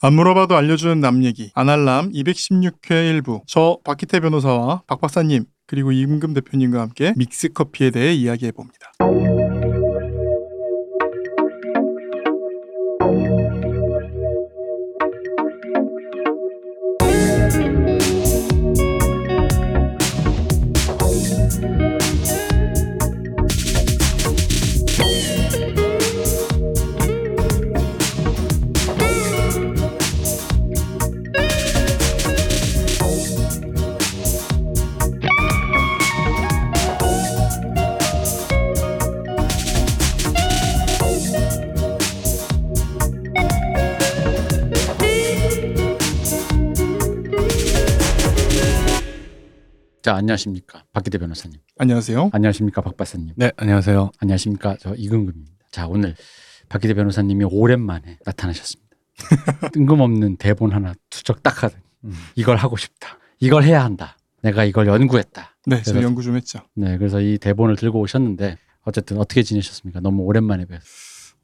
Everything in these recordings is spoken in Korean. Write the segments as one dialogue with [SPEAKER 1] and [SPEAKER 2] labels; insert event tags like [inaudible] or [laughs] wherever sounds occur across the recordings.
[SPEAKER 1] 안 물어봐도 알려주는 남 얘기 아날람 216회 일부 저 박희태 변호사와 박 박사님 그리고 임금 대표님과 함께 믹스커피에 대해 이야기해 봅니다.
[SPEAKER 2] 자 안녕하십니까 박기대 변호사님
[SPEAKER 1] 안녕하세요. 네,
[SPEAKER 2] 안녕하십니까 박 박사님
[SPEAKER 3] 네, 안녕하세요.
[SPEAKER 2] 안녕하십니까 저 이근금입니다 자 오늘 박기대 변호사님이 오랜만에
[SPEAKER 3] [laughs]
[SPEAKER 2] 나타나셨습니다 뜬금없는 대본 하나 투적 딱 하더니
[SPEAKER 3] 음.
[SPEAKER 2] 이걸 하고 싶다 이걸 해야 한다 내가 이걸 연구했다
[SPEAKER 1] 네, 저
[SPEAKER 2] 그래서-
[SPEAKER 1] 연구 좀 했죠.
[SPEAKER 2] 네 그래서 이 대본을 들고 오셨는데 어쨌든 어떻게 지내셨습니까 너무 오랜만에 뵈서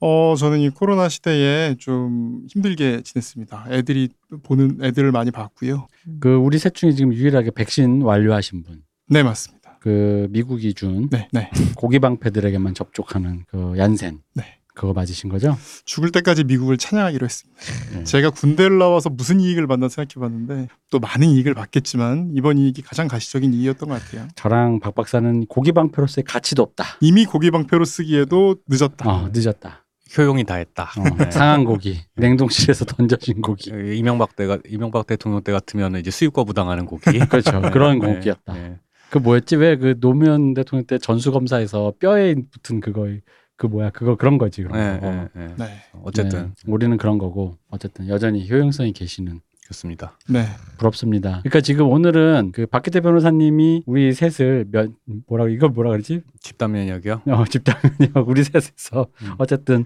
[SPEAKER 1] 어, 저는 이 코로나 시대에 좀 힘들게 지냈습니다. 애들이 보는 애들을 많이 봤고요.
[SPEAKER 2] 그 우리 셋 중에 지금 유일하게 백신 완료하신
[SPEAKER 1] 네, 맞습니다.
[SPEAKER 2] 분 그 미국이 준
[SPEAKER 1] 네, 네.
[SPEAKER 2] 고기 방패들에게만 접촉하는 그 얀센
[SPEAKER 1] 네.
[SPEAKER 2] 그거 맞으신 거죠?
[SPEAKER 1] 죽을 때까지 미국을 찬양하기로 했습니다.
[SPEAKER 2] 네.
[SPEAKER 1] 제가 군대를 나와서 무슨 이익을 받나 생각해봤는데 또 많은 이익을 받겠지만 이번 이익이 가장 가시적인 이익이었던 것 같아요.
[SPEAKER 2] 저랑 박 박사는 고기 방패로서의 가치도 없다.
[SPEAKER 1] 이미 고기 방패로 쓰기에도 늦었다.
[SPEAKER 2] 어, 늦었다.
[SPEAKER 3] 효용이 다 했다.
[SPEAKER 2] [laughs] 어, 상한 고기, 냉동실에서 던져진 고기.
[SPEAKER 3] 이명박 때가 이명박 대통령 때 같으면 이제 수입과 부당하는 고기.
[SPEAKER 2] [laughs] 그렇죠.
[SPEAKER 3] 네,
[SPEAKER 2] 그런
[SPEAKER 3] 네,
[SPEAKER 2] 고기였다.
[SPEAKER 3] 네.
[SPEAKER 2] 그 뭐였지? 왜 그 노무현 대통령 때 전수 검사에서 뼈에 붙은 그거 그 뭐야? 그거 그런 거지 그런
[SPEAKER 3] 네,
[SPEAKER 2] 거.
[SPEAKER 3] 네, 네.
[SPEAKER 1] 네.
[SPEAKER 3] 어쨌든
[SPEAKER 2] 네, 우리는 그런 거고 어쨌든 여전히 효용성이 계시는
[SPEAKER 3] 그렇습니다.
[SPEAKER 1] 네.
[SPEAKER 2] 부럽습니다. 그러니까 지금 오늘은 그 박기태 변호사님이 우리 셋을 몇 뭐라고 이걸 뭐라 그러지?
[SPEAKER 3] 집단 면역이요.
[SPEAKER 2] 어, 집단이요. 우리 셋에서
[SPEAKER 3] 음.
[SPEAKER 2] 어쨌든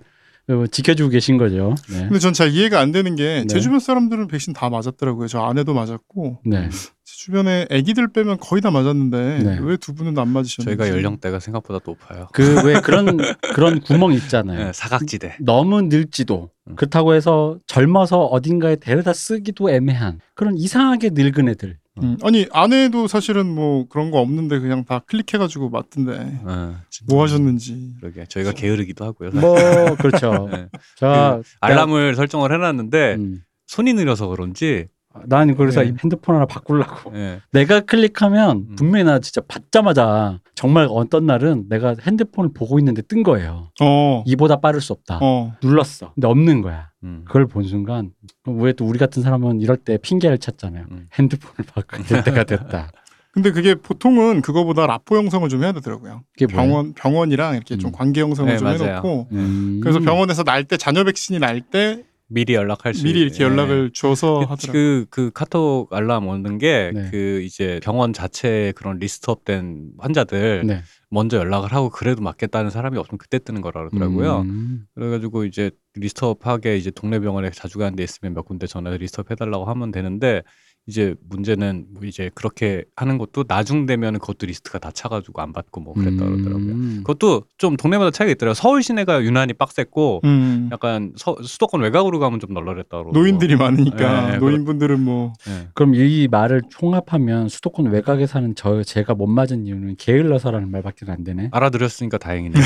[SPEAKER 2] 어, 지켜주고 계신 거죠. 네.
[SPEAKER 1] 근데 전 잘 이해가 안 되는 게 제
[SPEAKER 2] 네.
[SPEAKER 1] 주변 사람들은 백신 다 맞았더라고요. 저 아내도 맞았고
[SPEAKER 2] 네.
[SPEAKER 1] 제 주변에 아기들 빼면 거의 다 맞았는데
[SPEAKER 2] 네.
[SPEAKER 1] 왜 두 분은 안 맞으셨는지
[SPEAKER 3] 저희가 연령대가 생각보다 높아요.
[SPEAKER 2] 그 왜 그런 그런 구멍 있잖아요.
[SPEAKER 3] 네, 사각지대.
[SPEAKER 2] 너무 늙지도
[SPEAKER 3] 음.
[SPEAKER 2] 그렇다고 해서 젊어서 어딘가에 데려다 쓰기도 애매한 그런 이상하게 늙은 애들
[SPEAKER 1] 음. 아니 아내도 사실은 뭐 그런 거 없는데 그냥 다 클릭해가지고 맞던데
[SPEAKER 3] 어,
[SPEAKER 1] 뭐 하셨는지
[SPEAKER 3] 그러게 저희가 게으르기도 하고요.
[SPEAKER 2] 그, 뭐 그렇죠
[SPEAKER 3] [laughs] 네.
[SPEAKER 2] 자
[SPEAKER 3] 알람을 설정을 해놨는데
[SPEAKER 2] 음,
[SPEAKER 3] 손이 느려서 그런지
[SPEAKER 2] 난 그래서
[SPEAKER 1] 네.
[SPEAKER 2] 이 핸드폰 하나 바꾸려고
[SPEAKER 3] 네.
[SPEAKER 2] 내가 클릭하면
[SPEAKER 3] 음.
[SPEAKER 2] 분명히 나 진짜 받자마자 정말 어떤 날은 내가 핸드폰을 보고 있는데 뜬 거예요
[SPEAKER 1] 어,
[SPEAKER 2] 이보다 빠를 수 없다
[SPEAKER 1] 어.
[SPEAKER 2] 눌렀어 근데 없는 거야
[SPEAKER 3] 음.
[SPEAKER 2] 그걸 본 순간 왜 또 우리 같은 사람은 이럴 때 핑계를 찾잖아요
[SPEAKER 3] 음.
[SPEAKER 2] 핸드폰을 바꿀 때가 됐다
[SPEAKER 1] 근데 그게 보통은 그거보다 라포 형성을 좀 해야 되더라고요.
[SPEAKER 2] 그게 뭐예요?
[SPEAKER 1] 병원 병원이랑 이렇게 좀
[SPEAKER 2] 음.
[SPEAKER 1] 관계 형성을
[SPEAKER 3] 네,
[SPEAKER 1] 좀
[SPEAKER 3] 맞아요.
[SPEAKER 1] 해놓고
[SPEAKER 2] 음.
[SPEAKER 1] 그래서 병원에서 날 때 자녀 백신이 날 때
[SPEAKER 3] 미리 연락할 수
[SPEAKER 1] 미리 이렇게
[SPEAKER 3] 있- 네.
[SPEAKER 1] 연락을 줘서 하더라고요.
[SPEAKER 3] 그, 그 카톡 알람 오는 게
[SPEAKER 2] 네.
[SPEAKER 3] 그 이제 병원 자체에 그런 리스트업된 환자들
[SPEAKER 2] 네.
[SPEAKER 3] 먼저 연락을 하고 그래도 맞겠다는 사람이 없으면 그때 뜨는 거라 그러더라고요.
[SPEAKER 2] 음.
[SPEAKER 3] 그래가지고 이제 리스트업하게 이제 동네 병원에 자주 가는 데 있으면 몇 군데 전화해서 리스트업 해달라고 하면 되는데 이제 문제는 뭐 이제 그렇게 하는 것도 나중 되면 그것도 리스트가 다 차가지고 안 받고 뭐 그랬다 그러더라고요.
[SPEAKER 2] 음.
[SPEAKER 3] 그것도 좀 동네마다 차이가 있더라고요. 서울 시내가 유난히 빡셌고
[SPEAKER 1] 음.
[SPEAKER 3] 약간 서- 수도권 외곽으로 가면 좀 널널했다 그러고
[SPEAKER 1] 노인들이 많으니까
[SPEAKER 3] 뭐. 네, 네,
[SPEAKER 1] 노인분들은 뭐
[SPEAKER 3] 예.
[SPEAKER 2] 그럼 이 말을 총합하면 수도권 외곽에 사는 저 제가 못 맞은 이유는 게을러서라는 말밖에 안
[SPEAKER 3] [laughs]
[SPEAKER 2] 되네.
[SPEAKER 3] 알아들었으니까
[SPEAKER 2] [laughs]
[SPEAKER 3] 다행이네요.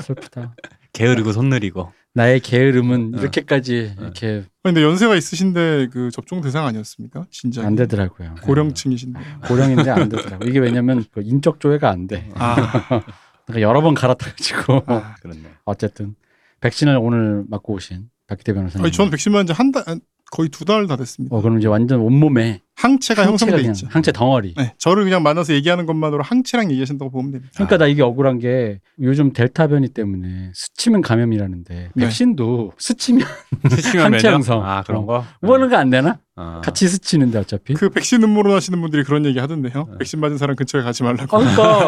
[SPEAKER 2] 슬프다.
[SPEAKER 3] 게으르고 손느리고.
[SPEAKER 2] 나의 게으름은
[SPEAKER 3] 어.
[SPEAKER 2] 이렇게까지
[SPEAKER 3] 어.
[SPEAKER 2] 이렇게
[SPEAKER 1] 아니, 근데 연세가 있으신데 그 접종 대상 아니었습니까? 진작
[SPEAKER 2] 안 되더라고요. 네.
[SPEAKER 1] 고령층이신데.
[SPEAKER 2] 고령인데 안 되더라고. 이게 왜냐면 그 인적 조회가 안 돼.
[SPEAKER 1] 아,
[SPEAKER 2] 그러니까 여러 번 갈아타가지고 [laughs]
[SPEAKER 1] 아.
[SPEAKER 3] 그렇네.
[SPEAKER 2] 어쨌든 백신을 오늘 맞고 오신 박기태 변호사님.
[SPEAKER 1] 아니 전 백신 맞은 지한 달, 거의 두 달 다 됐습니다.
[SPEAKER 2] 어 그럼 이제 완전 온몸에
[SPEAKER 1] 항체가 형성돼
[SPEAKER 2] 그냥
[SPEAKER 1] 있죠.
[SPEAKER 2] 항체 덩어리.
[SPEAKER 1] 네, 저를 그냥 만나서 얘기하는 것만으로 항체랑 얘기하신다고 보면 됩니다.
[SPEAKER 2] 그러니까 나 이게 억울한 게 요즘 델타 변이 때문에 스치면 감염이라는데
[SPEAKER 1] 네.
[SPEAKER 2] 백신도 스치면 [laughs]
[SPEAKER 3] 스치면
[SPEAKER 2] 한치
[SPEAKER 3] 매력?
[SPEAKER 2] 양성.
[SPEAKER 3] 아 그런 거.
[SPEAKER 2] 뭐는 거 안 되나?
[SPEAKER 3] 아.
[SPEAKER 2] 같이 스치는데 어차피.
[SPEAKER 1] 그 백신 음모론 하시는 분들이 그런 얘기 하던데요.
[SPEAKER 3] 네.
[SPEAKER 1] 백신 맞은 사람 근처에 가지 말라고.
[SPEAKER 2] 어, 그러니까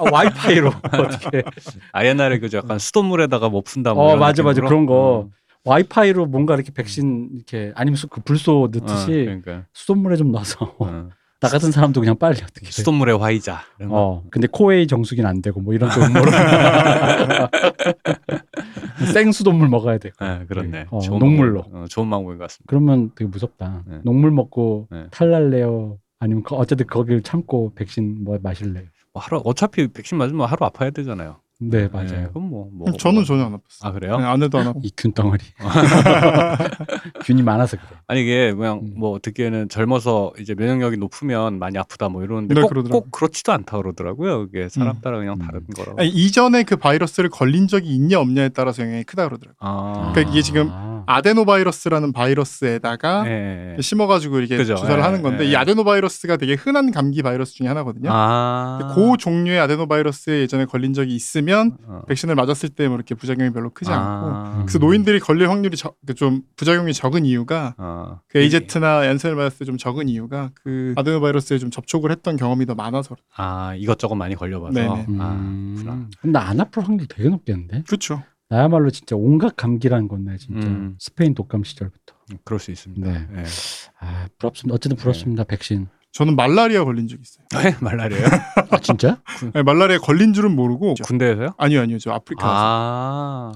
[SPEAKER 2] 어, 와이파이로 어떻게
[SPEAKER 3] 아 옛날에 그 약간 수돗물에다가 뭐 푼다. 뭐
[SPEAKER 2] 음. 어,
[SPEAKER 3] 이런
[SPEAKER 2] 맞아, 맞아.
[SPEAKER 3] 느낌으로?
[SPEAKER 2] 그런 거.
[SPEAKER 3] 어,
[SPEAKER 2] 와이파이로 뭔가 이렇게 백신 이렇게 아니면 수- 그 불소
[SPEAKER 3] 어,
[SPEAKER 2] 넣듯이
[SPEAKER 3] 그러니까
[SPEAKER 2] 수돗물에 좀 넣어서
[SPEAKER 3] 어.
[SPEAKER 2] [laughs] 나 같은 사람도 그냥 빨리 어떻게
[SPEAKER 3] 수돗물의 화이자. 이런 거.
[SPEAKER 2] 어 근데 코웨이 정수기는 안 되고 뭐 이런 또 음모론 [laughs] 생수돗물 먹어야 돼.
[SPEAKER 3] 네, 그렇네.
[SPEAKER 2] 어,
[SPEAKER 3] 좋은
[SPEAKER 2] 녹물로.
[SPEAKER 3] 방법, 어, 좋은 방법인 것 같습니다.
[SPEAKER 2] 그러면 되게 무섭다.
[SPEAKER 3] 네.
[SPEAKER 2] 녹물 먹고
[SPEAKER 3] 네.
[SPEAKER 2] 탈날래요? 아니면 거- 어쨌든 거기를 참고 백신 뭐 마실래요?
[SPEAKER 3] 뭐 하루 어차피 백신 맞으면 뭐 하루 아파야 되잖아요.
[SPEAKER 2] 네
[SPEAKER 3] 네,
[SPEAKER 2] 맞아요.
[SPEAKER 3] 그럼 뭐, 뭐
[SPEAKER 1] 저는
[SPEAKER 3] 뭐-
[SPEAKER 1] 전혀 안 아팠어요.
[SPEAKER 3] 아 그래요?
[SPEAKER 1] 네, 아내도 안 아팠고.
[SPEAKER 2] 이 균
[SPEAKER 3] [laughs]
[SPEAKER 2] 덩어리. 균이 많아서 그래.
[SPEAKER 3] 아니 이게 그냥
[SPEAKER 2] 음.
[SPEAKER 3] 뭐 듣기에는 젊어서 이제 면역력이 높으면 많이 아프다 뭐 이러는데
[SPEAKER 1] 네,
[SPEAKER 3] 꼭,
[SPEAKER 1] 그러더라고요.
[SPEAKER 3] 꼭 그렇지도 않다 그러더라고요. 그게 사람 따라 그냥
[SPEAKER 2] 음.
[SPEAKER 3] 다른 거라고.
[SPEAKER 1] 아니, 이전에 그 바이러스를 걸린 적이 있냐 없냐에 따라서 영향이 크다 그러더라고요.
[SPEAKER 3] 아,
[SPEAKER 1] 그러니까 이게 지금
[SPEAKER 2] 아,
[SPEAKER 1] 아데노바이러스라는 바이러스에다가
[SPEAKER 3] 예, 예.
[SPEAKER 1] 심어가지고 이렇게
[SPEAKER 3] 그죠.
[SPEAKER 1] 주사를
[SPEAKER 3] 예,
[SPEAKER 1] 하는 건데
[SPEAKER 3] 예.
[SPEAKER 1] 이 아데노바이러스가 되게 흔한 감기 바이러스 중에 하나거든요.
[SPEAKER 3] 아.
[SPEAKER 1] 근데 그 종류의 아데노바이러스에 예전에 걸린 적이 있으면
[SPEAKER 3] 어.
[SPEAKER 1] 백신을 맞았을 때 뭐 이렇게 부작용이 별로 크지 않고
[SPEAKER 3] 아.
[SPEAKER 1] 그래서 노인들이 걸릴 확률이 적- 그좀 부작용이 적은 이유가
[SPEAKER 3] 아.
[SPEAKER 1] 그 에이제트나 얀센 바이러스 좀 적은 이유가 그 아데노바이러스에 좀 접촉을 했던 경험이 더 많아서
[SPEAKER 3] 아 이것저것 많이 걸려봐서.
[SPEAKER 1] 네네.
[SPEAKER 3] 아,
[SPEAKER 2] 음.
[SPEAKER 3] 그렇구나.
[SPEAKER 2] 근데 안 아플 확률 되게 높겠는데?
[SPEAKER 1] 그렇죠.
[SPEAKER 2] 나야말로 진짜 온갖 감기라는 건데 진짜
[SPEAKER 3] 음.
[SPEAKER 2] 스페인 독감 시절부터.
[SPEAKER 3] 그럴 수 있습니다.
[SPEAKER 2] 네.
[SPEAKER 3] [laughs] 예.
[SPEAKER 2] 아 부럽습니다.
[SPEAKER 3] 네.
[SPEAKER 2] 어쨌든 부럽습니다. 백신.
[SPEAKER 1] 저는 말라리아 걸린 적 있어요. [laughs]
[SPEAKER 3] 말라리아요?
[SPEAKER 1] 그렇죠.
[SPEAKER 2] 아
[SPEAKER 3] [laughs]
[SPEAKER 2] 진짜?
[SPEAKER 1] 아니, 말라리아 걸린 줄은 모르고
[SPEAKER 3] 그렇죠. 군대에서요?
[SPEAKER 1] 아니요 아니요 저 아프리카에서
[SPEAKER 3] 아.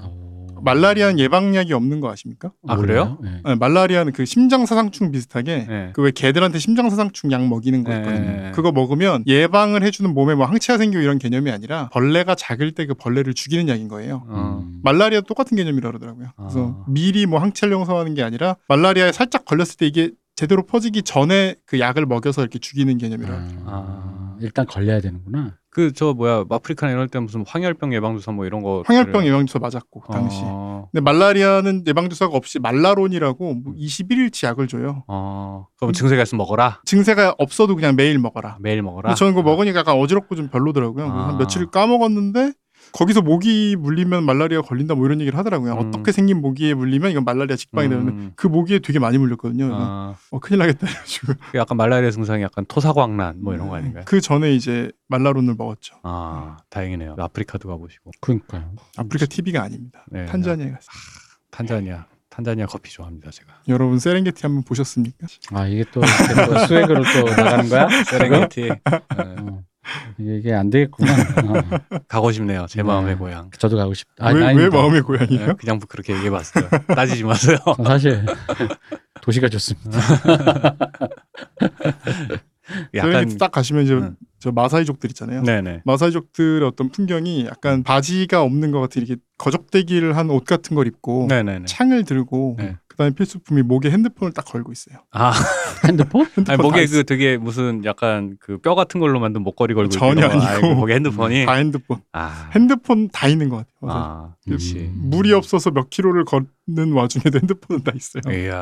[SPEAKER 1] 말라리아는 예방약이 없는 거 아십니까?
[SPEAKER 3] 아, 그래요?
[SPEAKER 2] 어. 몰라요? 예.
[SPEAKER 1] 아니, 말라리아는 그 심장사상충 비슷하게
[SPEAKER 3] 예.
[SPEAKER 1] 그 왜 개들한테 심장사상충 약 먹이는 거 있거든요.
[SPEAKER 3] 예.
[SPEAKER 1] 네. 그거 먹으면 예방을 해주는 몸에 뭐 항체가 생기고 이런 개념이 아니라 벌레가 작을 때 그 벌레를 죽이는 약인 거예요.
[SPEAKER 3] 어.
[SPEAKER 2] 음.
[SPEAKER 1] 말라리아 똑같은 개념이라 그러더라고요. 그래서
[SPEAKER 3] 아.
[SPEAKER 1] 미리 뭐 항체를 형성하는 게 아니라 말라리아에 살짝 걸렸을 때 이게 제대로 퍼지기 전에 그 약을 먹여서 이렇게 죽이는 개념이라.
[SPEAKER 3] 음.
[SPEAKER 1] 요
[SPEAKER 2] 아, 일단 걸려야 되는구나.
[SPEAKER 3] 그 저 뭐야 아프리카나 이럴 때 무슨 황열병 예방주사 뭐 이런 거.
[SPEAKER 1] 황열병 예방주사 맞았고 당시.
[SPEAKER 3] 어.
[SPEAKER 1] 근데 말라리아는 예방주사가 없이 말라론이라고
[SPEAKER 3] 음.
[SPEAKER 1] 뭐 21일치 약을 줘요.
[SPEAKER 3] 어. 그럼 증세가 있으면 먹어라. 아,
[SPEAKER 1] 증세가 없어도 그냥 매일 먹어라.
[SPEAKER 3] 매일 먹어라.
[SPEAKER 1] 근데 네, 저는 그거 먹으니까 약간 어지럽고 좀 별로더라고요. 그래서 한
[SPEAKER 3] 아.
[SPEAKER 1] 며칠 까먹었는데 거기서 모기 물리면 말라리아 걸린다 뭐 이런 얘기를 하더라고요.
[SPEAKER 3] 음.
[SPEAKER 1] 어떻게 생긴 모기에 물리면 이건 말라리아 직방이 되는데
[SPEAKER 3] 음.
[SPEAKER 1] 그 모기에 되게 많이 물렸거든요. 그래서
[SPEAKER 3] 아,
[SPEAKER 1] 어, 큰일 나겠다 해가지고
[SPEAKER 3] 그 약간 말라리아 증상이 약간 토사광난 뭐 이런 거 아닌가요?
[SPEAKER 1] 그 전에 이제 말라론을 먹었죠.
[SPEAKER 3] 아 다행이네요. 아프리카도 가보시고
[SPEAKER 2] 그러니까요.
[SPEAKER 1] 아프리카 TV가 아닙니다.
[SPEAKER 3] 네,
[SPEAKER 1] 탄자니아 갔어요.
[SPEAKER 3] 탄자니아 탄자니아 커피 좋아합니다 제가.
[SPEAKER 1] 여러분 세렝게티 한번 보셨습니까?
[SPEAKER 2] 아 이게 또, 이렇게 또 수액으로 또 나가는 거야?
[SPEAKER 1] [laughs]
[SPEAKER 3] 세렝게티 예,
[SPEAKER 2] 어. 이게, 이게 안 되겠구나. 어.
[SPEAKER 3] 가고 싶네요. 제
[SPEAKER 2] 네.
[SPEAKER 3] 마음의 고향.
[SPEAKER 2] 저도 가고 싶다. 아니,
[SPEAKER 1] 왜, 왜
[SPEAKER 2] 아닙니다.
[SPEAKER 1] 마음의
[SPEAKER 3] 예,
[SPEAKER 1] 고향이에요? [laughs]
[SPEAKER 3] 그냥 그렇게 얘기해봤어요. 따지지 [laughs] 마세요.
[SPEAKER 2] 어, 사실 [laughs] 도시가 좋습니다.
[SPEAKER 1] 세렝게티 딱 가시면 이제
[SPEAKER 3] 음.
[SPEAKER 1] 저 마사이족들 있잖아요.
[SPEAKER 3] 네네.
[SPEAKER 1] 마사이족들의 어떤 풍경이 약간 바지가 없는 것 같은 이렇게 거적대기를 한 옷 같은 걸 입고
[SPEAKER 3] 네네네.
[SPEAKER 1] 창을 들고
[SPEAKER 3] 네.
[SPEAKER 1] 그다음에 필수품이 목에 핸드폰을 딱 걸고 있어요.
[SPEAKER 3] 아
[SPEAKER 2] 핸드폰?
[SPEAKER 3] 아니,
[SPEAKER 1] 핸드폰 다
[SPEAKER 3] 목에
[SPEAKER 1] 있어요.
[SPEAKER 3] 그 되게 무슨 약간 그 뼈 같은 걸로 만든 목걸이 걸고
[SPEAKER 1] 전혀
[SPEAKER 3] 있는 거.
[SPEAKER 1] 아니고. 음,
[SPEAKER 3] 아이고, 목에 핸드폰이
[SPEAKER 1] 다 핸드폰.
[SPEAKER 3] 아,
[SPEAKER 1] 핸드폰 다 있는 것 같아요. 마사이.
[SPEAKER 3] 예. 아 역시
[SPEAKER 2] 음.
[SPEAKER 1] 물이 없어서 몇 킬로를 걷는 와중에도 핸드폰은 다 있어요.
[SPEAKER 3] 음. 이야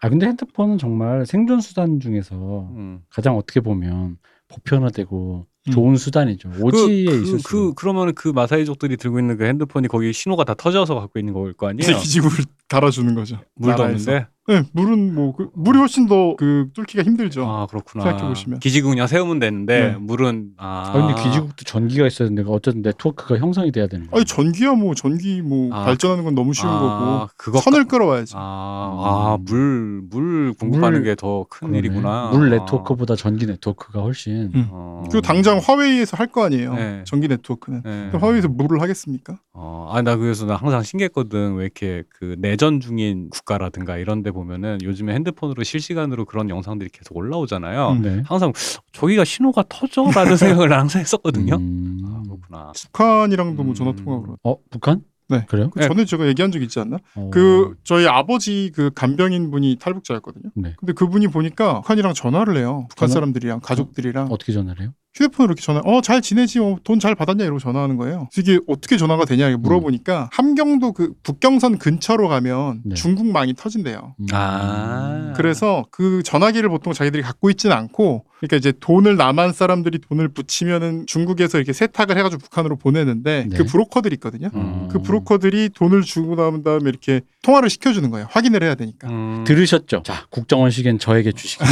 [SPEAKER 2] 아 근데 핸드폰은 정말 생존 수단 중에서
[SPEAKER 3] 음.
[SPEAKER 2] 가장 어떻게 보면 보편화되고
[SPEAKER 1] 음.
[SPEAKER 2] 좋은 수단이죠. 오지에 있을
[SPEAKER 3] 그,
[SPEAKER 2] 수.
[SPEAKER 3] 그, 그러면 그 마사이족들이 들고 있는 그 핸드폰이 거기 신호가 다 터져서 갖고 있는 거일 거 아니에요?
[SPEAKER 1] 이제 기지국을 갈아주는 거죠.
[SPEAKER 3] 예. 물도
[SPEAKER 1] 나라에서.
[SPEAKER 3] 없는데?
[SPEAKER 1] 네, 물은 뭐 그- 물이 훨씬 더 그 뚫기가 힘들죠.
[SPEAKER 3] 아 그렇구나.
[SPEAKER 1] 생각해보시면.
[SPEAKER 3] 기지국 그냥 세우면 되는데
[SPEAKER 1] 네.
[SPEAKER 3] 물은 아.
[SPEAKER 2] 아 근데 귀지국도 전기가 있어야 되는데 어쨌든 네트워크가 형성이 돼야 되는 거예요.
[SPEAKER 1] 아니 전기야 뭐 전기 뭐
[SPEAKER 3] 아,
[SPEAKER 1] 발전하는 건 너무 쉬운
[SPEAKER 3] 아,
[SPEAKER 1] 거고
[SPEAKER 3] 그거 아.
[SPEAKER 1] 선을
[SPEAKER 3] 그렇죠.
[SPEAKER 1] 끌어와야지.
[SPEAKER 3] 음. 아물물 공급하는
[SPEAKER 2] 물-
[SPEAKER 3] 게 더 큰
[SPEAKER 2] 그러네.
[SPEAKER 3] 일이구나.
[SPEAKER 2] 물
[SPEAKER 3] 아.
[SPEAKER 2] 네트워크보다 전기 네트워크가 훨씬.
[SPEAKER 1] 음.
[SPEAKER 3] 어.
[SPEAKER 1] 그리고 당장 화웨이에서 할 거 아니에요.
[SPEAKER 3] 네.
[SPEAKER 1] 전기 네트워크는.
[SPEAKER 3] 네.
[SPEAKER 1] 그럼 화웨이에서 물을 하겠습니까?
[SPEAKER 3] 어, 아니 나 그래서 나 항상 신기했거든. 왜 이렇게 그 내전 중인 국가라든가 이런데 보면은 요즘에 핸드폰으로 실시간으로 그런 영상들이 계속 올라오잖아요.
[SPEAKER 1] 음.
[SPEAKER 2] 네.
[SPEAKER 3] 항상 저기가 신호가 터져라는 [laughs] 생각을 난 항상 했었거든요.
[SPEAKER 2] 음.
[SPEAKER 3] 아 그렇구나.
[SPEAKER 1] 북한이랑도 뭐
[SPEAKER 3] 음.
[SPEAKER 1] 전화 통화로.
[SPEAKER 2] 어 북한?
[SPEAKER 1] 네.
[SPEAKER 2] 그래요?
[SPEAKER 1] 그
[SPEAKER 3] 네.
[SPEAKER 1] 전에 제가 얘기한 적 있지 않나?
[SPEAKER 2] 어.
[SPEAKER 1] 그 저희 아버지 그 간병인 분이 탈북자였거든요.
[SPEAKER 2] 네.
[SPEAKER 1] 근데 그분이 보니까 북한이랑 전화를 해요. 북한
[SPEAKER 2] 전화?
[SPEAKER 1] 사람들이랑 가족들이랑
[SPEAKER 2] 어떻게 전화를 해요?
[SPEAKER 1] 휴대폰으로 이렇게 전화. 어 잘 지내지? 돈 잘 받았냐? 이러고 전화하는 거예요. 그래서 이게 어떻게 전화가 되냐?
[SPEAKER 2] 음.
[SPEAKER 1] 이렇게 물어보니까 함경도 그 북경선 근처로 가면
[SPEAKER 2] 네.
[SPEAKER 1] 중국망이 터진대요.
[SPEAKER 2] 음.
[SPEAKER 3] 아.
[SPEAKER 1] 그래서 그 전화기를 보통 자기들이 갖고 있지는 않고 그러니까 이제 돈을 남한 사람들이 돈을 붙이면은 중국에서 이렇게 세탁을 해가지고 북한으로 보내는데
[SPEAKER 2] 네.
[SPEAKER 1] 그 브로커들이 있거든요.
[SPEAKER 3] 음.
[SPEAKER 1] 그 브로커들이 돈을 주고 난 다음에 이렇게 통화를 시켜주는 거예요. 확인을 해야 되니까.
[SPEAKER 3] 음.
[SPEAKER 2] 들으셨죠? 자, 국정원 시기엔 저에게 주시기.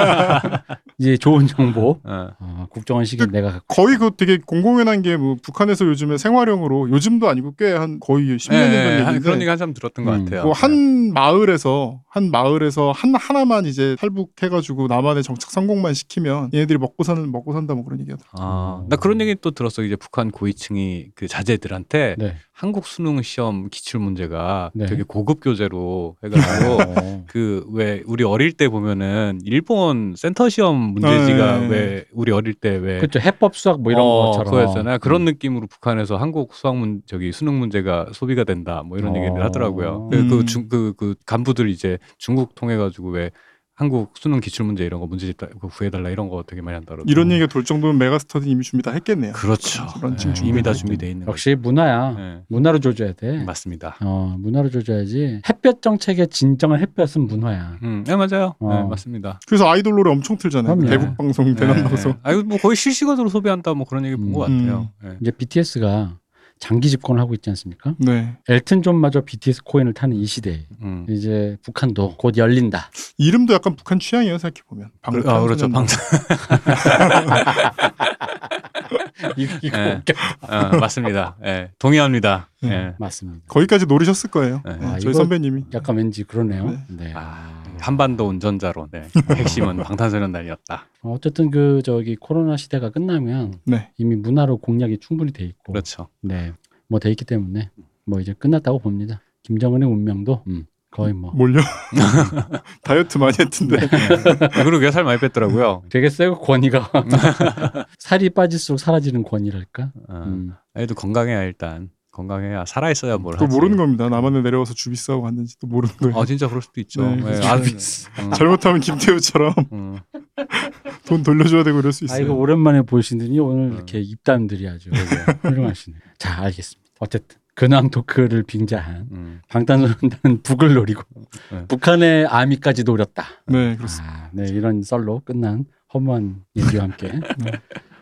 [SPEAKER 2] 바랍니다. 이제 좋은 정보.
[SPEAKER 3] 어.
[SPEAKER 2] 어, 국정원 시기엔 내가 갖고.
[SPEAKER 1] 거의 그 되게 공공연한 게 뭐 북한에서 요즘에 생활용으로 요즘도 아니고 꽤 한 거의 10년
[SPEAKER 3] 예,
[SPEAKER 1] 전
[SPEAKER 3] 예, 한- 그런
[SPEAKER 1] 얘기인데
[SPEAKER 3] 얘기 한참 들었던 것
[SPEAKER 2] 음.
[SPEAKER 3] 같아요. 예.
[SPEAKER 1] 뭐한 마을에서 한 마을에서 한 하나만 이제 탈북해가지고 나만의 정착 성공만 시키면 얘네들이 먹고 사는 먹고 산다 뭐 그런 얘기하더라.
[SPEAKER 3] 아,
[SPEAKER 2] 음.
[SPEAKER 3] 나 그런 얘기 또 들었어. 이제 북한 고위층이 그 자제들한테
[SPEAKER 2] 네.
[SPEAKER 3] 한국 수능 시험 기출 문제가
[SPEAKER 2] 네.
[SPEAKER 3] 되게 고급 교재로
[SPEAKER 2] [laughs]
[SPEAKER 3] 해가지고 그 왜 우리 어릴 때 보면은 일본 센터 시험 문제지가
[SPEAKER 1] 네.
[SPEAKER 3] 왜 우리 어릴 때왜 어,
[SPEAKER 2] 그렇죠. 해법 수학 뭐 이런 것처럼.
[SPEAKER 3] 그거였잖아요. 그런
[SPEAKER 2] 음.
[SPEAKER 3] 느낌으로 북한에서 한국 수학 문 저기 수능 문제가 소비가 된다 뭐 이런
[SPEAKER 2] 어.
[SPEAKER 3] 얘기를 하더라고요.
[SPEAKER 1] 음.
[SPEAKER 3] 그그중그그 간부들 이제 중국 통해 가지고 왜 한국 수능 기출 문제 이런 거 문제집 다- 그거 구해달라 이런 거 되게 많이 한다고.
[SPEAKER 1] 이런 얘기가 돌 정도면 메가스터디 이미 준비 다 했겠네요.
[SPEAKER 3] 그렇죠.
[SPEAKER 1] 그런
[SPEAKER 3] 예,
[SPEAKER 1] 지금
[SPEAKER 3] 이미 다
[SPEAKER 1] 준비돼
[SPEAKER 3] 준비돼 있는
[SPEAKER 2] 역시 문화야.
[SPEAKER 3] 거죠. 예,
[SPEAKER 2] 네. 문화로 조져야 돼.
[SPEAKER 3] 맞습니다.
[SPEAKER 2] 어, 문화로 조져야지. 햇볕 정책의 진정한 햇볕은 문화야.
[SPEAKER 3] 음, 네, 맞아요.
[SPEAKER 2] 어.
[SPEAKER 3] 네, 맞습니다.
[SPEAKER 1] 그래서 아이돌 노래 엄청 틀잖아요.
[SPEAKER 2] 그럼요.
[SPEAKER 1] 대북 방송, 대남
[SPEAKER 3] 네,
[SPEAKER 1] 방송.
[SPEAKER 3] 네. 아유 뭐 거의 실시간으로 소비한다 뭐 그런 얘기 본 것
[SPEAKER 1] 음.
[SPEAKER 3] 같아요. 예.
[SPEAKER 2] 이제 BTS가 장기 집권을 하고 있지 않습니까?
[SPEAKER 1] 네.
[SPEAKER 2] 엘튼 존마저 BTS 코인을 타는 이 시대에
[SPEAKER 3] 음.
[SPEAKER 2] 이제 북한도 곧 열린다.
[SPEAKER 1] 이름도 약간 북한 취향이에요 생각해 보면.
[SPEAKER 3] 그- 아 그렇죠. 방탄.
[SPEAKER 2] 이- 이거
[SPEAKER 3] 예.
[SPEAKER 2] 웃겨.
[SPEAKER 3] 아, 맞습니다. 예. 동의합니다.
[SPEAKER 1] 음.
[SPEAKER 3] 예.
[SPEAKER 2] [laughs] 맞습니다.
[SPEAKER 1] 거기까지 노리셨을 거예요.
[SPEAKER 3] 네.
[SPEAKER 1] 네,
[SPEAKER 2] 아,
[SPEAKER 1] 저희
[SPEAKER 2] 이거-
[SPEAKER 1] 선배님이.
[SPEAKER 2] 약간 왠지 그러네요.
[SPEAKER 1] 네.
[SPEAKER 2] 네.
[SPEAKER 3] 아, 한반도 운전자론. 네.
[SPEAKER 1] [laughs]
[SPEAKER 3] 핵심은 방탄소년단이었다.
[SPEAKER 2] 어, 어쨌든 그 저기 코로나 시대가 끝나면
[SPEAKER 1] 네.
[SPEAKER 2] 이미 문화로 공략이 충분히 돼 있고,
[SPEAKER 3] 그렇죠.
[SPEAKER 2] 네, 뭐 돼 있기 때문에 뭐 이제 끝났다고 봅니다. 김정은의 운명도 음, 거의 뭐
[SPEAKER 1] 몰려. [laughs] 다이어트 많이 했던데.
[SPEAKER 3] 네.
[SPEAKER 1] [laughs]
[SPEAKER 3] 그리고 살 많이 뺐더라고요.
[SPEAKER 2] 되게 세고 권위가 [laughs] 살이 빠질수록 사라지는 권위랄까.
[SPEAKER 3] 아,
[SPEAKER 2] 음.
[SPEAKER 3] 애도 건강해야 일단 건강해야 살아 있어야 뭘
[SPEAKER 1] 그거
[SPEAKER 3] 하지.
[SPEAKER 1] 모르는 겁니다. 남한에 내려와서 주비 싸고 갔는지 또 모르는 거예요.
[SPEAKER 3] 아 진짜 그럴 수도 있죠.
[SPEAKER 1] 네,
[SPEAKER 3] 예,
[SPEAKER 1] 그렇죠. [laughs]
[SPEAKER 3] 아, 음,
[SPEAKER 1] 잘못하면 김태우처럼 [laughs]
[SPEAKER 3] 음.
[SPEAKER 1] 돈 돌려줘야 되고 이럴 수
[SPEAKER 2] 아
[SPEAKER 1] 있어요.
[SPEAKER 2] 이거 오랜만에 보시더니 오늘
[SPEAKER 3] 음.
[SPEAKER 2] 이렇게 입담들이 아주 [laughs] 훌륭하시네. 자 알겠습니다. 어쨌든 근황 토크를 빙자한
[SPEAKER 3] 음.
[SPEAKER 2] 방탄소년단 북을 노리고
[SPEAKER 3] 네.
[SPEAKER 2] 북한의 아미까지 노렸다.
[SPEAKER 1] 네, 그렇습니다.
[SPEAKER 2] 아, 네, 이런 썰로 끝난 허무한
[SPEAKER 1] [laughs]
[SPEAKER 2] 얘기와 함께
[SPEAKER 1] 네.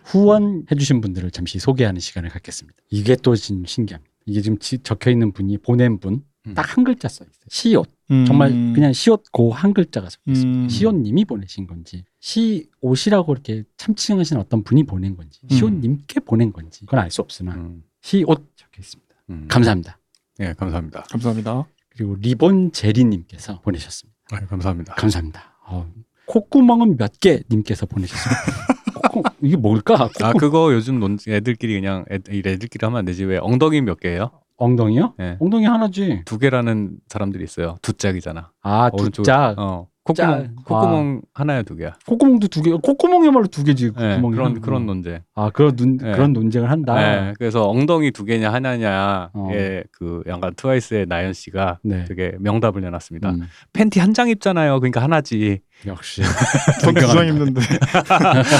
[SPEAKER 2] 후원해주신 분들을 잠시 소개하는 시간을 갖겠습니다. 이게 또 진, 신기합니다. 이게 지금 적혀 있는 분이 보낸 분 딱
[SPEAKER 3] 음.
[SPEAKER 2] 한 글자 써 있어요. 시옷.
[SPEAKER 1] 음.
[SPEAKER 2] 정말 그냥 시옷 고 한 글자가 써 있습니다.
[SPEAKER 1] 음.
[SPEAKER 2] 시옷님이 보내신 건지 시옷이라고 이렇게 참칭하신 어떤 분이 보낸 건지
[SPEAKER 1] 음.
[SPEAKER 2] 시옷님께 보낸 건지 그건 알 수 없으나
[SPEAKER 3] 음.
[SPEAKER 2] 시옷 적혀 있습니다.
[SPEAKER 3] 음.
[SPEAKER 2] 감사합니다.
[SPEAKER 3] 예, 감사합니다.
[SPEAKER 2] [laughs]
[SPEAKER 1] 감사합니다.
[SPEAKER 2] 그리고 리본 제리님께서 보내셨습니다.
[SPEAKER 3] 아, 감사합니다.
[SPEAKER 2] 감사합니다. 어, 콧구멍은 몇 개 님께서 보내셨어요. [laughs] 콧구- 이게 뭘까?
[SPEAKER 3] 아 그거 요즘 논 애들끼리 그냥 애, 이 애들끼리 하면 안 되지 왜 엉덩이 몇 개예요?
[SPEAKER 2] 엉덩이요?
[SPEAKER 3] 예.
[SPEAKER 2] 엉덩이 하나지.
[SPEAKER 3] 두 개라는 사람들이 있어요. 두 짝이잖아.
[SPEAKER 2] 아,
[SPEAKER 3] 오른쪽.
[SPEAKER 2] 두짝.
[SPEAKER 3] 어.
[SPEAKER 2] 짝. 아.
[SPEAKER 3] 콧구멍 콧구멍 하나야 두 개야.
[SPEAKER 2] 콧구멍도 두 개. 콧구멍이야말로 두 개지.
[SPEAKER 3] 예,
[SPEAKER 2] 콧구멍이
[SPEAKER 3] 그런
[SPEAKER 2] 하나.
[SPEAKER 3] 그런 논제.
[SPEAKER 2] 아, 그런 논
[SPEAKER 3] 예.
[SPEAKER 2] 그런 논쟁을 한다.
[SPEAKER 3] 네, 그래서 엉덩이 두 개냐 하나냐
[SPEAKER 2] 어.
[SPEAKER 3] 예그 약간 트와이스의 나연 씨가
[SPEAKER 2] 네.
[SPEAKER 3] 되게 명답을 내놨습니다.
[SPEAKER 2] 음,
[SPEAKER 3] 팬티 한 장 입잖아요. 그러니까 하나지.
[SPEAKER 2] 역시
[SPEAKER 1] 전두장 입는데.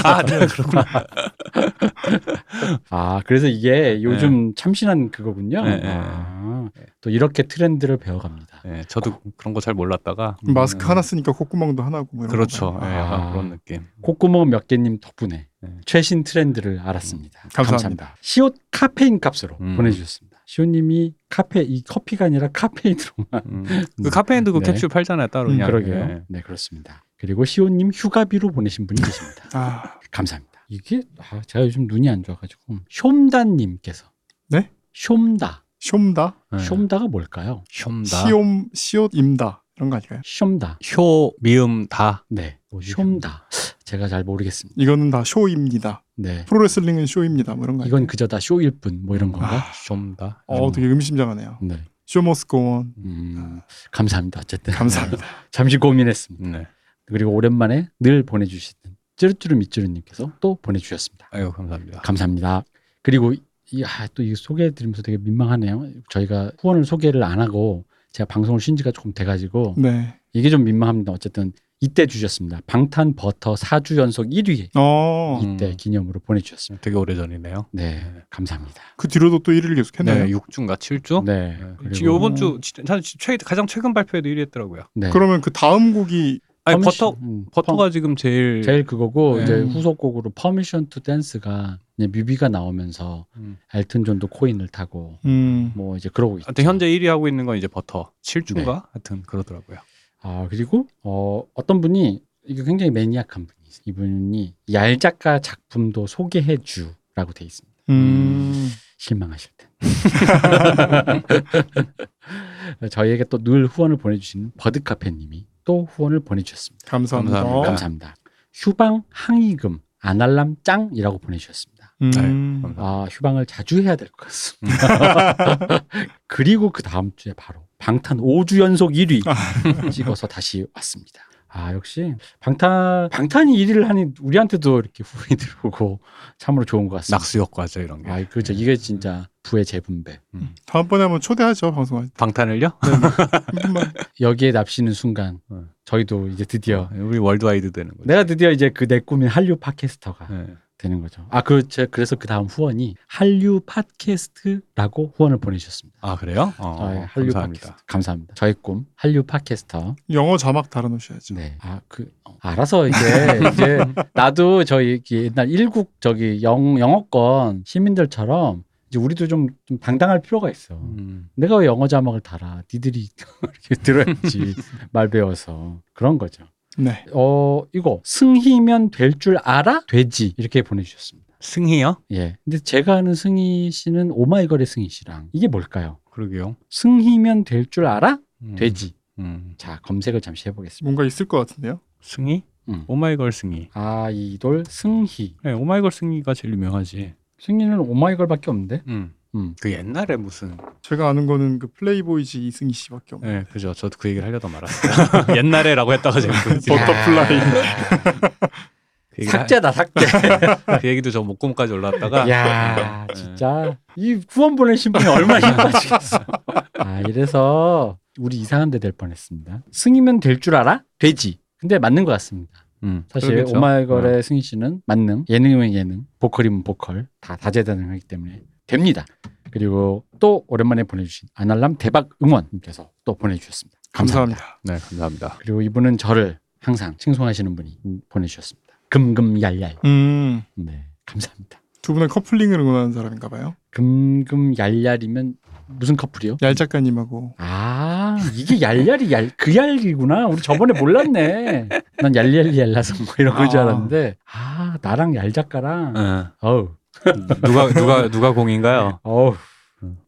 [SPEAKER 3] 아, 네, 그렇구나.
[SPEAKER 2] [laughs] 아 그래서 이게 요즘 참신한 그거군요.
[SPEAKER 3] 네, 네.
[SPEAKER 2] 아, 또 이렇게 트렌드를 배워갑니다.
[SPEAKER 3] 네, 저도 그런 거 잘 몰랐다가
[SPEAKER 1] [laughs] 마스크
[SPEAKER 3] 음,
[SPEAKER 1] 하나 쓰니까 콧구멍도 하나고 뭐 이런
[SPEAKER 3] 그렇죠.
[SPEAKER 1] 거.
[SPEAKER 3] 예,
[SPEAKER 2] 아.
[SPEAKER 3] 약간 그런 느낌.
[SPEAKER 2] 콧구멍 몇 개님 덕분에
[SPEAKER 3] 네.
[SPEAKER 2] 최신 트렌드를 알았습니다.
[SPEAKER 1] 음. 감사합니다.
[SPEAKER 2] 시옷 카페인 값으로
[SPEAKER 3] 음.
[SPEAKER 2] 보내주셨습니다. 시옷님이 카페 이 커피가 아니라 카페인으로만
[SPEAKER 3] 음. 그 카페인도 그
[SPEAKER 2] 네.
[SPEAKER 3] 캡슐 팔잖아요. 따로
[SPEAKER 1] 음,
[SPEAKER 3] 그냥.
[SPEAKER 2] 그러게요.
[SPEAKER 3] 예.
[SPEAKER 2] 네 그렇습니다. 그리고 시옷님 휴가비로 보내신 분이 계십니다.
[SPEAKER 1] 아,
[SPEAKER 2] [laughs] 감사합니다. 이게 아, 제가 요즘 눈이 안 좋아가지고 숑다님께서
[SPEAKER 1] 네?
[SPEAKER 2] 숑다
[SPEAKER 1] 쇼다
[SPEAKER 3] 네.
[SPEAKER 2] 숑다가 뭘까요?
[SPEAKER 3] 쇼다.
[SPEAKER 1] 시옴, 시옷임다 이런 거 아닐까요?
[SPEAKER 2] 숑다
[SPEAKER 3] 쇼 미음 다.
[SPEAKER 2] 네
[SPEAKER 3] 뭐지?
[SPEAKER 2] 숑다 제가 잘 모르겠습니다.
[SPEAKER 1] 이거는 다 쇼입니다.
[SPEAKER 2] 네
[SPEAKER 1] 프로레슬링은 쇼입니다. 뭐 이런 거.
[SPEAKER 2] 아, 이건 그저 다 쇼일 뿐 뭐 이런 건가?
[SPEAKER 1] 아.
[SPEAKER 3] 쇼다.
[SPEAKER 1] 어, 되게 의미심장하네요.
[SPEAKER 2] 네
[SPEAKER 1] 쇼머스고원
[SPEAKER 2] 음, 감사합니다. 어쨌든
[SPEAKER 1] 아. 감사합니다.
[SPEAKER 2] [laughs]
[SPEAKER 3] [laughs]
[SPEAKER 2] 잠시 고민했습니다.
[SPEAKER 3] 네.
[SPEAKER 2] 그리고 오랜만에 늘 보내주시는 찌르찌르 밑찌르님께서 또 보내주셨습니다.
[SPEAKER 3] 아유 감사합니다.
[SPEAKER 2] 감사합니다. 그리고 이, 아, 또 이거 소개해드리면서 되게 민망하네요. 저희가 후원을 소개를 안 하고 제가 방송을 쉰 지가 조금
[SPEAKER 3] 음.
[SPEAKER 2] 돼가지고
[SPEAKER 1] 네.
[SPEAKER 2] 이게 좀 민망합니다. 어쨌든 이때 주셨습니다. 방탄 버터 4주 연속 1위
[SPEAKER 1] 어,
[SPEAKER 3] 음.
[SPEAKER 2] 이때 기념으로 보내주셨습니다.
[SPEAKER 3] 되게 오래 전이네요.
[SPEAKER 2] 네, 감사합니다.
[SPEAKER 1] 그 뒤로도 또 1위를 계속 했나요?
[SPEAKER 3] 네, 6주인가 7주?
[SPEAKER 2] 네,
[SPEAKER 3] 지금
[SPEAKER 2] 그리고
[SPEAKER 3] 요번 주 진- 사실 최, 가장 최근 발표에도 1위 했더라고요.
[SPEAKER 2] 네.
[SPEAKER 1] 그러면 그 다음 곡이
[SPEAKER 3] 아니
[SPEAKER 2] 퍼미션,
[SPEAKER 3] 버터
[SPEAKER 2] 음,
[SPEAKER 3] 버터가 지금 제일,
[SPEAKER 2] 제일 그거고
[SPEAKER 3] 네.
[SPEAKER 2] 이제 후속곡으로 퍼미션 투 댄스가 이제 뮤비가 나오면서
[SPEAKER 3] 음.
[SPEAKER 2] 엘튼 존도 코인을 타고
[SPEAKER 1] 음,
[SPEAKER 2] 뭐 이제 그러고 있죠.
[SPEAKER 3] 하여튼 현재 1위 하고 있는 건 이제 버터 7주인가 하여튼 네. 그러더라고요.
[SPEAKER 2] 아 그리고 어, 어떤 분이 이게 굉장히 매니악한 분이 있어요. 이분이 얄 작가 작품도 소개해 주라고 돼 있습니다.
[SPEAKER 1] 음,
[SPEAKER 2] 실망하실
[SPEAKER 1] [laughs]
[SPEAKER 2] 때. 저희에게 또 늘 후원을 보내주시는 버드카페님이 또 후원을 보내주셨습니다.
[SPEAKER 1] 감사합니다.
[SPEAKER 3] 감사합니다.
[SPEAKER 2] 감사합니다. 휴방 항의금 아날람 짱이라고 보내주셨습니다.
[SPEAKER 1] 음.
[SPEAKER 2] 아 휴방을 자주 해야 될 것 같습니다.
[SPEAKER 3] 음.
[SPEAKER 2] [laughs] 그리고 그 다음 주에 바로 방탄 5주 연속 1위 찍어서 다시 왔습니다. 아 역시 방탄 방탄이 1위를 하니 우리한테도 이렇게 후이 들어오고 참으로 좋은 것 같습니다.
[SPEAKER 3] 낙수역 과제 이런 게.
[SPEAKER 2] 아 그렇죠.
[SPEAKER 3] 네.
[SPEAKER 2] 이게 진짜 부의 재분배.
[SPEAKER 1] 다음번에 한번 초대하죠 방송할 때.
[SPEAKER 3] 방탄을요?
[SPEAKER 1] 힘들만.
[SPEAKER 2] 여기에 납시는 순간
[SPEAKER 3] 음.
[SPEAKER 2] 저희도 이제 드디어
[SPEAKER 3] [laughs] 우리 월드와이드 되는 거죠.
[SPEAKER 2] 내가 드디어 이제 그 내 꿈인 한류 팟캐스터가
[SPEAKER 3] 네.
[SPEAKER 2] 되는 거죠. 아, 그, 제, 그래서 그 다음 후원이 한류 팟캐스트라고 후원을 보내주셨습니다.
[SPEAKER 3] 아 그래요? 어,
[SPEAKER 2] 저의 한류
[SPEAKER 3] 감사합니다.
[SPEAKER 2] 팟캐스트. 감사합니다. 저의 꿈, 한류 팟캐스터.
[SPEAKER 1] 영어 자막 달아놓으셔야죠.
[SPEAKER 2] 네. 아, 그, 어, 알아서 [laughs] 이게, 이제, 나도 저희 이게 옛날 일국 저기 영, 영어권 시민들처럼 이제 우리도 좀, 좀 당당할 필요가 있어.
[SPEAKER 3] 음.
[SPEAKER 2] 내가 왜 영어 자막을 달아? 니들이 [laughs] 이렇게 [laughs] 들어야지. 말 배워서. 그런 거죠.
[SPEAKER 1] 네.
[SPEAKER 2] 어, 이거, 승희면 될 줄 알아? 되지. 이렇게 보내주셨습니다.
[SPEAKER 3] 승희요?
[SPEAKER 2] 예. 근데 제가 아는 승희 씨는 오마이걸의 승희 씨랑 이게 뭘까요?
[SPEAKER 3] 그러게요.
[SPEAKER 2] 승희면 될 줄 알아?
[SPEAKER 3] 음.
[SPEAKER 2] 되지.
[SPEAKER 3] 음.
[SPEAKER 2] 자, 검색을 잠시 해보겠습니다.
[SPEAKER 1] 뭔가 있을 것 같은데요.
[SPEAKER 3] 승희?
[SPEAKER 2] 음.
[SPEAKER 3] 오마이걸 승희.
[SPEAKER 2] 아이돌 승희.
[SPEAKER 3] 네, 오마이걸 승희가 제일 유명하지.
[SPEAKER 2] 승희는 오마이걸밖에 없는데?
[SPEAKER 3] 음.
[SPEAKER 2] 음.
[SPEAKER 3] 그 옛날에 무슨
[SPEAKER 1] 제가 아는 거는 그 플레이보이지 이승희 씨밖에 없는.
[SPEAKER 3] 네, 그죠. 저도 그 얘기를 하려다 말았어요. [laughs] 옛날에라고 했다가 제가 그 얘기를 하-
[SPEAKER 1] 버터플라이.
[SPEAKER 3] 그 얘기를 하-
[SPEAKER 2] 삭제다, 삭제.
[SPEAKER 3] 그 얘기도 저 목공까지 올라왔다가
[SPEAKER 2] 야 진짜. 이 후원 보내신 분이 얼마나 힘들었겠어. 아, 이래서 우리 이상한 데 될 뻔했습니다. 승희면 될 줄 알아? 되지. 근데 맞는 것 같습니다.
[SPEAKER 3] 음,
[SPEAKER 2] 사실
[SPEAKER 3] 그러겠죠.
[SPEAKER 2] 오마이걸의 승희 씨는 만능, 예능이면 예능, 보컬이면 보컬 다 다재다능하기 때문에 됩니다. 그리고 또 오랜만에 보내주신 아날람 대박 응원님께서 또 보내주셨습니다. 감사합니다.
[SPEAKER 1] 감사합니다.
[SPEAKER 3] 네, 감사합니다.
[SPEAKER 2] 그리고 이분은 저를 항상 칭송하시는 분이 보내주셨습니다. 금금얄얄.
[SPEAKER 1] 음.
[SPEAKER 2] 네, 감사합니다.
[SPEAKER 1] 두 분은 커플링을 응원하는 사람인가 봐요.
[SPEAKER 2] 금금얄얄이면 무슨 커플이요?
[SPEAKER 1] 얄 작가님하고
[SPEAKER 2] 아 이게 얄얄이 얄, 그 얄이구나. 우리 저번에 몰랐네. 난 얄얄얄라서 뭐 이런 걸 줄
[SPEAKER 1] 아.
[SPEAKER 2] 알았는데 아 나랑 얄 작가랑
[SPEAKER 3] 네.
[SPEAKER 2] 어우
[SPEAKER 3] 누가 누가 누가 공인가요?
[SPEAKER 2] 어우.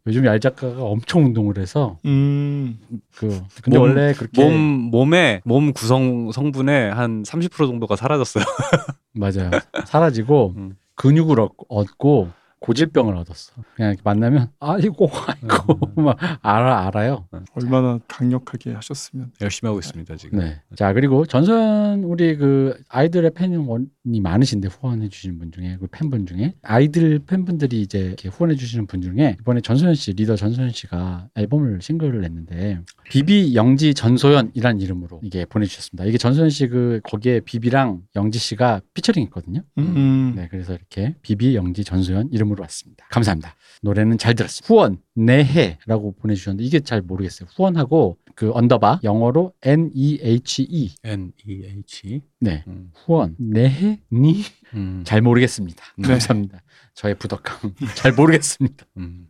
[SPEAKER 2] 요즘 얄 작가가 엄청 운동을 해서
[SPEAKER 1] 음
[SPEAKER 2] 그 근데
[SPEAKER 3] 몸-
[SPEAKER 2] 원래 그렇게
[SPEAKER 3] 몸 몸에 몸 구성 성분의 한 30% 정도가 사라졌어요. [laughs]
[SPEAKER 2] 맞아요 사라지고
[SPEAKER 3] 음.
[SPEAKER 2] 근육을 얻- 얻고 고질병을 얻었어 그냥 이렇게 만나면 아이고 아이고 막 알아 알아요
[SPEAKER 1] 얼마나 강력하게 하셨으면
[SPEAKER 3] 열심히 하고 있습니다 지금.
[SPEAKER 2] 네자 그리고 전선 우리 그 아이들의 팬이 많으신데 후원해 주시는 분 중에 그 팬분 중에 아이들 팬분들이 이제 이렇게 후원해 주시는 분 중에 이번에 전소연 씨 리더 전소연 씨가 앨범을 싱글을 냈는데 비비 영지 전소연이란 이름으로 이게 보내주셨습니다. 이게 전소연 씨 그 거기에 비비랑 영지 씨가 피처링 있거든요.
[SPEAKER 1] 음,
[SPEAKER 2] 네, 그래서 이렇게 비비 영지 전소연 이름으로 왔습니다. 감사합니다. 노래는 잘 들었습니다. 후원 내해라고 보내주셨는데 이게 잘 모르겠어요. 후원하고 그 언더바 영어로 N E H E
[SPEAKER 3] N E H.
[SPEAKER 2] 네
[SPEAKER 3] 음.
[SPEAKER 2] 후원 내해 니
[SPEAKER 3] 음.
[SPEAKER 2] 잘 모르겠습니다.
[SPEAKER 3] 네.
[SPEAKER 2] 감사합니다. 저의 부덕함 [laughs] 잘 모르겠습니다.
[SPEAKER 3] 음.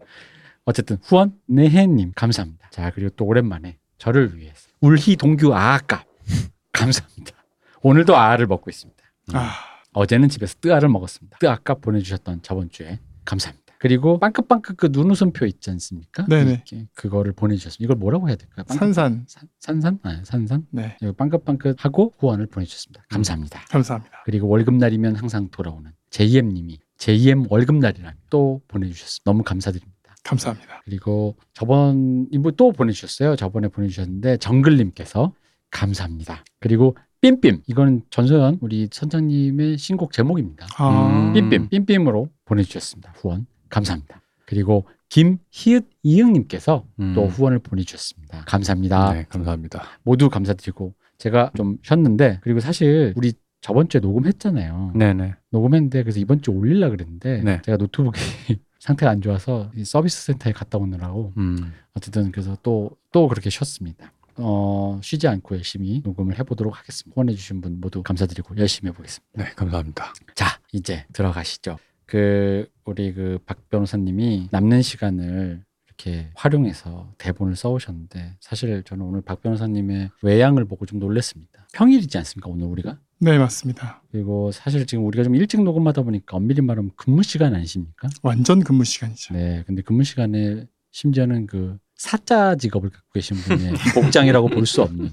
[SPEAKER 2] 어쨌든 후원 내해님 감사합니다. 자 그리고 또 오랜만에 저를 위해서 울희 동규 아아까 감사합니다. 오늘도 아아를 먹고 있습니다.
[SPEAKER 1] 아
[SPEAKER 2] 어제는 집에서 뜨아를 먹었습니다. 뜨아까 보내주셨던 저번 주에 감사합니다. 그리고 빵긋빵긋 그 눈웃음표 있지 않습니까?
[SPEAKER 1] 네네.
[SPEAKER 2] 이렇게 그거를 보내주셨습니다. 이걸 뭐라고 해야 될까요? 빵긋-
[SPEAKER 1] 산산
[SPEAKER 2] 산- 산산? 아, 산산?
[SPEAKER 1] 네 음.
[SPEAKER 2] 이거 빵긋빵긋하고 후원을 보내주셨습니다. 감사합니다.
[SPEAKER 1] 감사합니다.
[SPEAKER 2] 그리고 월급날이면 항상 돌아오는 JM님이 JM 월급날이라면 또 보내주셨습니다. 너무 감사드립니다.
[SPEAKER 1] 감사합니다.
[SPEAKER 2] 그리고 저번 이분 뭐 또 보내주셨어요. 저번에 보내주셨는데 정글님께서 감사합니다. 그리고 빔빔 이건 전소연 우리 선장님의 신곡 제목입니다.
[SPEAKER 1] 아,
[SPEAKER 3] 음.
[SPEAKER 2] 빔빔 빔빔으로 보내주셨습니다. 후원 감사합니다. 그리고 김희읒 이응님께서
[SPEAKER 3] 음.
[SPEAKER 2] 또 후원을 보내주셨습니다. 감사합니다.
[SPEAKER 3] 네, 감사합니다.
[SPEAKER 2] 모두 감사드리고 제가 좀 쉬었는데 그리고 사실 우리 저번 주에 녹음했잖아요.
[SPEAKER 3] 네, 네.
[SPEAKER 2] 녹음했는데 그래서 이번 주 올리려 그랬는데
[SPEAKER 3] 네.
[SPEAKER 2] 제가 노트북이 [laughs] 상태가 안 좋아서 이 서비스 센터에 갔다 오느라고
[SPEAKER 3] 음.
[SPEAKER 2] 어쨌든 그래서 또 또 그렇게 쉬었습니다. 어, 쉬지 않고 열심히 녹음을 해보도록 하겠습니다. 후원해주신 분 모두 감사드리고 열심히 해보겠습니다.
[SPEAKER 3] 네, 감사합니다.
[SPEAKER 2] 자, 이제 들어가시죠. 그 우리 그 박 변호사님이 남는 시간을 이렇게 활용해서 대본을 써오셨는데 사실 저는 오늘 박 변호사님의 외양을 보고 좀 놀랐습니다. 평일이지 않습니까 오늘 우리가?
[SPEAKER 1] 네 맞습니다.
[SPEAKER 2] 그리고 사실 지금 우리가 좀 일찍 녹음하다 보니까 엄밀히 말하면 근무 시간 아니십니까?
[SPEAKER 1] 완전 근무 시간이죠.
[SPEAKER 2] 네, 근데 근무 시간에 심지어는 그 사자 직업을 갖고 계신 분의 복장이라고 볼 수 없는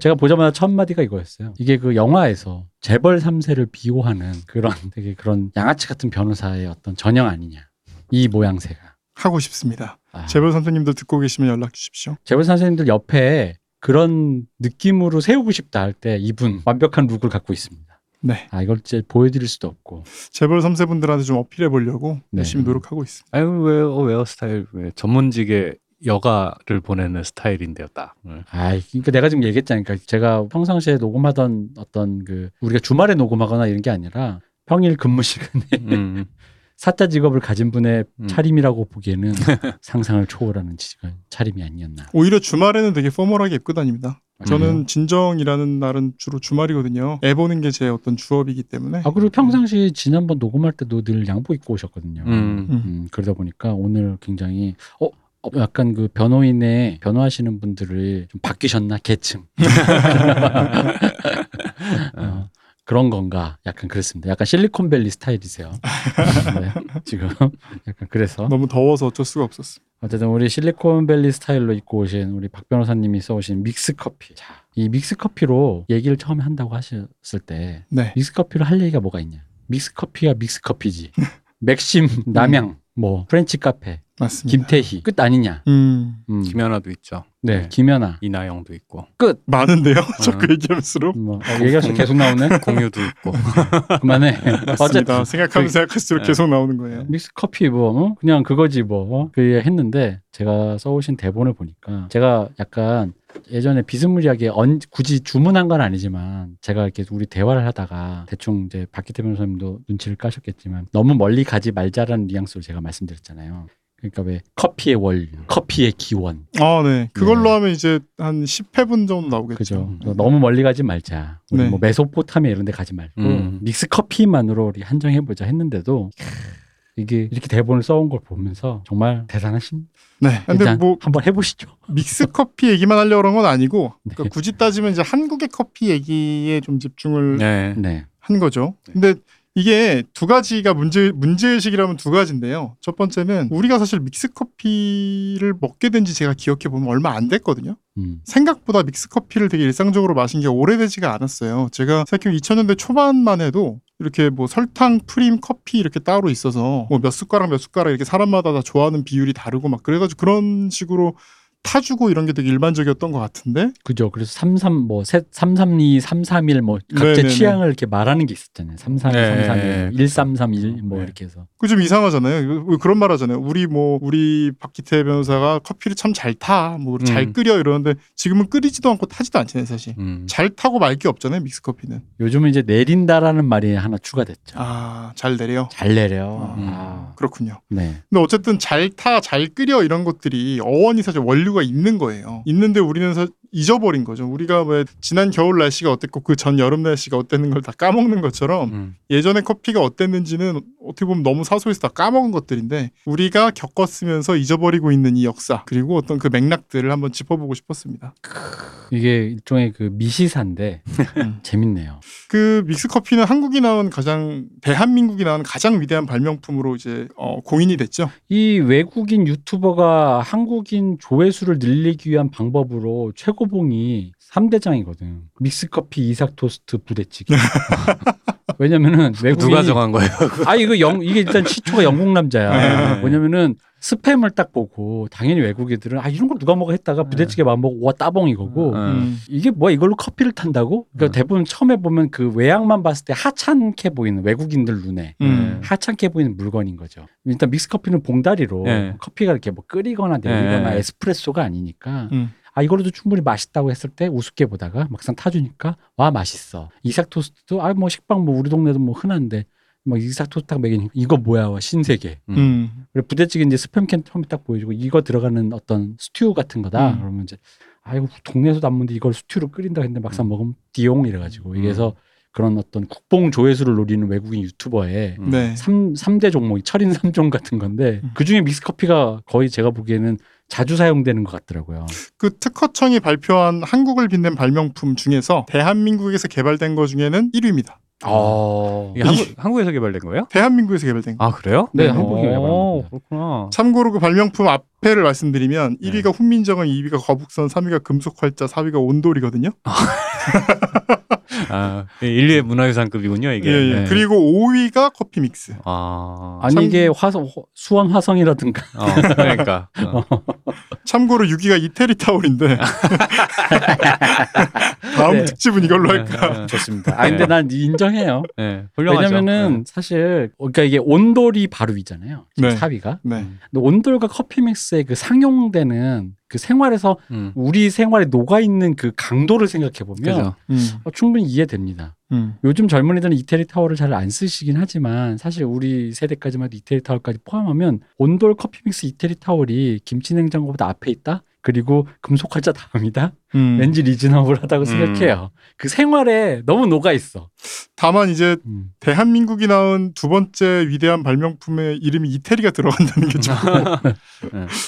[SPEAKER 2] 제가 보자마자 첫 마디가 이거였어요. 이게 그 영화에서 재벌 3세를 비호하는 그런 되게 그런 양아치 같은 변호사의 어떤 전형 아니냐. 이 모양새가.
[SPEAKER 1] 하고 싶습니다.
[SPEAKER 2] 아,
[SPEAKER 1] 재벌 선생님들 듣고 계시면 연락 주십시오.
[SPEAKER 2] 재벌 선생님들 옆에 그런 느낌으로 세우고 싶다 할 때 이분 완벽한 룩을 갖고 있습니다.
[SPEAKER 1] 네.
[SPEAKER 2] 아, 이걸 이제 보여드릴 수도 없고.
[SPEAKER 1] 재벌 3세 분들한테 좀 어필해 보려고
[SPEAKER 2] 네.
[SPEAKER 1] 열심히 노력하고 있습니다.
[SPEAKER 3] 아유 웨어 웨어 스타일 왜 전문직의 여가를 보내는 스타일인데요, 딱. [laughs] 네.
[SPEAKER 2] 아, 그러니까 내가 지금 얘기했잖아요. 그러니까 제가 평상시에 녹음하던 어떤 그 우리가 주말에 녹음하거나 이런 게 아니라 평일 근무 시간에
[SPEAKER 3] 음,
[SPEAKER 2] [laughs] 사자 직업을 가진 분의
[SPEAKER 3] 음.
[SPEAKER 2] 차림이라고 보기에는 [laughs] 상상을 초월하는 지금 차림이 아니었나.
[SPEAKER 1] 오히려 주말에는 되게 포멀하게 입고 다닙니다. 저는
[SPEAKER 2] 그래요?
[SPEAKER 1] 진정이라는 날은 주로 주말이거든요. 애 보는 게 제 어떤 주업이기 때문에
[SPEAKER 2] 아 그리고 평상시 지난번 녹음할 때도 늘 양복 입고 오셨거든요.
[SPEAKER 3] 음.
[SPEAKER 2] 음, 그러다 보니까 오늘 굉장히 어 어, 약간 그 변호인의 변호하시는 분들을 좀 바뀌셨나 계층 어, 그런 건가 약간 그랬습니다. 약간 실리콘밸리 스타일이세요. 네, 지금 약간 그래서
[SPEAKER 1] 너무 더워서 어쩔 수가 없었어요.
[SPEAKER 2] 어쨌든 우리 실리콘밸리 스타일로 입고 오신 우리 박 변호사님이 써오신 믹스 커피. 자, 이 믹스 커피로 얘기를 처음에 한다고 하셨을 때
[SPEAKER 1] 네.
[SPEAKER 2] 믹스 커피로 할 얘기가 뭐가 있냐? 믹스 커피가 믹스 커피지. 맥심, 남양, 뭐 프렌치 카페,
[SPEAKER 1] 맞습니다.
[SPEAKER 2] 김태희 끝 아니냐?
[SPEAKER 1] 음.
[SPEAKER 2] 음,
[SPEAKER 3] 김연아도 있죠.
[SPEAKER 2] 네, 김연아.
[SPEAKER 3] 이나영도 있고
[SPEAKER 1] 많은데요. [laughs] 자꾸 얘기할수록
[SPEAKER 2] 뭐 어, 얘기할수록 계속 [laughs] 나오네.
[SPEAKER 3] [laughs] 공유도 있고.
[SPEAKER 2] 그만해.
[SPEAKER 1] 맞습니다.
[SPEAKER 2] 어쨌든
[SPEAKER 1] 생각하면 생각할수록
[SPEAKER 3] 네.
[SPEAKER 1] 계속 나오는 거예요.
[SPEAKER 2] 믹스 커피 뭐 어? 그냥 그거지 뭐그 했는데 제가 써오신 대본을 보니까 제가 약간 예전에 비스무리하게 언, 굳이 주문한 건 아니지만 제가 이렇게 우리 대화를 하다가 대충 이제 박기태 변호사님도 눈치를 까셨겠지만 너무 멀리 가지 말자라는 뉘앙스로 제가 말씀드렸잖아요. 그러니까 왜 커피의 원류, 커피의 기원,
[SPEAKER 1] 아, 네. 그걸로
[SPEAKER 2] 네.
[SPEAKER 1] 하면 이제 한 10회분 정도 나오겠죠.
[SPEAKER 2] 그죠? 너무 멀리 가지 말자. 우리
[SPEAKER 1] 네.
[SPEAKER 2] 뭐 메소포타미아 이런 데 가지 말고
[SPEAKER 3] 음.
[SPEAKER 2] 믹스 커피만으로 우리 한정해 보자 했는데도 캬, 이게 이렇게 대본을 써온 걸 보면서 정말 대단하신
[SPEAKER 1] 네. 근데
[SPEAKER 2] 일단
[SPEAKER 1] 뭐
[SPEAKER 2] 한번 해보시죠.
[SPEAKER 1] 믹스 커피 얘기만 하려고 그런 건 아니고
[SPEAKER 2] 네.
[SPEAKER 1] 그러니까 굳이 따지면 이제 한국의 커피 얘기에 좀 집중을
[SPEAKER 3] 네.
[SPEAKER 2] 네.
[SPEAKER 1] 한 거죠. 근데 이게 두 가지가 문제 문제 의식이라면 두 가지인데요. 첫 번째는 우리가 사실 믹스 커피를 먹게 된 지 제가 기억해 보면 얼마 안 됐거든요.
[SPEAKER 2] 음.
[SPEAKER 1] 생각보다 믹스 커피를 되게 일상적으로 마신 게 오래되지가 않았어요. 제가 생각해 2000년대 초반만 해도 이렇게 뭐 설탕, 프림, 커피 이렇게 따로 있어서 뭐 몇 숟가락 몇 숟가락 이렇게 사람마다 다 좋아하는 비율이 다르고 막 그래가지고 그런 식으로 타주고 이런 게 되게 일반적이었던 것 같은데
[SPEAKER 2] 그죠. 그래서 33, 뭐, 셋, 332, 331, 뭐, 각자
[SPEAKER 1] 네네네.
[SPEAKER 2] 취향을 이렇게 말하는 게 있었잖아요. 332,
[SPEAKER 3] 네.
[SPEAKER 2] 331, 1331, 뭐,
[SPEAKER 3] 네.
[SPEAKER 2] 이렇게 해서.
[SPEAKER 1] 그 좀 이상하잖아요. 왜 그런 말 하잖아요. 우리 뭐 우리 박기태 변호사가 커피를 참 잘 타, 뭐 잘
[SPEAKER 3] 음.
[SPEAKER 1] 끓여 이러는데 지금은 끓이지도 않고 타지도 않잖아요, 사실.
[SPEAKER 3] 음.
[SPEAKER 1] 잘 타고 말 게 없잖아요, 믹스 커피는.
[SPEAKER 2] 요즘은 이제 내린다라는 말이 하나 추가됐죠.
[SPEAKER 1] 아, 잘 내려.
[SPEAKER 2] 잘 내려.
[SPEAKER 1] 음.
[SPEAKER 2] 아.
[SPEAKER 1] 그렇군요.
[SPEAKER 2] 네.
[SPEAKER 1] 근데 어쨌든 잘 타, 잘 끓여 이런 것들이 어원이 사실 원류가 있는 거예요. 있는데 우리는 사- 잊어버린 거죠. 우리가 왜 지난 겨울 날씨가 어땠고 그 전 여름 날씨가 어땠는 걸 다 까먹는 것처럼
[SPEAKER 3] 음.
[SPEAKER 1] 예전에 커피가 어땠는지는 어떻게 보면 너무 사소해서 다 까먹은 것들인데 우리가 겪었으면서 잊어버리고 있는 이 역사 그리고 어떤 그 맥락들을 한번 짚어보고 싶었습니다.
[SPEAKER 2] 이게 일종의 그 미시사인데,
[SPEAKER 1] 음.
[SPEAKER 2] 재밌네요.
[SPEAKER 1] 그 믹스 커피는 한국이 나온 가장 대한민국이 나온 가장 위대한 발명품으로 이제 어, 공인이 됐죠.
[SPEAKER 2] 이 외국인 유튜버가 한국인 조회수를 늘리기 위한 방법으로 최고봉이 3대장이거든. 믹스커피, 이삭토스트,
[SPEAKER 3] [laughs]
[SPEAKER 2] 부대찌개. 왜냐면은 외국인이
[SPEAKER 3] 누가 정한 거예요?
[SPEAKER 2] 아 이거 영 이게 일단 시초가 영국 남자야.
[SPEAKER 3] 네.
[SPEAKER 2] 뭐냐면은 스팸을 딱 보고 당연히 외국인들은 아 이런 걸 누가 먹어 했다가 부대찌개 만 먹고 와 따봉 이거고
[SPEAKER 3] 네.
[SPEAKER 1] 음.
[SPEAKER 2] 이게 뭐야 이걸로 커피를 탄다고? 그러니까 대부분 처음에 보면 그 외양만 봤을 때 하찮게 보이는 외국인들 눈에
[SPEAKER 3] 네.
[SPEAKER 1] 음.
[SPEAKER 2] 하찮게 보이는 물건인 거죠. 일단 믹스 커피는 봉다리로
[SPEAKER 1] 예.
[SPEAKER 3] 네.
[SPEAKER 2] 커피가 이렇게 뭐 끓이거나 내리거나
[SPEAKER 3] 네.
[SPEAKER 2] 에스프레소가 아니니까
[SPEAKER 1] 음.
[SPEAKER 2] 아 이걸로도 충분히 맛있다고 했을 때 우습게 보다가 막상 타주니까 와 맛있어. 이삭 토스트도 아 뭐 식빵 뭐 우리 동네도 뭐 흔한데 뭐 이삭 토스트 딱 먹이니까 이거 뭐야 와, 신세계.
[SPEAKER 1] 음.
[SPEAKER 2] 그리고 부대찌개 이제 스팸캔 처음에 딱 보여주고 이거 들어가는 어떤 스튜 같은 거다.
[SPEAKER 1] 음.
[SPEAKER 2] 그러면 이제 아 이거 동네에서도 안 먹는데 이걸 스튜로 끓인다 했는데 막상
[SPEAKER 1] 음.
[SPEAKER 2] 먹으면 디용 이래가지고
[SPEAKER 3] 음.
[SPEAKER 2] 이래서 그런 어떤 국뽕 조회수를 노리는 외국인 유튜버의
[SPEAKER 3] 음.
[SPEAKER 1] 네.
[SPEAKER 2] 삼삼대 종목이 철인 삼종 같은 건데
[SPEAKER 1] 음.
[SPEAKER 2] 그중에 믹스커피가 거의 제가 보기에는 자주 사용되는 것 같더라고요.
[SPEAKER 1] 그 특허청이 발표한 한국을 빛낸 발명품 중에서 대한민국에서 개발된 것 중에는 1위입니다.
[SPEAKER 2] 어.
[SPEAKER 3] 아. 이게 한국, 한국에서 개발된 거예요?
[SPEAKER 1] 대한민국에서 개발된 거.
[SPEAKER 3] 아 그래요?
[SPEAKER 1] 네,
[SPEAKER 2] 한국에서 개발한
[SPEAKER 3] 어,
[SPEAKER 2] 겁니다.
[SPEAKER 3] 그렇구나.
[SPEAKER 1] 참고로 그 발명품 앞에를 말씀드리면
[SPEAKER 3] 네.
[SPEAKER 1] 1위가 훈민정음, 2위가 거북선, 3위가 금속활자, 4위가 온돌이거든요.
[SPEAKER 3] 아, 인류의 문화유산급이군요 이게.
[SPEAKER 1] 예, 예.
[SPEAKER 3] 네.
[SPEAKER 1] 그리고 5위가 커피 믹스.
[SPEAKER 3] 아,
[SPEAKER 2] 아니
[SPEAKER 1] 참-
[SPEAKER 2] 이게 화성 호- 수원 화성이라든가
[SPEAKER 3] 어, 그러니까 어.
[SPEAKER 1] 참고로 6위가 이태리 타올인데 [laughs] 다음
[SPEAKER 2] 네.
[SPEAKER 1] 특집은 이걸로 할까?
[SPEAKER 3] 네, 네,
[SPEAKER 2] 좋습니다. 아 근데
[SPEAKER 3] 네.
[SPEAKER 2] 난 인정해요.
[SPEAKER 3] 네, [laughs] 훌륭하죠.
[SPEAKER 2] 왜냐면은 사실 그러니까 이게 온돌이 바로 위잖아요.
[SPEAKER 1] 네.
[SPEAKER 2] 4위가.
[SPEAKER 1] 네.
[SPEAKER 2] 근데 온돌과 커피믹스의 그 상용되는 그 생활에서
[SPEAKER 3] 네. 음,
[SPEAKER 2] 우리 생활에 녹아 있는 그 강도를 생각해 보면
[SPEAKER 3] 그죠.
[SPEAKER 1] 음,
[SPEAKER 2] 어, 충분히 이해됩니다.
[SPEAKER 1] 음.
[SPEAKER 2] 요즘 젊은이들은 이태리 타워를 잘 안 쓰시긴 하지만 사실 우리 세대까지만 해도 이태리 타월까지 포함하면 온돌 커피믹스 이태리 타월이 김치냉장고보다 앞에 있다. 그리고 금속활자 다음이다.
[SPEAKER 1] 음.
[SPEAKER 2] 왠지 리즈너블하다고 생각해요. 그 생활에 너무 녹아 있어.
[SPEAKER 1] 다만 이제
[SPEAKER 2] 음.
[SPEAKER 1] 대한민국이 낳은 두 번째 위대한 발명품의 이름이 이태리가 들어간다는 게 좀.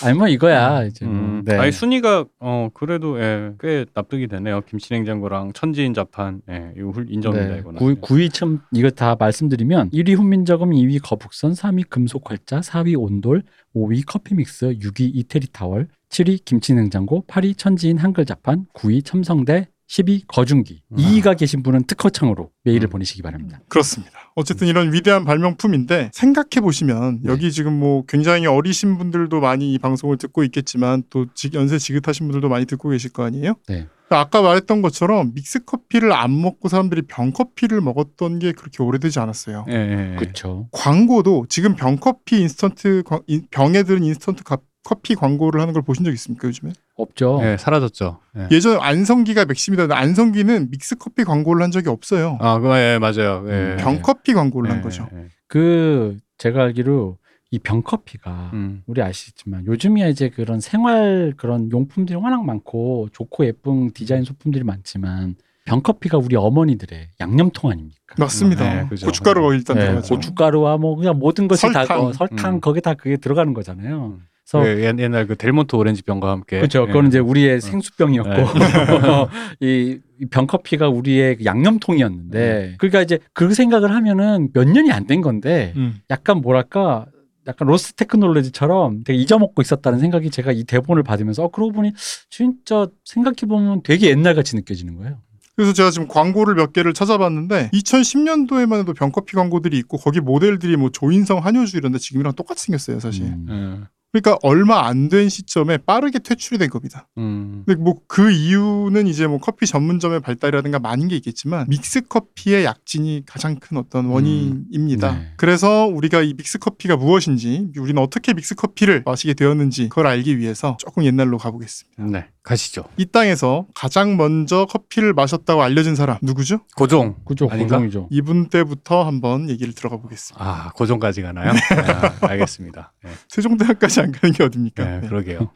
[SPEAKER 2] 아니 뭐 이거야 이제. 뭐.
[SPEAKER 3] 음.
[SPEAKER 2] 네.
[SPEAKER 3] 아니 순위가 어 그래도 예, 꽤 납득이 되네요. 김치냉장고랑 천지인 자판, 예, 이거 훌- 인정입니다
[SPEAKER 2] 네.
[SPEAKER 3] 이거는.
[SPEAKER 2] 구, 9위 첨 이거 다 말씀드리면 1위 훈민저금, 2위 거북선, 3위 금속활자, 4위 온돌, 5위 커피믹스, 6위 이태리 타월, 7위 김치냉장고, 8위 천지인 한글자판, 9위 첨성대, 10위 거중기.
[SPEAKER 3] 음.
[SPEAKER 2] 2위가 계신 분은 특허청으로 메일을
[SPEAKER 3] 음.
[SPEAKER 2] 보내시기 바랍니다.
[SPEAKER 1] 그렇습니다. 어쨌든 이런 위대한 발명품인데 생각해 보시면
[SPEAKER 2] 네.
[SPEAKER 1] 여기 지금 뭐 굉장히 어리신 분들도 많이 이 방송을 듣고 있겠지만 또 지- 연세 지긋하신 분들도 많이 듣고 계실 거 아니에요? 그러니까
[SPEAKER 2] 네.
[SPEAKER 1] 아까 말했던 것처럼 믹스 커피를 안 먹고 사람들이 병 커피를 먹었던 게 그렇게 오래되지 않았어요.
[SPEAKER 3] 예, 예, 예.
[SPEAKER 2] 그렇죠.
[SPEAKER 1] 광고도 지금 병 커피 인스턴트 광- 인- 병에 들은 인스턴트 가- 커피 광고를 하는 걸 보신 적 있습니까 요즘에?
[SPEAKER 2] 없죠.
[SPEAKER 3] 예, 사라졌죠. 예.
[SPEAKER 1] 예전에 안성기가 맥심이다. 근데 안성기는 믹스 커피 광고를 한 적이 없어요.
[SPEAKER 3] 아, 그거 예, 맞아요. 예.
[SPEAKER 2] 음,
[SPEAKER 3] 예.
[SPEAKER 1] 병 커피 광고를
[SPEAKER 3] 예,
[SPEAKER 1] 한 거죠.
[SPEAKER 3] 예, 예.
[SPEAKER 2] 그 제가 알기로 이 병커피가
[SPEAKER 3] 음.
[SPEAKER 2] 우리 아시지만 요즘이야 이제 그런 생활 그런 용품들이 워낙 많고 좋고 예쁜 디자인 소품들이 많지만 병커피가 우리 어머니들의 양념통 아닙니까?
[SPEAKER 1] 맞습니다.
[SPEAKER 3] 네, 그죠.
[SPEAKER 1] 고춧가루가 일단
[SPEAKER 2] 네,
[SPEAKER 1] 들어가죠.
[SPEAKER 2] 고춧가루와 뭐 그냥 모든 것이 다
[SPEAKER 1] 설탕. 네.
[SPEAKER 2] 거, 설탕
[SPEAKER 3] 음.
[SPEAKER 2] 거기 다 그게 들어가는 거잖아요.
[SPEAKER 3] 음.
[SPEAKER 2] 그래서
[SPEAKER 3] 예, 옛- 옛날 그 델몬트 오렌지 병과 함께.
[SPEAKER 2] 그렇죠.
[SPEAKER 3] 예.
[SPEAKER 2] 그거는 이제 우리의 생수병이었고
[SPEAKER 3] 네.
[SPEAKER 2] [laughs] 이 병커피가 우리의 그
[SPEAKER 3] 네.
[SPEAKER 2] 양념통이었는데 그러니까 이제 그 생각을 하면은 몇 년이 안 된 건데
[SPEAKER 1] 음.
[SPEAKER 2] 약간 뭐랄까 약간 로스 테크놀로지처럼 되게 잊어먹고 있었다는 생각이 제가 이 대본을 받으면서 어 그러고 보니 진짜 생각해 보면 되게 옛날 같이 느껴지는 거예요.
[SPEAKER 1] 그래서 제가 지금 광고를 몇 개를 찾아봤는데 2010년도에만 해도 병커피 광고들이 있고 거기 모델들이 뭐 조인성, 한효주 이런데 지금이랑 똑같이 생겼어요 사실.
[SPEAKER 2] 음.
[SPEAKER 3] 예.
[SPEAKER 1] 그러니까 얼마 안 된 시점에 빠르게 퇴출이 된 겁니다.
[SPEAKER 3] 음.
[SPEAKER 1] 근데 뭐 그 이유는 이제 뭐 커피 전문점의 발달이라든가 많은 게 있겠지만 믹스 커피의 약진이 가장 큰 어떤 원인입니다.
[SPEAKER 2] 음. 네.
[SPEAKER 1] 그래서 우리가 이 믹스 커피가 무엇인지 우리는 어떻게 믹스 커피를 마시게 되었는지 그걸 알기 위해서 조금 옛날로 가보겠습니다.
[SPEAKER 3] 네, 가시죠.
[SPEAKER 1] 이 땅에서 가장 먼저 커피를 마셨다고 알려진 사람 누구죠?
[SPEAKER 3] 고종.
[SPEAKER 2] 그죠
[SPEAKER 3] 아닌가? 음.
[SPEAKER 2] 고정이죠.
[SPEAKER 1] 이분 때부터 한번 얘기를 들어가 보겠습니다.
[SPEAKER 3] 아, 고종까지 가나요? 아, [laughs] 알겠습니다. 예.
[SPEAKER 1] 세종대왕까지 안 가는 게 어딥니까?
[SPEAKER 3] 예,
[SPEAKER 1] 네.
[SPEAKER 3] 그러게요.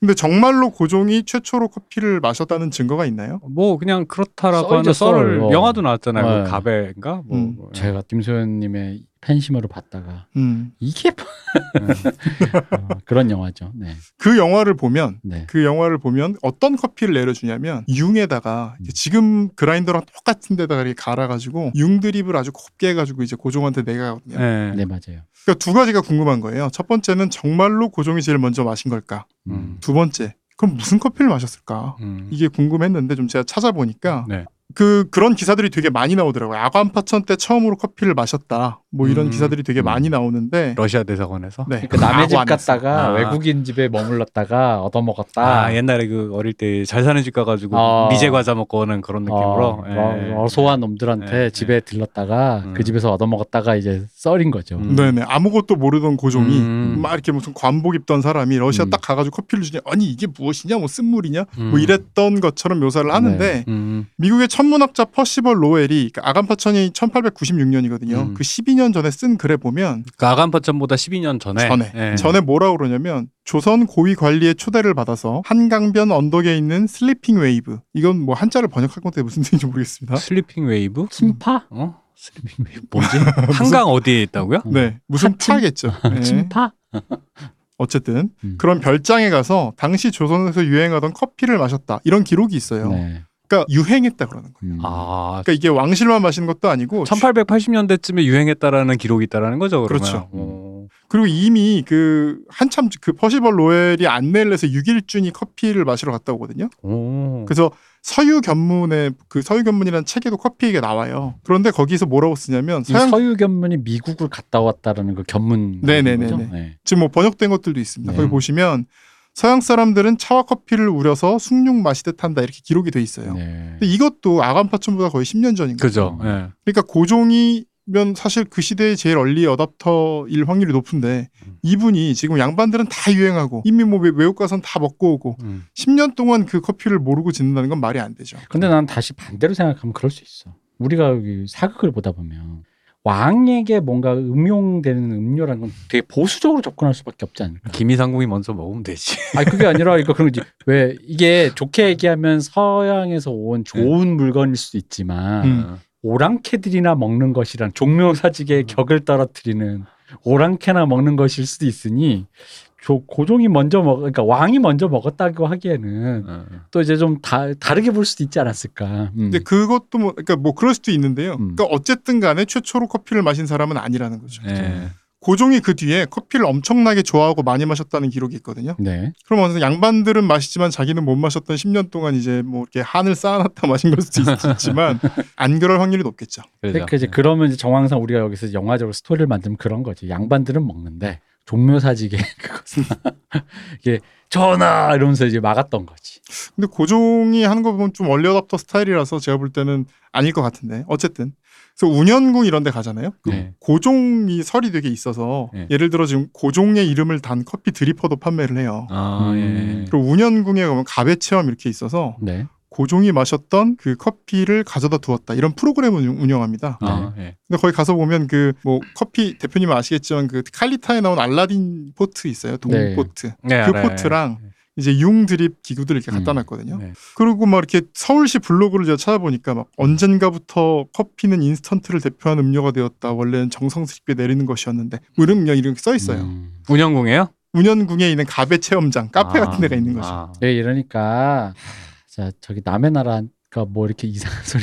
[SPEAKER 1] 근데 정말로 고종이 최초로 커피를 마셨다는 증거가 있나요?
[SPEAKER 3] 뭐 그냥 그렇다라고
[SPEAKER 2] 썰이죠,
[SPEAKER 3] 하는 썰을
[SPEAKER 2] 썰. 어.
[SPEAKER 3] 영화도 나왔잖아요. 뭐
[SPEAKER 2] 네.
[SPEAKER 3] 가베인가? 뭐
[SPEAKER 1] 음,
[SPEAKER 3] 뭐,
[SPEAKER 2] 제가 김소연님의 팬심으로 봤다가
[SPEAKER 1] 음.
[SPEAKER 2] 이게
[SPEAKER 3] [laughs] 예.
[SPEAKER 2] 어, 그런 영화죠. 네,
[SPEAKER 1] 그 영화를 보면
[SPEAKER 2] 네.
[SPEAKER 1] 그 영화를 보면 어떤 커피를 내려주냐면 융에다가 이제 지금 그라인더랑 똑같은 데다가 이렇게 갈아가지고 융 드립을 아주 곱게 해가지고 이제 고종한테 내가거든요.
[SPEAKER 3] 예.
[SPEAKER 2] 네 맞아요.
[SPEAKER 1] 그러니까 두 가지가 궁금한 거예요. 첫 번째는 정말로 고종이 제일 먼저 마신 걸까?
[SPEAKER 3] 음.
[SPEAKER 1] 두 번째, 그럼 무슨 커피를 마셨을까?
[SPEAKER 3] 음.
[SPEAKER 1] 이게 궁금했는데 좀 제가 찾아보니까
[SPEAKER 3] 네.
[SPEAKER 1] 그 그런 기사들이 되게 많이 나오더라고요. 아관파천 때 처음으로 커피를 마셨다. 뭐 이런
[SPEAKER 3] 음,
[SPEAKER 1] 기사들이 되게
[SPEAKER 2] 음.
[SPEAKER 1] 많이 나오는데
[SPEAKER 3] 러시아 대사관에서
[SPEAKER 1] 네.
[SPEAKER 2] 그러니까 남의 집
[SPEAKER 1] 아관.
[SPEAKER 2] 갔다가
[SPEAKER 3] 아.
[SPEAKER 2] 외국인 집에 머물렀다가 얻어먹었다.
[SPEAKER 3] 아, 옛날에 그 어릴 때 잘 사는 집 가가지고
[SPEAKER 2] 아.
[SPEAKER 3] 미제 과자 먹고 오는 그런 느낌으로
[SPEAKER 2] 어,
[SPEAKER 3] 예.
[SPEAKER 2] 어, 소한 놈들한테
[SPEAKER 3] 예, 예.
[SPEAKER 2] 집에 들렀다가
[SPEAKER 3] 음.
[SPEAKER 2] 그 집에서 얻어먹었다가 이제 썰인 거죠.
[SPEAKER 3] 음.
[SPEAKER 1] 네네 아무것도 모르던 고종이
[SPEAKER 3] 음.
[SPEAKER 1] 막 이렇게 무슨 관복 입던 사람이 러시아
[SPEAKER 2] 음.
[SPEAKER 1] 딱 가가지고 커피를 주냐 아니 이게 무엇이냐 뭐 쓴물이냐
[SPEAKER 3] 음.
[SPEAKER 1] 뭐 이랬던 것처럼 묘사를 하는데
[SPEAKER 2] 네.
[SPEAKER 3] 음.
[SPEAKER 1] 미국의 천문학자 퍼시벌 로웰이 그 아간파천이 1896년이거든요
[SPEAKER 3] 음.
[SPEAKER 1] 그 12년 전에 쓴 글에 보면
[SPEAKER 3] 그 아간파천보다 12년
[SPEAKER 2] 네.
[SPEAKER 3] 전에
[SPEAKER 1] 전에
[SPEAKER 3] 예.
[SPEAKER 1] 전에 뭐라고 그러냐면 조선 고위 관리의 초대를 받아서 한강변 언덕에 있는 슬리핑 웨이브 이건 뭐 한자를 번역할 건데 무슨 뜻인지 모르겠습니다.
[SPEAKER 3] 슬리핑 웨이브?
[SPEAKER 2] 침파?
[SPEAKER 3] 어? 슬리핑 웨이브 뭐지? 한강 어디에 있다고요?
[SPEAKER 1] 네 무슨
[SPEAKER 2] 음. 하침? 아,
[SPEAKER 1] 파겠죠. 네.
[SPEAKER 2] 침파?
[SPEAKER 1] 어쨌든
[SPEAKER 2] 음.
[SPEAKER 1] 그런 별장에 가서 당시 조선에서 유행하던 커피를 마셨다 이런 기록이 있어요.
[SPEAKER 2] 네.
[SPEAKER 1] 그러니까 유행했다 그러는 거예요.
[SPEAKER 2] 음.
[SPEAKER 3] 아,
[SPEAKER 1] 그러니까 이게 왕실만 마시는 것도 아니고
[SPEAKER 3] 1880년대쯤에 유행했다라는 기록이 있다라는 거죠, 그러면.
[SPEAKER 1] 그렇죠.
[SPEAKER 3] 어.
[SPEAKER 1] 그리고 이미 그 한참 그 퍼시벌 로엘이 안내를 해서 6일준이 커피를 마시러 갔다 오거든요.
[SPEAKER 3] 오.
[SPEAKER 1] 그래서 서유 견문의 그 서유 견문이라는 책에도 커피 얘기가 나와요. 그런데 거기서 뭐라고 쓰냐면
[SPEAKER 2] 이
[SPEAKER 1] 서양
[SPEAKER 2] 서유 견문이 미국을 갔다 왔다라는 그 견문
[SPEAKER 1] 네네네네.
[SPEAKER 2] 거죠? 네.
[SPEAKER 1] 지금 뭐 번역된 것들도 있습니다.
[SPEAKER 2] 네.
[SPEAKER 1] 거기 보시면 서양 사람들은 차와 커피를 우려서 숭늉 마시듯 한다 이렇게 기록이 돼 있어요.
[SPEAKER 2] 네.
[SPEAKER 1] 근데 이것도 아간파천보다 거의 10년 전인 거죠.
[SPEAKER 3] 그죠. 예.
[SPEAKER 1] 그러니까 고종이면 사실 그 시대에 제일 얼리 어답터일 확률이 높은데
[SPEAKER 3] 음.
[SPEAKER 1] 이분이 지금 양반들은 다 유행하고 이미 뭐 외- 외국 가선 다 먹고 오고
[SPEAKER 3] 음.
[SPEAKER 1] 10년 동안 그 커피를 모르고 지낸다는 건 말이 안 되죠.
[SPEAKER 2] 근데 난 다시 반대로 생각하면 그럴 수 있어. 우리가 여기 사극을 보다 보면 왕에게 뭔가 음용되는 음료라는 건 되게 보수적으로 접근할 수밖에 없지 않을까.
[SPEAKER 3] 김이상궁이 먼저 먹으면 되지.
[SPEAKER 2] 아니 그게 아니라 이거 그런 거지. 왜 이게 좋게 얘기하면 서양에서 온 좋은 물건일 수도 있지만
[SPEAKER 1] 음.
[SPEAKER 2] 오랑캐들이나 먹는 것이란 종묘사직의
[SPEAKER 3] 음.
[SPEAKER 2] 격을 떨어뜨리는 오랑캐나 먹는 것일 수도 있으니 조- 고종이 먼저 먹 그러니까 왕이 먼저 먹었다고
[SPEAKER 1] 음.
[SPEAKER 2] 하기에는
[SPEAKER 3] 어.
[SPEAKER 2] 또 이제 좀 다, 다르게 볼 수도 있지 않았을까. 음.
[SPEAKER 1] 근데 그것도 뭐 그러니까 뭐 그럴 수도 있는데요.
[SPEAKER 2] 음.
[SPEAKER 1] 그러니까 어쨌든 간에 최초로 커피를 마신 사람은 아니라는 거죠.
[SPEAKER 2] 네.
[SPEAKER 3] 예.
[SPEAKER 1] 고종이 그 뒤에 커피를 엄청나게 좋아하고 많이 마셨다는 기록이 있거든요.
[SPEAKER 2] 네.
[SPEAKER 1] 그러면 양반들은 마시지만 자기는 못 마셨던 10년 동안 이제 뭐 이렇게 한을 쌓아놨다 마신 걸 수도 있지만
[SPEAKER 2] [laughs]
[SPEAKER 1] 안 그럴 확률이 높겠죠. 네.
[SPEAKER 3] 그러죠.
[SPEAKER 2] 그러니까 이제 그러면 이제 정황상 우리가 여기서 영화적으로 스토리를 만들면 그런 거지. 양반들은 먹는데 종묘사직의 [laughs] 그것은 이게 전하 이러면서 이제 막았던 거지.
[SPEAKER 1] 근데 고종이 하는 거 보면 좀 얼리어답터 스타일이라서 제가 볼 때는 아닐 것 같은데 어쨌든 그래서 운현궁 이런 데 가잖아요. 그
[SPEAKER 3] 네.
[SPEAKER 1] 고종이 설이 되게 있어서
[SPEAKER 3] 네.
[SPEAKER 1] 예를 들어 지금 고종의 이름을 단 커피 드리퍼도 판매를 해요.
[SPEAKER 3] 아,
[SPEAKER 2] 음.
[SPEAKER 3] 예.
[SPEAKER 1] 그리고 운현궁에 가면 가배 체험 이렇게 있어서
[SPEAKER 2] 네.
[SPEAKER 1] 고종이 마셨던 그 커피를 가져다 두었다 이런 프로그램을 운- 운영합니다.
[SPEAKER 3] 아, 예.
[SPEAKER 1] 근데 거기 가서 보면 그 뭐 커피 대표님은 아시겠지만 그 칼리타에 나온 알라딘 포트 있어요 동
[SPEAKER 2] 네.
[SPEAKER 1] 포트
[SPEAKER 3] 네,
[SPEAKER 1] 그
[SPEAKER 3] 알아요.
[SPEAKER 1] 포트랑
[SPEAKER 3] 네.
[SPEAKER 1] 이제 융 드립 기구들을 이렇게 갖다
[SPEAKER 2] 음.
[SPEAKER 1] 놨거든요.
[SPEAKER 3] 네.
[SPEAKER 1] 그리고 막 이렇게 서울시 블로그를 제가 찾아보니까 막 언젠가부터 커피는 인스턴트를 대표한 음료가 되었다. 원래는 정성스럽게 내리는 것이었는데 뭐 이런 그냥 이렇게 써 있어요.
[SPEAKER 2] 음.
[SPEAKER 3] 예. 운영궁이에요?
[SPEAKER 1] 운현궁에 있는 가베 체험장 카페
[SPEAKER 3] 아,
[SPEAKER 1] 같은 데가 있는 거죠.
[SPEAKER 3] 아.
[SPEAKER 2] 네, 이러니까 하, 자 저기 남의 나라가 뭐 이렇게 이상한 [laughs] 소리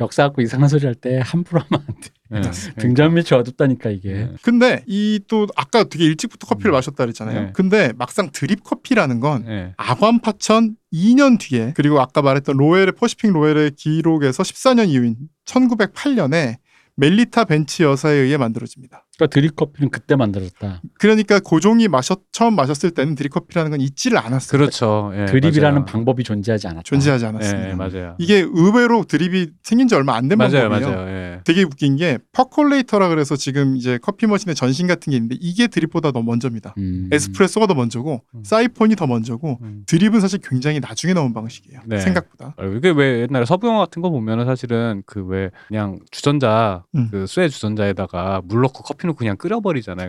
[SPEAKER 2] 역사하고 이상한 소리 할 때 함부로 하면
[SPEAKER 1] 네.
[SPEAKER 2] 안 돼.
[SPEAKER 3] 예.
[SPEAKER 2] 등잔 밑이 어둡다니까 이게.
[SPEAKER 3] 예.
[SPEAKER 1] 근데 이 또 아까 되게 일찍부터 커피를
[SPEAKER 3] 음.
[SPEAKER 1] 마셨다 그랬잖아요.
[SPEAKER 3] 네.
[SPEAKER 1] 근데 막상 드립 커피라는 건
[SPEAKER 3] 예.
[SPEAKER 1] 아관파천 2년 뒤에 그리고 아까 말했던 로엘의 퍼시픽 로엘의 기록에서 14년 이후인 1908년에 멜리타 벤치 여사에 의해 만들어집니다.
[SPEAKER 2] 그러니까 드립커피는 그때 만들었다.
[SPEAKER 1] 그러니까 고종이 마셨 처음 마셨을 때는 드립커피라는 건 있지를 않았어요.
[SPEAKER 3] 그렇죠. 예,
[SPEAKER 2] 드립이라는
[SPEAKER 3] 맞아요.
[SPEAKER 2] 방법이 존재하지 않았다.
[SPEAKER 1] 네, 존재하지
[SPEAKER 3] 예,
[SPEAKER 1] 않았습니다.
[SPEAKER 3] 예, 맞아요.
[SPEAKER 1] 이게 네 의외로 드립이 생긴 지 얼마 안 된
[SPEAKER 3] 맞아요,
[SPEAKER 1] 방법이에요.
[SPEAKER 3] 맞아요. 예.
[SPEAKER 1] 되게 웃긴 게 퍼콜레이터라 그래서 지금 이제 커피 머신의 전신 같은 게 있는데 이게 드립보다 더 먼저입니다.
[SPEAKER 2] 음.
[SPEAKER 1] 에스프레소가 더 먼저고
[SPEAKER 3] 음.
[SPEAKER 1] 사이폰이 더 먼저고
[SPEAKER 3] 음.
[SPEAKER 1] 드립은 사실 굉장히 나중에 나온 방식이에요.
[SPEAKER 3] 네.
[SPEAKER 1] 생각보다.
[SPEAKER 3] 아, 이게 왜 옛날에 서부 영화 같은 거 보면은 사실은 그 왜 그냥 주전자
[SPEAKER 1] 음.
[SPEAKER 3] 그 쇠 주전자에다가 물 넣고 커피 넣고 그냥 끓여버리잖아요.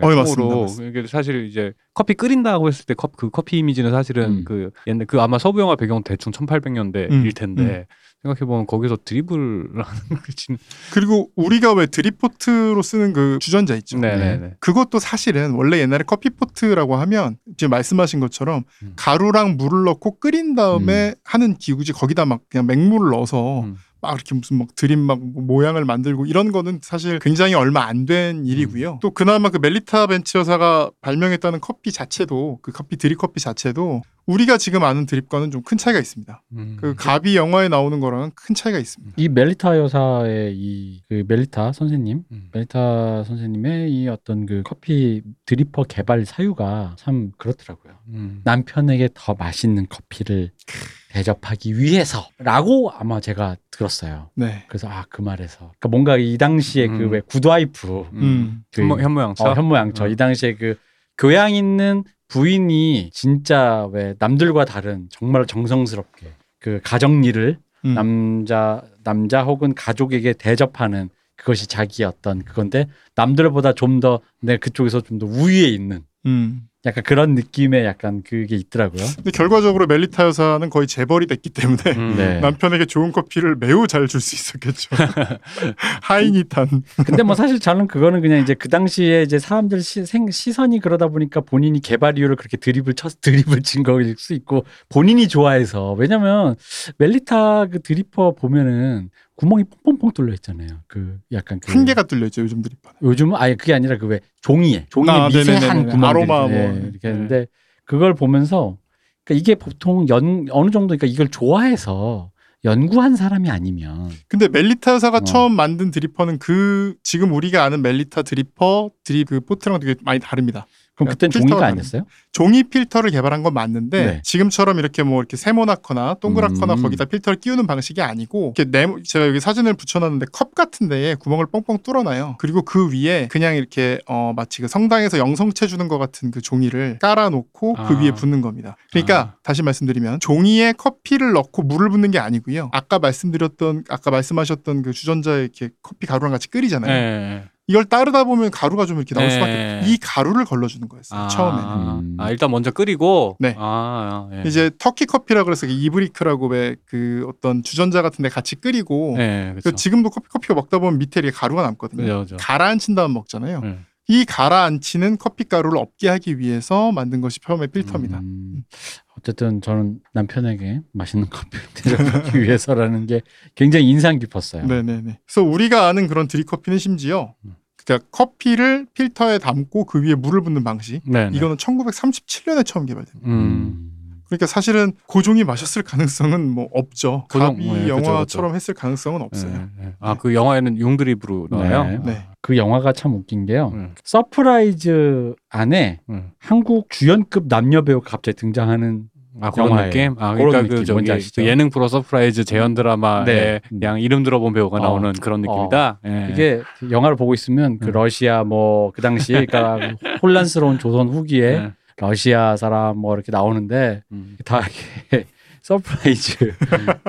[SPEAKER 1] 어, 예,
[SPEAKER 3] 통으로.
[SPEAKER 1] 맞습니다, 맞습니다.
[SPEAKER 3] 이게 사실 이제 커피 끓인다고 했을 때 그 커피 이미지는 사실은
[SPEAKER 2] 음.
[SPEAKER 3] 그 옛날 그 아마 서부 영화 배경 대충 1800년대일
[SPEAKER 1] 음,
[SPEAKER 3] 텐데 생각해 보면 거기서 드리블 하는 [laughs] 그 진.
[SPEAKER 1] 그리고 우리가 왜 드립포트로 쓰는 그 주전자 있죠.
[SPEAKER 3] 네네네.
[SPEAKER 1] 그것도 사실은 원래 옛날에 커피포트라고 하면 지금 말씀하신 것처럼
[SPEAKER 3] 음.
[SPEAKER 1] 가루랑 물을 넣고 끓인 다음에 하는 기구지 거기다 막 그냥 맹물을 넣어서
[SPEAKER 3] 음.
[SPEAKER 1] 막 이렇게 무슨 막 드림 막뭐 모양을 만들고 이런 거는 사실 굉장히 얼마 안 된 일이고요. 또 그나마 그 멜리타 벤치 여사가 발명했다는 커피 자체도 그 커피 드립 커피 자체도 우리가 지금 아는 드립과는 좀 큰 차이가 있습니다.
[SPEAKER 3] 음.
[SPEAKER 1] 그 가비 영화에 나오는 거랑은 큰 차이가 있습니다.
[SPEAKER 2] 이 멜리타 여사의 이그 멜리타 선생님,
[SPEAKER 3] 음.
[SPEAKER 2] 멜리타 선생님의 이 어떤 그 커피 드리퍼 개발 사유가 참 그렇더라고요.
[SPEAKER 3] 음.
[SPEAKER 2] 남편에게 더 맛있는 커피를 대접하기 위해서라고 아마 제가 들었어요.
[SPEAKER 1] 네.
[SPEAKER 2] 그래서 아 그 말에서 그러니까 뭔가 이 당시에 그
[SPEAKER 3] 음.
[SPEAKER 2] 왜 구드와이프
[SPEAKER 3] 음.
[SPEAKER 1] 음.
[SPEAKER 3] 현모 현모양차.
[SPEAKER 2] 어, 현모양처
[SPEAKER 3] 음.
[SPEAKER 2] 이 당시에 그 교양 있는 부인이 진짜 왜 남들과 다른 정말 정성스럽게 그 가정 일을
[SPEAKER 1] 음.
[SPEAKER 2] 남자 남자 혹은 가족에게 대접하는 그것이 자기의 어떤 그건데 남들보다 좀 더 내 그쪽에서 좀 더 우위에 있는
[SPEAKER 1] 음.
[SPEAKER 2] 약간 그런 느낌의 약간 그게 있더라고요.
[SPEAKER 1] 근데 결과적으로 멜리타 여사는 거의 재벌이 됐기 때문에
[SPEAKER 3] 음.
[SPEAKER 2] 네.
[SPEAKER 1] 남편에게 좋은 커피를 매우 잘 줄 수 있었겠죠. 하인이 탄.
[SPEAKER 2] 근데 뭐 사실 저는 그거는 그냥 이제 그 당시에 이제 사람들 시, 생, 시선이 그러다 보니까 본인이 개발 이유를 그렇게 드립을 쳤 [laughs] 드립을 친 거일 수 있고 본인이 좋아해서 왜냐면 멜리타 그 드리퍼 보면은 구멍이 퐁퐁퐁 뚫려 있잖아요. 그 약간 그
[SPEAKER 1] 한 개가 뚫려 있죠 요즘 드립판에.
[SPEAKER 2] 요즘은 아예 그게 아니라 그 왜 종이에 종이에
[SPEAKER 1] 아,
[SPEAKER 2] 미세한
[SPEAKER 1] 네네네네.
[SPEAKER 2] 구멍
[SPEAKER 1] 아로마 뭐.
[SPEAKER 2] 이렇게 했는데 그걸 보면서 그러니까 이게 보통 연 어느 정도 그러니까 이걸 좋아해서 연구한 사람이 아니면
[SPEAKER 1] 근데 멜리타 여사가
[SPEAKER 2] 어.
[SPEAKER 1] 처음 만든 드리퍼는 그 지금 우리가 아는 멜리타 드리퍼 드립 그 포트랑 되게 많이 다릅니다.
[SPEAKER 2] 그럼
[SPEAKER 1] 야,
[SPEAKER 2] 그땐
[SPEAKER 1] 그러니까 필터가
[SPEAKER 2] 종이가
[SPEAKER 1] 다른-
[SPEAKER 2] 아니었어요?
[SPEAKER 1] 종이 필터를 개발한 건 맞는데
[SPEAKER 2] 네.
[SPEAKER 1] 지금처럼 이렇게 뭐 이렇게 세모나거나 동그랗거나
[SPEAKER 2] 음.
[SPEAKER 1] 거기다 필터를 끼우는 방식이 아니고 이렇게 네모 제가 여기 사진을 붙여놨는데 컵 같은 데에 구멍을 뻥뻥 뚫어놔요. 그리고 그 위에 그냥 이렇게 어 마치 그 성당에서 영성채 주는 것 같은 그 종이를 깔아놓고 그
[SPEAKER 3] 아.
[SPEAKER 1] 위에 붓는 겁니다. 그러니까 다시 말씀드리면 종이에 커피를 넣고 물을 붓는 게 아니고요. 아까 말씀드렸던 아까 말씀하셨던 그 주전자에 이렇게 커피 가루랑 같이 끓이잖아요.
[SPEAKER 3] 네.
[SPEAKER 1] 이걸 따르다 보면 가루가 좀 이렇게 나올
[SPEAKER 3] 네.
[SPEAKER 1] 수밖에 이 가루를 걸러주는 거였어요.
[SPEAKER 3] 아,
[SPEAKER 1] 처음에는.
[SPEAKER 2] 음.
[SPEAKER 3] 아 일단 먼저 끓이고.
[SPEAKER 1] 네.
[SPEAKER 3] 아, 아, 예.
[SPEAKER 1] 이제 터키 커피라 그래서 그 이브리크라고 왜 그 어떤 주전자 같은 데 같이 끓이고
[SPEAKER 3] 네,
[SPEAKER 1] 그
[SPEAKER 3] 그렇죠.
[SPEAKER 1] 지금도 커피 커피가 먹다 보면 밑에 이렇게 가루가 남거든요.
[SPEAKER 3] 그렇죠.
[SPEAKER 1] 가라앉힌 다음 먹잖아요.
[SPEAKER 3] 네.
[SPEAKER 1] 이 가라앉히는 커피 가루를 없게 하기 위해서 만든 것이 처음의 필터입니다.
[SPEAKER 2] 음, 어쨌든 저는 남편에게 맛있는 커피를 대접하기 위해서라는 게 굉장히 인상 깊었어요.
[SPEAKER 1] 네네네. 그래서 우리가 아는 그런 드립커피는 심지어
[SPEAKER 3] 음.
[SPEAKER 1] 그러니까 커피를 필터에 담고 그 위에 물을 붓는 방식.
[SPEAKER 3] 네, 네.
[SPEAKER 1] 이거는 1937년에 처음 개발됩니다.
[SPEAKER 3] 음.
[SPEAKER 1] 그러니까 사실은 고종이 마셨을 가능성은 뭐 없죠.
[SPEAKER 3] 고종,
[SPEAKER 1] 갑이
[SPEAKER 3] 예, 그죠,
[SPEAKER 1] 영화처럼 했을 가능성은 없어요.
[SPEAKER 3] 네. 아그 영화에는 용드립으로 나와요.
[SPEAKER 2] 네.
[SPEAKER 1] 네.
[SPEAKER 2] 그 영화가 참 웃긴 게요.
[SPEAKER 3] 음,
[SPEAKER 2] 서프라이즈 안에
[SPEAKER 3] 음.
[SPEAKER 2] 한국 주연급 남녀 배우가 갑자기 등장하는
[SPEAKER 3] 아 그런
[SPEAKER 2] 영화예요.
[SPEAKER 3] 느낌? 아
[SPEAKER 2] 그런
[SPEAKER 3] 그러니까
[SPEAKER 2] 느낌,
[SPEAKER 3] 그
[SPEAKER 2] 뭔지
[SPEAKER 3] 저기
[SPEAKER 2] 아시죠?
[SPEAKER 3] 그 예능 프로 서프라이즈 재현 드라마에
[SPEAKER 2] 네.
[SPEAKER 3] 그냥 이름 들어본 배우가
[SPEAKER 2] 어.
[SPEAKER 3] 나오는 그런 느낌이다. 예.
[SPEAKER 2] 이게 영화를 보고 있으면 그
[SPEAKER 3] 음.
[SPEAKER 2] 러시아 뭐 그 당시에 그러니까 혼란스러운 조선 후기에
[SPEAKER 3] 예.
[SPEAKER 2] 러시아 사람 뭐 이렇게 나오는데
[SPEAKER 3] 음.
[SPEAKER 2] 다 이게 [laughs] 서프라이즈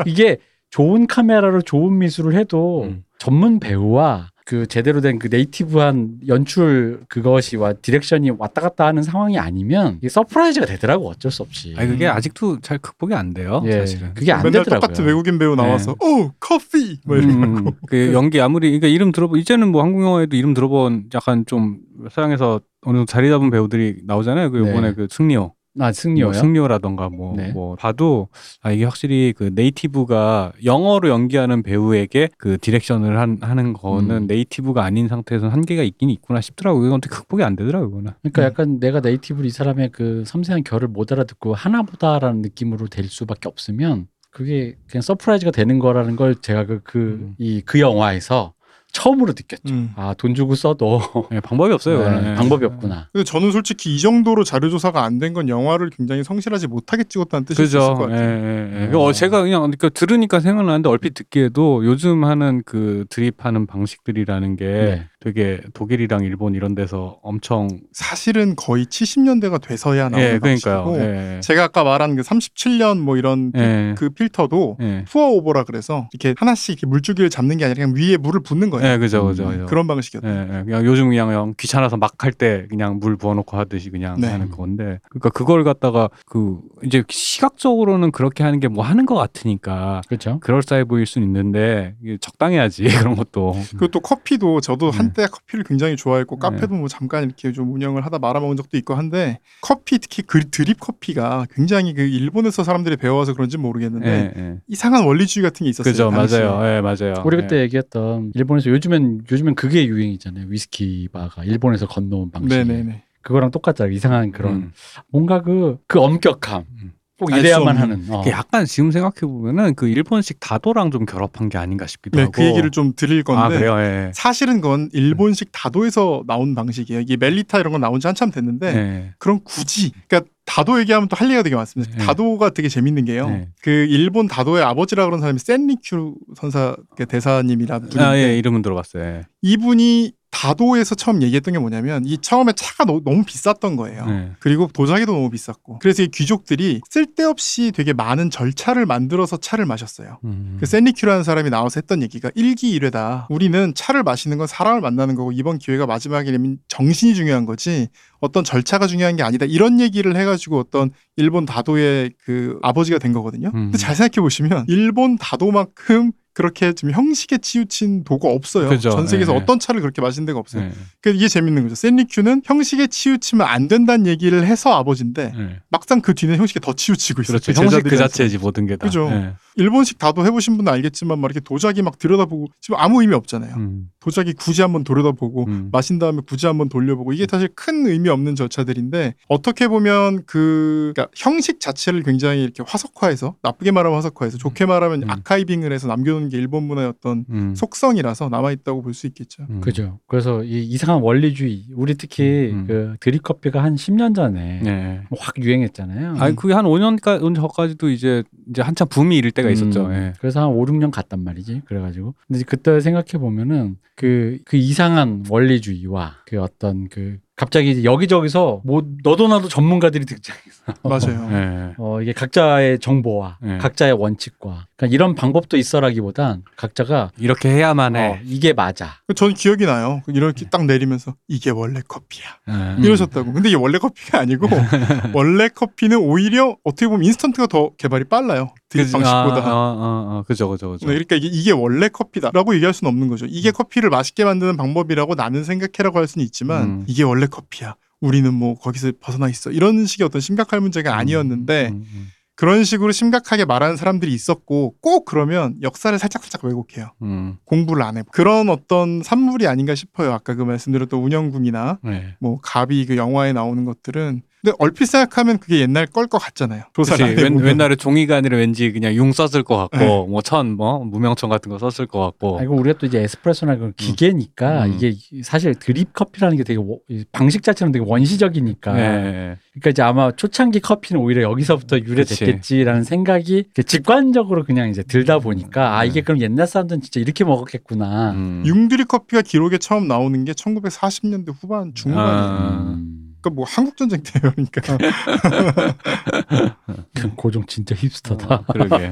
[SPEAKER 2] 이게 좋은 카메라로 좋은 미술을 해도
[SPEAKER 3] 음.
[SPEAKER 2] 전문 배우와 그 제대로 된 그 네이티브한 연출 그것이와 디렉션이 왔다 갔다 하는 상황이 아니면 이게 서프라이즈가 되더라고 어쩔 수 없이.
[SPEAKER 3] 아니 그게
[SPEAKER 1] 음.
[SPEAKER 3] 아직도 잘 극복이 안 돼요.
[SPEAKER 2] 예,
[SPEAKER 3] 사실은.
[SPEAKER 2] 그게 안
[SPEAKER 1] 맨날
[SPEAKER 2] 되더라고요.
[SPEAKER 1] 똑같은 외국인 배우
[SPEAKER 3] 네.
[SPEAKER 1] 나와서 오 커피 뭐 이런
[SPEAKER 2] 음, 음.
[SPEAKER 3] 그 연기 아무리 그러니까 이름 들어보 이제는 뭐 한국 영화에도 이름 들어본 약간 좀 서양에서 어느 정도 자리 잡은 배우들이 나오잖아요. 그
[SPEAKER 2] 네.
[SPEAKER 3] 이번에 그 승리호,
[SPEAKER 2] 아 승리요.
[SPEAKER 3] 뭐 승리호라던가 뭐,
[SPEAKER 2] 네.
[SPEAKER 3] 뭐 봐도 아 이게 확실히 그 네이티브가 영어로 연기하는 배우에게 그 디렉션을 한, 하는 거는
[SPEAKER 2] 음.
[SPEAKER 3] 네이티브가 아닌 상태에서 한계가 있긴 있구나 싶더라고요. 이건 어떻게 극복이 안 되더라고요. 그거는.
[SPEAKER 2] 그러니까 약간 내가 네이티브로 이 사람의 그 섬세한 결을 못 알아듣고 하나보다라는 느낌으로 될 수밖에 없으면 그게 그냥 서프라이즈가 되는 거라는 걸 제가 그 그 이 그
[SPEAKER 3] 음.
[SPEAKER 2] 영화에서 처음으로 느꼈죠.
[SPEAKER 1] 음.
[SPEAKER 2] 아 돈 주고 써도
[SPEAKER 3] 예, 방법이 없어요. 그거는.
[SPEAKER 2] 네,
[SPEAKER 3] 예.
[SPEAKER 2] 방법이 없구나.
[SPEAKER 1] 근데 저는 솔직히 이 정도로 자료 조사가 안 된 건 영화를 굉장히 성실하지 못하게 찍었다는 뜻이 있을 것
[SPEAKER 3] 그죠. 예,
[SPEAKER 1] 같아요. 네.
[SPEAKER 3] 예, 예.
[SPEAKER 2] 음.
[SPEAKER 3] 어, 제가 그냥 그러니까 들으니까 생각나는데 얼핏 듣기에도 요즘 하는 그 드립하는 방식들이라는 게
[SPEAKER 2] 네.
[SPEAKER 3] 되게 독일이랑 일본 이런 데서 엄청
[SPEAKER 1] 사실은 거의 70년대가 돼서야 나오는
[SPEAKER 3] 예 그러니까요.
[SPEAKER 1] 방식이고
[SPEAKER 3] 예.
[SPEAKER 1] 제가 아까 말한 그 37년 뭐 이런
[SPEAKER 3] 예.
[SPEAKER 1] 그 필터도
[SPEAKER 3] 예.
[SPEAKER 1] 푸어 오버라 그래서 이렇게 하나씩 이렇게 물줄기를 잡는 게 아니라 그냥 위에 물을 붓는 거예요.
[SPEAKER 3] 예, 그죠, 그죠.
[SPEAKER 2] 음,
[SPEAKER 3] 그죠.
[SPEAKER 1] 그런 방식이었죠.
[SPEAKER 3] 예, 예. 그냥 요즘 그냥, 그냥 귀찮아서 막 할 때 그냥 물 부어놓고 하듯이 그냥
[SPEAKER 1] 네.
[SPEAKER 3] 하는 건데 그러니까 그걸 갖다가 그 이제 시각적으로는 그렇게 하는 게 뭐 하는 것 같으니까
[SPEAKER 2] 그렇죠.
[SPEAKER 3] 그럴싸해 보일 수는 있는데 이게 적당해야지 [laughs] 그런 것도
[SPEAKER 1] 그리고 또 커피도 저도
[SPEAKER 3] 네.
[SPEAKER 1] 한때 커피를 굉장히 좋아했고
[SPEAKER 3] 네.
[SPEAKER 1] 카페도 뭐 잠깐 이렇게 좀 운영을 하다 말아먹은 적도 있고 한데 커피 특히 그 드립 커피가 굉장히 그 일본에서 사람들이 배워와서 그런지 모르겠는데
[SPEAKER 3] 예, 예.
[SPEAKER 1] 이상한 원리주의 같은 게 있었어요.
[SPEAKER 3] 그죠,
[SPEAKER 1] 네, 당시에.
[SPEAKER 3] 맞아요. 예, 맞아요.
[SPEAKER 2] 우리
[SPEAKER 3] 예.
[SPEAKER 2] 그때 얘기했던 일본에서 요즘엔 요즘엔 그게 유행이잖아요. 위스키 바가 일본에서 건너온 방식.
[SPEAKER 1] 네네네.
[SPEAKER 2] 그거랑 똑같잖아요. 이상한 그런
[SPEAKER 3] 음.
[SPEAKER 2] 뭔가 그 그 엄격함.
[SPEAKER 3] 음.
[SPEAKER 2] 꼭
[SPEAKER 1] 알수
[SPEAKER 2] 이래야만
[SPEAKER 1] 없는.
[SPEAKER 2] 하는. 어.
[SPEAKER 3] 그게 약간 지금 생각해 보면은 그 일본식 다도랑 좀 결합한 게 아닌가 싶기도
[SPEAKER 1] 네,
[SPEAKER 3] 하고.
[SPEAKER 1] 그 얘기를 좀 드릴
[SPEAKER 3] 아
[SPEAKER 1] 건데
[SPEAKER 3] 그래요. 예.
[SPEAKER 1] 사실은 그건 일본식 다도에서 나온 방식이에요. 이게 멜리타 이런 건 나온 지 한참 됐는데
[SPEAKER 3] 네.
[SPEAKER 1] 그럼 굳이 그러니까 다도 얘기하면 또 할 얘기가 되게 많습니다.
[SPEAKER 3] 네.
[SPEAKER 1] 다도가 되게 재밌는 게요.
[SPEAKER 3] 네.
[SPEAKER 1] 그 일본 다도의 아버지라 그런 사람이 센리큐 선사 그 대사님이라 분인데
[SPEAKER 3] 예. 아, 예, 이름은 들어봤어요. 예.
[SPEAKER 1] 이분이 과도에서 처음 얘기했던 게 뭐냐면 이 처음에 차가 너, 무 비쌌던 거예요.
[SPEAKER 3] 네.
[SPEAKER 1] 그리고 도자기도 너무 비쌌고 그래서 이 귀족들이 쓸데없이 되게 많은 절차를 만들어서 차를 마셨어요.
[SPEAKER 3] 음.
[SPEAKER 1] 그 샌리큐라는 사람이 나와서 했던 얘기가 일기일회다 우리는 차를 마시는 건 사람을 만나는 거고 이번 기회가 마지막이라면 정신이 중요한 거지 어떤 절차가 중요한 게 아니다. 이런 얘기를 해가지고 어떤 일본 다도의 그 아버지가 된 거거든요.
[SPEAKER 3] 음.
[SPEAKER 1] 근데 잘 생각해 보시면 일본 다도만큼 그렇게 지금 형식에 치우친 도가 없어요.
[SPEAKER 3] 그죠.
[SPEAKER 1] 전 세계에서
[SPEAKER 3] 네.
[SPEAKER 1] 어떤 차를 그렇게 마신 데가 없어요.
[SPEAKER 3] 네.
[SPEAKER 1] 그러니까 이게 재밌는 거죠. 샌리큐는 형식에 치우치면 안 된다는 얘기를 해서 아버지인데
[SPEAKER 3] 네.
[SPEAKER 1] 막상 그 뒤는 형식에 더 치우치고 있어요.
[SPEAKER 3] 그렇죠.
[SPEAKER 1] 그
[SPEAKER 3] 형식 그
[SPEAKER 1] 형제들이랑.
[SPEAKER 3] 자체지 모든 게 다.
[SPEAKER 1] 그죠. 어.
[SPEAKER 3] 네.
[SPEAKER 1] 일본식 다도 해보신 분은 알겠지만 막 이렇게 도자기 막 들여다보고 지금 아무 의미 없잖아요.
[SPEAKER 3] 음.
[SPEAKER 1] 도자기 굳이 한번 들여다보고
[SPEAKER 3] 음.
[SPEAKER 1] 마신 다음에 굳이 한번 돌려보고 이게 사실 큰 의미 없는 절차들인데 어떻게 보면 그 그러니까 형식 자체를 굉장히 이렇게 화석화해서 나쁘게 말하면 화석화해서 좋게 말하면
[SPEAKER 3] 음.
[SPEAKER 1] 아카이빙을 해서 남겨놓는 게 일본 문화의 어떤
[SPEAKER 3] 음.
[SPEAKER 1] 속성이라서 남아있다고 볼 수 있겠죠.
[SPEAKER 3] 음.
[SPEAKER 2] 그죠. 그래서 이 이상한 원리주의, 우리 특히
[SPEAKER 3] 음.
[SPEAKER 2] 그 드립커피가 한 10년 전에 뭐
[SPEAKER 3] 네.
[SPEAKER 2] 확 유행했잖아요.
[SPEAKER 3] 아니 그게 한 5년까지 전까지도 이제 이제 한참 붐이 이를 때가 있었죠.
[SPEAKER 2] 음,
[SPEAKER 3] 예.
[SPEAKER 2] 그래서 한 5, 6년 갔단 말이지. 그래가지고. 근데 이제 그때 생각해보면은 그, 그 이상한 원리주의와 그 어떤 그 갑자기 이제 여기저기서 뭐 너도 나도 전문가들이 등장해서
[SPEAKER 1] 맞아요.
[SPEAKER 3] 예.
[SPEAKER 2] 어, 이게 각자의 정보와
[SPEAKER 3] 네.
[SPEAKER 2] 각자의 원칙과 그러니까 이런 방법도 있어라기보단 각자가
[SPEAKER 3] 이렇게 해야만
[SPEAKER 2] 어,
[SPEAKER 3] 해.
[SPEAKER 2] 이게 맞아.
[SPEAKER 1] 전 기억이 나요.
[SPEAKER 3] 네.
[SPEAKER 1] 이렇게 딱 내리면서 이게 원래 커피야.
[SPEAKER 3] 예.
[SPEAKER 2] 음.
[SPEAKER 1] 이러셨다고. 근데 이게 원래 커피가
[SPEAKER 3] [laughs]
[SPEAKER 1] 아니고 원래 커피는 오히려 어떻게 보면 인스턴트가 더 개발이 빨라요. 드립
[SPEAKER 3] 그지.
[SPEAKER 1] 방식보다.
[SPEAKER 3] 아, 아, 아, 아. 그죠, 그죠, 그죠.
[SPEAKER 1] 네, 그러니까 이게, 이게 원래 커피다라고 얘기할 수는 없는 거죠.
[SPEAKER 3] 음.
[SPEAKER 1] 이게 커피를 맛있게 만드는 방법이라고 나는 생각해라고 할 수는 있지만
[SPEAKER 3] 음.
[SPEAKER 1] 이게 원래 커피야. 우리는 뭐 거기서 벗어나 있어. 이런 식의 어떤 심각할 문제가 아니었는데
[SPEAKER 3] 음, 음,
[SPEAKER 1] 그런 식으로 심각하게 말하는 사람들이 있었고 꼭 그러면 역사를 살짝살짝 왜곡해요.
[SPEAKER 3] 음.
[SPEAKER 1] 공부를 안 해. 그런 어떤 산물이 아닌가 싶어요. 아까 그 말씀드렸던 운영군이나
[SPEAKER 3] 네.
[SPEAKER 1] 뭐 가비 그 영화에 나오는 것들은 근데 얼핏 생각하면 그게 옛날 걸 것 같잖아요.
[SPEAKER 3] 그치.
[SPEAKER 1] 조사를 안
[SPEAKER 3] 웬,
[SPEAKER 1] 해보면.
[SPEAKER 3] 옛날에 종이가 아니라 왠지 그냥 융 썼을 것 같고
[SPEAKER 1] 네.
[SPEAKER 3] 뭐천 뭐 무명천 같은 거 썼을 것 같고
[SPEAKER 2] 아, 이거 우리가 또 이제 에스프레소나 그런 기계니까
[SPEAKER 3] 어. 음.
[SPEAKER 2] 이게 사실 드립 커피라는 게 되게 워- 이 방식 자체는 되게 원시적이니까
[SPEAKER 3] 예.
[SPEAKER 2] 그러니까 이제 아마 초창기 커피는 오히려
[SPEAKER 3] 음,
[SPEAKER 2] 여기서부터 유래됐겠지라는 생각이 이렇게 직관적으로 그냥 이제 들다 보니까 아
[SPEAKER 3] 네.
[SPEAKER 2] 이게 그럼 옛날 사람들은 진짜 이렇게 먹었겠구나.
[SPEAKER 3] 음.
[SPEAKER 1] 융두리 커피가 기록에 처음 나오는 게 1940년대 후반 중후반이에요.
[SPEAKER 3] 아.
[SPEAKER 2] 음.
[SPEAKER 1] 그러니까 뭐 한국 전쟁 때요. 그러니까 [laughs]
[SPEAKER 2] 그 고종 진짜 힙스터다.
[SPEAKER 3] 어, 그러게.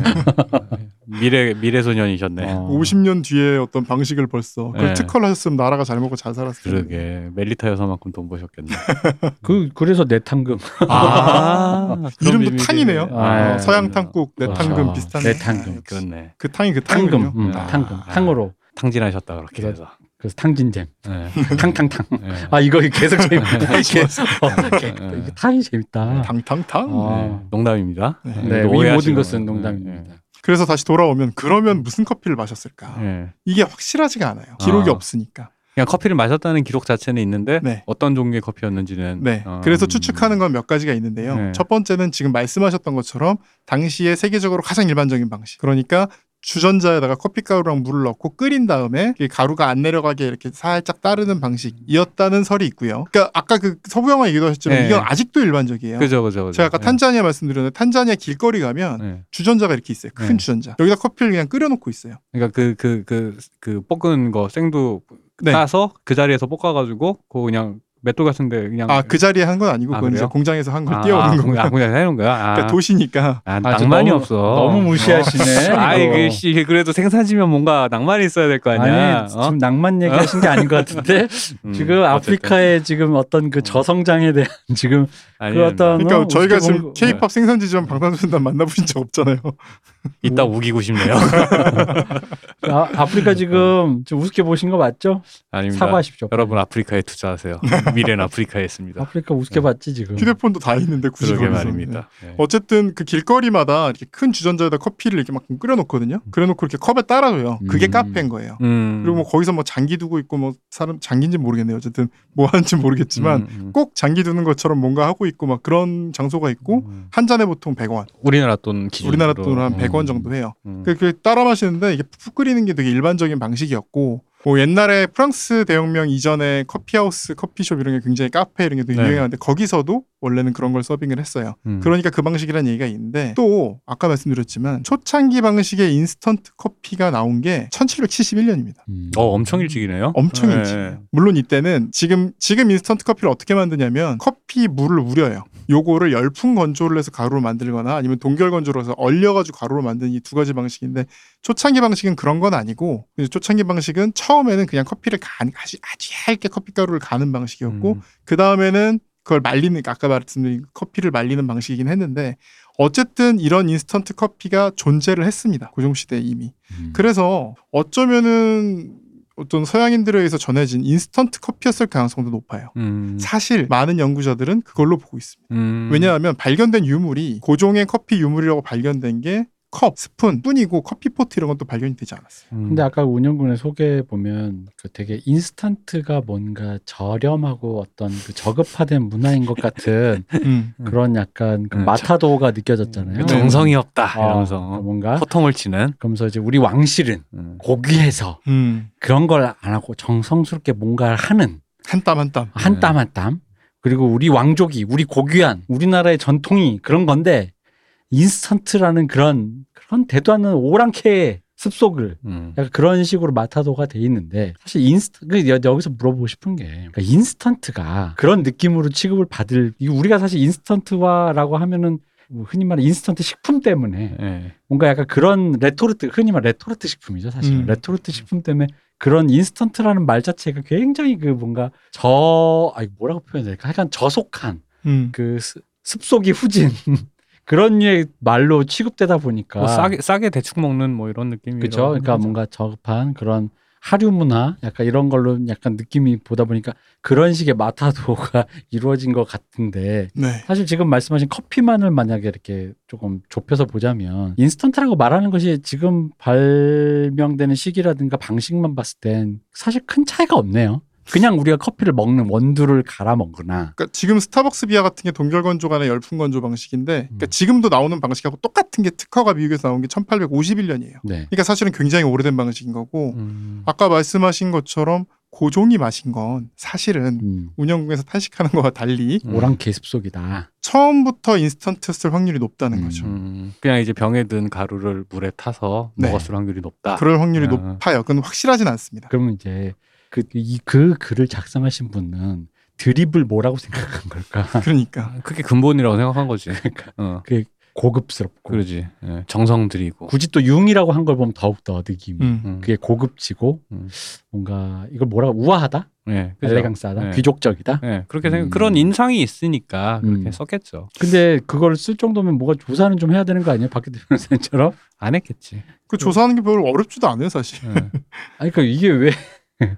[SPEAKER 3] 미래 미래 소년이셨네.
[SPEAKER 2] 어.
[SPEAKER 1] 50년 뒤에 어떤 방식을 벌써 그걸
[SPEAKER 3] 네.
[SPEAKER 1] 특허를 하셨으면 나라가 잘 먹고 잘 살았을 텐데.
[SPEAKER 3] 그러게 멜리타 여사만큼 돈 버셨겠네. 음.
[SPEAKER 2] 그 그래서 내 탕금
[SPEAKER 3] 아,
[SPEAKER 1] 이름도
[SPEAKER 3] 그런
[SPEAKER 1] 탕이네요.
[SPEAKER 3] 의미네. 네.
[SPEAKER 2] 아,
[SPEAKER 1] 어, 서양 탕국 내
[SPEAKER 2] 그렇죠.
[SPEAKER 1] 탕금 비슷한.
[SPEAKER 2] 내 탕금.
[SPEAKER 1] 아, 그-
[SPEAKER 3] 그렇네.
[SPEAKER 1] 그 탕이 그
[SPEAKER 2] 탕금,
[SPEAKER 1] 탕금요.
[SPEAKER 2] 음,
[SPEAKER 3] 아.
[SPEAKER 2] 탕금, 탕으로
[SPEAKER 3] 탕진하셨다 그렇게
[SPEAKER 2] 그렇-
[SPEAKER 3] 해서.
[SPEAKER 2] 그래서 탕진잼,
[SPEAKER 1] [laughs]
[SPEAKER 3] 네.
[SPEAKER 2] 탕탕탕.
[SPEAKER 3] 네.
[SPEAKER 2] 아 이거 계속 재밌.
[SPEAKER 1] 좋았어.
[SPEAKER 3] 아.
[SPEAKER 2] 이게 탕이 재밌다.
[SPEAKER 1] 네, 탕탕탕.
[SPEAKER 2] 어.
[SPEAKER 3] 네, 농담입니다.
[SPEAKER 1] 아. 네.
[SPEAKER 2] 네,
[SPEAKER 3] 이거
[SPEAKER 2] 이
[SPEAKER 3] 오해하시는
[SPEAKER 2] 모든 것은
[SPEAKER 3] 거예요.
[SPEAKER 2] 농담입니다.
[SPEAKER 1] 그래서 다시 돌아오면 그러면 무슨 커피를 마셨을까?
[SPEAKER 3] 네, 네.
[SPEAKER 1] 이게 확실하지가 않아요. 기록이
[SPEAKER 3] 아.
[SPEAKER 1] 없으니까.
[SPEAKER 3] 그냥 커피를 마셨다는 기록 자체는 있는데
[SPEAKER 1] 네.
[SPEAKER 3] 어떤 종류의 커피였는지는
[SPEAKER 1] 네.
[SPEAKER 3] 어,
[SPEAKER 1] 그래서
[SPEAKER 3] 음,
[SPEAKER 1] 추측하는 건 몇 가지가 있는데요.
[SPEAKER 3] 네.
[SPEAKER 1] 첫 번째는 지금 말씀하셨던 것처럼 당시에 세계적으로 가장 일반적인 방식. 그러니까 주전자에다가 커피 가루랑 물을 넣고 끓인 다음에 이 가루가 안 내려가게 이렇게 살짝 따르는 방식이었다는 설이 있고요. 그러니까 아까 그 서부 영화 얘기도 하셨지만
[SPEAKER 3] 네.
[SPEAKER 1] 이건 아직도 일반적이에요.
[SPEAKER 3] 그죠 그죠 그죠.
[SPEAKER 1] 제가 아까 탄자니아 말씀드렸는데 탄자니아 길거리 가면
[SPEAKER 3] 네.
[SPEAKER 1] 주전자가 이렇게 있어요. 큰
[SPEAKER 3] 네.
[SPEAKER 1] 주전자. 여기다 커피를 그냥 끓여놓고 있어요.
[SPEAKER 3] 그러니까 그 그 그 그 볶은 거 생두
[SPEAKER 1] 네.
[SPEAKER 3] 따서 그 자리에서 볶아가지고 그거 그냥 맷돌 같은데 그냥
[SPEAKER 1] 아 그 자리에 한 건 아니고
[SPEAKER 3] 아,
[SPEAKER 1] 그건 이제
[SPEAKER 3] 그래요?
[SPEAKER 1] 공장에서 한 걸
[SPEAKER 3] 아,
[SPEAKER 1] 띄워오는
[SPEAKER 3] 아,
[SPEAKER 1] 거고요.
[SPEAKER 3] 아, 그냥 해놓은 거야. 아,
[SPEAKER 1] 그러니까 도시니까
[SPEAKER 3] 아,
[SPEAKER 2] 아, 저
[SPEAKER 3] 낭만이
[SPEAKER 2] 너무-
[SPEAKER 3] 없어. 어.
[SPEAKER 2] 너무 무시하시네.
[SPEAKER 3] 아이
[SPEAKER 2] 이거.
[SPEAKER 3] 그씨 그래도 생사지면 뭔가 낭만이 있어야 될 거 아니야.
[SPEAKER 2] 아니
[SPEAKER 3] 어?
[SPEAKER 2] 지금 낭만 얘기하신 게 아닌 것 같은데
[SPEAKER 3] 음,
[SPEAKER 2] 지금
[SPEAKER 3] 어쨌든. 음.
[SPEAKER 2] 아프리카의 지금 어떤 그 저성장에 대한 지금
[SPEAKER 3] 아니,
[SPEAKER 2] 그 어떤
[SPEAKER 1] 그러니까
[SPEAKER 3] 뭐
[SPEAKER 2] 어,
[SPEAKER 1] 저희가
[SPEAKER 2] 어떻게
[SPEAKER 1] 지금
[SPEAKER 2] 보면-
[SPEAKER 3] 네.
[SPEAKER 1] K-팝 생산지점 방탄소년단 만나보신 적 없잖아요.
[SPEAKER 3] 음. 이따 우기고 싶네요.
[SPEAKER 2] 아, 아프리카
[SPEAKER 3] 어.
[SPEAKER 2] 지금 좀 우습게 보신 거 맞죠?
[SPEAKER 3] [laughs] 아닙니다.
[SPEAKER 2] 사과하십시오.
[SPEAKER 3] 여러분 아프리카에 투자하세요. 미래는 아프리카에 있습니다. 네.
[SPEAKER 2] 아프리카 우습게 봤지 지금.
[SPEAKER 1] 휴대폰도 다 있는데 굳이
[SPEAKER 3] 그러게
[SPEAKER 1] 거기서.
[SPEAKER 3] 말입니다. 네.
[SPEAKER 1] 어쨌든 그 길거리마다 이렇게 큰 주전자에다 커피를 이렇게 막 끓여놓거든요. 끓여놓고 이렇게 컵에 따라줘요. 그게
[SPEAKER 2] 음.
[SPEAKER 1] 카페인 거예요.
[SPEAKER 3] 음.
[SPEAKER 1] 그리고 뭐 거기서 뭐 장기 두고 있고 뭐 사람 장기인지 모르겠네요. 어쨌든 뭐 하는지 모르겠지만
[SPEAKER 3] 음,
[SPEAKER 1] 꼭 장기 두는 것처럼 뭔가 하고 있고 막 그런 장소가 있고
[SPEAKER 3] 음.
[SPEAKER 1] 한 잔에 보통 100원.
[SPEAKER 3] 우리나라 돈 기준
[SPEAKER 1] 우리나라 돈으로 한
[SPEAKER 2] 음.
[SPEAKER 1] 100원 정도 해요.
[SPEAKER 3] 음.
[SPEAKER 1] 그, 그 따라 마시는데 이게 푹 끓이는 게 되게 일반적인 방식이었고 뭐 옛날에 프랑스 대혁명 이전에 커피하우스, 커피숍 이런 게 굉장히 카페 이런 게 되게
[SPEAKER 3] 네.
[SPEAKER 1] 유행하는데 거기서도 원래는 그런 걸 서빙을 했어요.
[SPEAKER 3] 음.
[SPEAKER 1] 그러니까 그 방식이란 얘기가 있는데 또 아까 말씀드렸지만 초창기 방식의 인스턴트 커피가 나온 게 1771년입니다.
[SPEAKER 2] 음.
[SPEAKER 3] 어 엄청 일찍이네요.
[SPEAKER 1] 엄청
[SPEAKER 3] 네.
[SPEAKER 1] 일찍. 물론 이때는 지금 지금 인스턴트 커피를 어떻게 만드냐면 커피 물을 우려요. 요거를 열풍 건조를 해서 가루로 만들거나 아니면 동결 건조를 해서 얼려가지고 가루로 만드는 이 두 가지 방식인데 초창기 방식은 그런 건 아니고 이제 초창기 방식은 처음에는 그냥 커피를 간 아주 아주 얇게 커피 가루를 가는 방식이었고
[SPEAKER 3] 음.
[SPEAKER 1] 그 다음에는 그걸 말리는 아까 말씀드린 커피를 말리는 방식이긴 했는데 어쨌든 이런 인스턴트 커피가 존재를 했습니다 고종 시대에 이미
[SPEAKER 2] 음.
[SPEAKER 1] 그래서 어쩌면은 어떤 서양인들에 의해서 전해진 인스턴트 커피였을 가능성도 높아요.
[SPEAKER 3] 음.
[SPEAKER 1] 사실 많은 연구자들은 그걸로 보고 있습니다.
[SPEAKER 3] 음.
[SPEAKER 1] 왜냐하면 발견된 유물이 고종의 커피 유물이라고 발견된 게 컵, 스푼 뿐이고 커피포트 이런 건 또 발견이 되지
[SPEAKER 3] [laughs]
[SPEAKER 1] 않았어요.
[SPEAKER 3] 음.
[SPEAKER 2] 근데 아까 운영군의 소개 보면 그 되게 인스턴트가 뭔가 저렴하고 어떤 그 저급화된 문화인 것
[SPEAKER 3] [laughs]
[SPEAKER 2] 같은
[SPEAKER 1] 음.
[SPEAKER 2] 그런 약간 그
[SPEAKER 3] 음, 그
[SPEAKER 2] 마타도가 느껴졌잖아요.
[SPEAKER 1] 음,
[SPEAKER 3] 정성이 없다
[SPEAKER 2] 어,
[SPEAKER 3] 이러면서
[SPEAKER 2] 뭔가
[SPEAKER 3] 호통을 치는.
[SPEAKER 2] 그러면서 이제 우리 왕실은 고귀해서
[SPEAKER 1] 음.
[SPEAKER 2] 그런 걸 안 하고 정성스럽게 뭔가를 하는
[SPEAKER 1] 한 땀 한 땀.
[SPEAKER 2] 한 땀 한 땀 그리고 우리 왕족이 우리 고귀한 우리나라의 전통이 그런 건데 인스턴트라는 그런 그런 대도 않는 오랑캐의 습속을
[SPEAKER 3] 음.
[SPEAKER 2] 약간 그런 식으로 마타도가 돼 있는데 사실 인스턴 그 여- 여기서 물어보고 싶은 게 그러니까 인스턴트가 그런 느낌으로 취급을 받을 이 우리가 사실 인스턴트화라고 하면은 뭐 흔히 말하는 인스턴트 식품 때문에
[SPEAKER 3] 예.
[SPEAKER 2] 뭔가 약간 그런 레토르트 흔히 말하는 레토르트 식품이죠 사실
[SPEAKER 1] 음.
[SPEAKER 2] 은 레토르트 식품 때문에 그런 인스턴트라는 말 자체가 굉장히 그 뭔가 저 아니 뭐라고 표현해야 될까 약간 저속한
[SPEAKER 1] 음.
[SPEAKER 2] 그 습- 습속이 후진 [laughs] 그런 류의 말로 취급되다 보니까
[SPEAKER 3] 뭐 싸게 싸게 대충 먹는 뭐 이런 느낌이.
[SPEAKER 2] 그렇죠. 그러니까 뭔가 저급한 그런 하류 문화 약간 이런 걸로 약간 느낌이 보다 보니까 그런 식의 마타도가 [laughs] 이루어진 것 같은데
[SPEAKER 1] 네.
[SPEAKER 2] 사실 지금 말씀하신 커피만을 만약에 이렇게 조금 좁혀서 보자면 인스턴트라고 말하는 것이 지금 발명되는 시기라든가 방식만 봤을 땐 사실 큰 차이가 없네요. 그냥 우리가 커피를 먹는 원두를 갈아 먹거나
[SPEAKER 1] 그러니까 지금 스타벅스 비아 같은 게 동결 건조간의 열풍 건조 방식인데 그러니까
[SPEAKER 2] 음.
[SPEAKER 1] 지금도 나오는 방식하고 똑같은 게 특허가 미국에서 나온 게 1851년이에요.
[SPEAKER 2] 네.
[SPEAKER 1] 그러니까 사실은 굉장히 오래된 방식인 거고
[SPEAKER 3] 음.
[SPEAKER 1] 아까 말씀하신 것처럼 고종이 마신 건 사실은
[SPEAKER 2] 음,
[SPEAKER 1] 운영국에서 탄식하는 것과 달리
[SPEAKER 3] 음.
[SPEAKER 2] 오랑캐 습속이다.
[SPEAKER 1] 처음부터 인스턴트였을 확률이 높다는
[SPEAKER 2] 음.
[SPEAKER 1] 거죠.
[SPEAKER 3] 음. 그냥 이제 병에 든 가루를 물에 타서
[SPEAKER 1] 네.
[SPEAKER 3] 먹었을 확률이 높다.
[SPEAKER 1] 그럴 확률이
[SPEAKER 3] 아.
[SPEAKER 1] 높아요. 그건 확실하진 않습니다.
[SPEAKER 2] 그러면 이제 그, 이, 그 글을 작성하신 분은 드립을 뭐라고 생각한 걸까?
[SPEAKER 1] 그러니까
[SPEAKER 3] 아, [laughs] 그게 근본이라고 생각한 거지.
[SPEAKER 2] 그러니까
[SPEAKER 3] 어.
[SPEAKER 2] 고급스럽고
[SPEAKER 3] 그러지. 예. 정성 들이고.
[SPEAKER 2] 굳이 또 융이라고 한 걸 보면 더욱더 느낌이
[SPEAKER 1] 음.
[SPEAKER 3] 음.
[SPEAKER 2] 그게 고급지고
[SPEAKER 3] 음.
[SPEAKER 2] 뭔가 이걸 뭐라고 우아하다
[SPEAKER 3] 예. 그죠?
[SPEAKER 2] 엘레강스하다
[SPEAKER 3] 예.
[SPEAKER 2] 귀족적이다
[SPEAKER 3] 예. 그렇게 생각.
[SPEAKER 2] 음.
[SPEAKER 3] 그런 인상이 있으니까 그렇게
[SPEAKER 2] 음.
[SPEAKER 3] 썼겠죠.
[SPEAKER 2] 근데 그걸 쓸 정도면 뭐가 조사는 좀 해야 되는 거 아니에요 [laughs] 박기대 변호사님처럼
[SPEAKER 3] 안 했겠지.
[SPEAKER 1] 그 조사하는 게 별로 어렵지도 않아요, 사실.
[SPEAKER 3] 예.
[SPEAKER 2] 아니 그러니까 이게 [laughs] 왜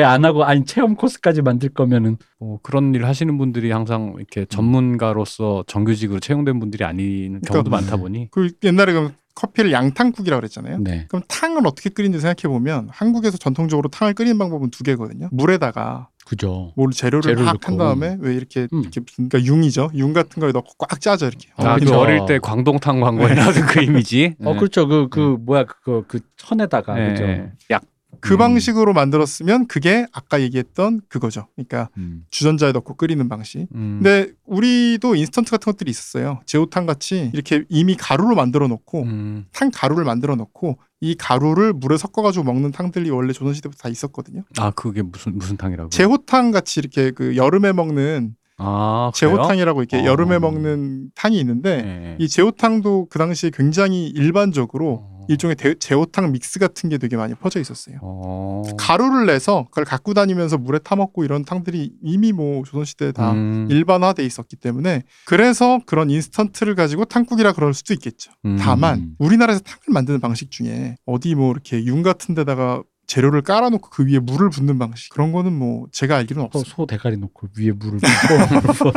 [SPEAKER 2] 왜 안 하고 아니 체험 코스까지 만들 거면은
[SPEAKER 3] 뭐 그런 일 하시는 분들이 항상 이렇게 전문가로서 정규직으로 채용된 분들이 아닌
[SPEAKER 1] 그러니까-
[SPEAKER 3] 경우도 많다 보니
[SPEAKER 1] 그 옛날에 그 커피를 양탕국이라고 그랬잖아요.
[SPEAKER 2] 네
[SPEAKER 1] 그럼 탕을 어떻게 끓이는지 생각해 보면 한국에서 전통적으로 탕을 끓이는 방법은 두 개거든요. 물에다가
[SPEAKER 2] 그죠
[SPEAKER 1] 뭘 재료를
[SPEAKER 2] 재료를
[SPEAKER 1] 팍한
[SPEAKER 2] 넣고.
[SPEAKER 1] 다음에 왜 이렇게
[SPEAKER 2] 음.
[SPEAKER 1] 이렇게 무슨- 그러니까 융이죠. 융 같은 걸 넣고 꽉 짜죠, 이렇게.
[SPEAKER 2] 아,
[SPEAKER 3] 아, 그
[SPEAKER 2] 그죠.
[SPEAKER 3] 어릴 때 광동탕 광고에 나오던 [laughs] 그 이미지.
[SPEAKER 2] 어 그렇죠 그 그 뭐야 그거 그 천에다가
[SPEAKER 3] 예,
[SPEAKER 2] 그죠
[SPEAKER 3] 예. 약.
[SPEAKER 1] 그
[SPEAKER 3] 음.
[SPEAKER 1] 방식으로 만들었으면 그게 아까 얘기했던 그거죠. 그러니까
[SPEAKER 2] 음.
[SPEAKER 1] 주전자에 넣고 끓이는 방식.
[SPEAKER 3] 음.
[SPEAKER 1] 근데 우리도 인스턴트 같은 것들이 있었어요. 제우탕 같이 이렇게 이미 가루로 만들어 놓고
[SPEAKER 3] 음.
[SPEAKER 1] 탕 가루를 만들어 놓고 이 가루를 물에 섞어 가지고 먹는 탕들이 원래 조선 시대부터 다 있었거든요.
[SPEAKER 3] 아 그게 무슨 무슨 탕이라고?
[SPEAKER 1] 제호탕 같이 이렇게 그 여름에 먹는
[SPEAKER 3] 아 그래요?
[SPEAKER 1] 제호탕이라고 이렇게
[SPEAKER 3] 어.
[SPEAKER 1] 여름에 먹는 탕이 있는데
[SPEAKER 3] 예, 예.
[SPEAKER 1] 이 제호탕도 그 당시에 굉장히 일반적으로
[SPEAKER 3] 어.
[SPEAKER 1] 일종의 대- 제호탕 믹스 같은 게 되게 많이 퍼져 있었어요.
[SPEAKER 3] 어.
[SPEAKER 1] 가루를 내서 그걸 갖고 다니면서 물에 타먹고 이런 탕들이 이미 뭐 조선시대에 다
[SPEAKER 3] 음.
[SPEAKER 1] 일반화돼 있었기 때문에 그래서 그런 인스턴트를 가지고 탕국이라 그럴 수도 있겠죠.
[SPEAKER 3] 음.
[SPEAKER 1] 다만 우리나라에서 탕을 만드는 방식 중에 어디 뭐 이렇게 윤 같은 데다가 재료를 깔아놓고 그 위에 물을 붓는 방식 그런 거는 뭐 제가 알기로는
[SPEAKER 2] 소,
[SPEAKER 1] 없어요.
[SPEAKER 2] 소 대가리 놓고 위에 물을 [laughs] 붓고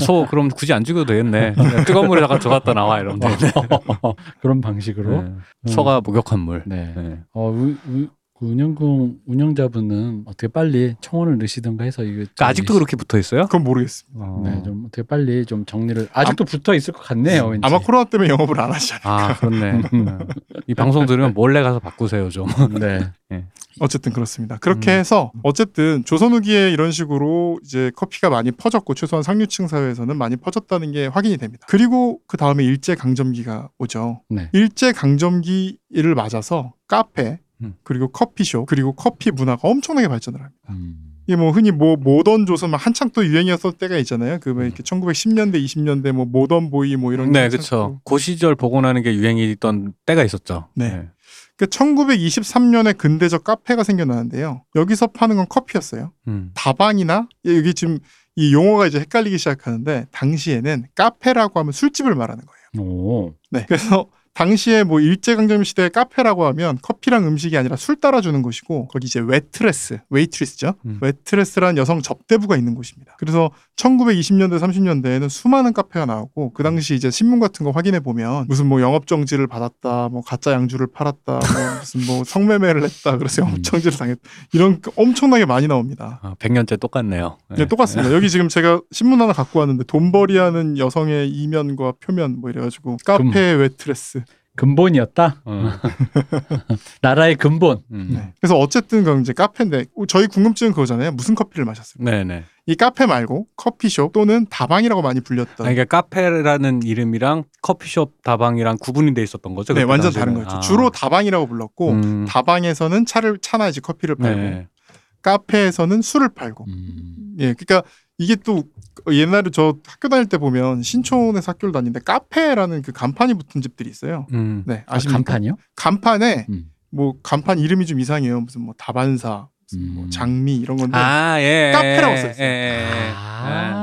[SPEAKER 3] 소 그럼 굳이 안 죽여도 되겠네. 그냥 뜨거운 물에다가 들어갔다 나와 이러면 되겠네.
[SPEAKER 2] [laughs] 그런 방식으로
[SPEAKER 3] 네. 소가 목욕한 물.
[SPEAKER 2] 네.
[SPEAKER 3] 네.
[SPEAKER 2] 어, 우, 우, 그 운영금 운영자분은 어떻게 빨리 청원을 넣으시던가 해서 이거
[SPEAKER 3] 그러니까 아직도 그렇게 붙어 있어요?
[SPEAKER 1] 그건 모르겠습니다.
[SPEAKER 2] 네, 좀 어떻게 빨리 좀 정리를 아직도 붙어 있을 것 같네요. 왠지.
[SPEAKER 1] 아마 코로나 때문에 영업을 안 하시잖아요.
[SPEAKER 3] 아 그렇네.
[SPEAKER 1] 음.
[SPEAKER 3] 이 방송 들으면 몰래 가서 바꾸세요 좀.
[SPEAKER 2] 네.
[SPEAKER 1] 어쨌든 그렇습니다. 그렇게
[SPEAKER 3] 음.
[SPEAKER 1] 해서 어쨌든 조선 후기에 이런 식으로 이제 커피가 많이 퍼졌고 최소한 상류층 사회에서는 많이 퍼졌다는 게 확인이 됩니다. 그리고 그 다음에 일제 강점기가 오죠.
[SPEAKER 2] 네.
[SPEAKER 1] 일제 강점기를 맞아서 카페
[SPEAKER 3] 음.
[SPEAKER 1] 그리고 커피숍 그리고 커피 문화가 엄청나게 발전을 합니다.
[SPEAKER 2] 음.
[SPEAKER 1] 이게 뭐 흔히 뭐 모던 조선 막 한창 또 유행이었을 때가 있잖아요. 그뭐 이렇게 1910년대, 20년대 뭐 모던 보이 뭐 이런 게
[SPEAKER 3] 네,
[SPEAKER 1] 한창
[SPEAKER 3] 그렇죠. 그 시절 복원하는 게 유행이던 때가 있었죠.
[SPEAKER 1] 네. 1923년에 근대적 카페가 생겨나는데요. 여기서 파는 건 커피였어요.
[SPEAKER 3] 음.
[SPEAKER 1] 다방이나 여기 지금 이 용어가 이제 헷갈리기 시작하는데 당시에는 카페라고 하면 술집을 말하는 거예요.
[SPEAKER 2] 오.
[SPEAKER 1] 네. 그래서 당시에 뭐 일제강점 시대의 카페라고 하면 커피랑 음식이 아니라 술 따라주는 곳이고 거기 이제 웨트레스, 웨이트리스죠.
[SPEAKER 3] 음.
[SPEAKER 1] 웨트레스란 여성 접대부가 있는 곳입니다. 그래서 1920년대, 30년대에는 수많은 카페가 나오고 그 당시 이제 신문 같은 거 확인해 보면 무슨 뭐 영업 정지를 받았다, 뭐 가짜 양주를 팔았다, 뭐 무슨 뭐 성매매를 했다, 그래서 영업 정지를 당했다 이런 거 엄청나게 많이 나옵니다.
[SPEAKER 3] 아, 100년째 똑같네요.
[SPEAKER 1] 네, 똑같습니다. 여기 지금 제가 신문 하나 갖고 왔는데 돈벌이하는 여성의 이면과 표면 뭐 이래가지고
[SPEAKER 2] 금.
[SPEAKER 1] 카페 웨트레스.
[SPEAKER 2] 근본이었다.
[SPEAKER 1] 음.
[SPEAKER 3] 어,
[SPEAKER 2] 나라의 근본.
[SPEAKER 3] 음.
[SPEAKER 1] 네. 그래서 어쨌든 그건 이제 카페인데 저희 궁금증은 그거잖아요. 무슨 커피를 마셨을까?
[SPEAKER 3] 네, 네.
[SPEAKER 1] 이 카페 말고 커피숍 또는 다방이라고 많이 불렸던.
[SPEAKER 3] 아니, 그러니까 카페라는 이름이랑 커피숍 다방이랑 구분이 돼 있었던 거죠.
[SPEAKER 1] 네,
[SPEAKER 3] 그때
[SPEAKER 1] 완전
[SPEAKER 3] 당시에는?
[SPEAKER 1] 다른 거였죠.
[SPEAKER 3] 아.
[SPEAKER 1] 주로 다방이라고 불렀고
[SPEAKER 3] 음.
[SPEAKER 1] 다방에서는 차를 차나 이제 커피를 팔고
[SPEAKER 3] 네.
[SPEAKER 1] 카페에서는 술을 팔고.
[SPEAKER 2] 음.
[SPEAKER 1] 예, 그러니까 이게 또 옛날에 저 학교 다닐 때 보면 신촌에서 학교를 다니는데 카페라는 그 간판이 붙은 집들이 있어요.
[SPEAKER 3] 음.
[SPEAKER 1] 네,
[SPEAKER 2] 아,
[SPEAKER 1] 아십니까?
[SPEAKER 2] 간판이요?
[SPEAKER 1] 간판에
[SPEAKER 2] 음.
[SPEAKER 1] 뭐 간판 이름이 좀 이상해요. 무슨 뭐 다반사, 무슨 뭐
[SPEAKER 2] 음.
[SPEAKER 1] 장미 이런 건데.
[SPEAKER 3] 아, 예.
[SPEAKER 1] 카페라고 써 있어요.
[SPEAKER 3] 예, 예. 아.
[SPEAKER 2] 네.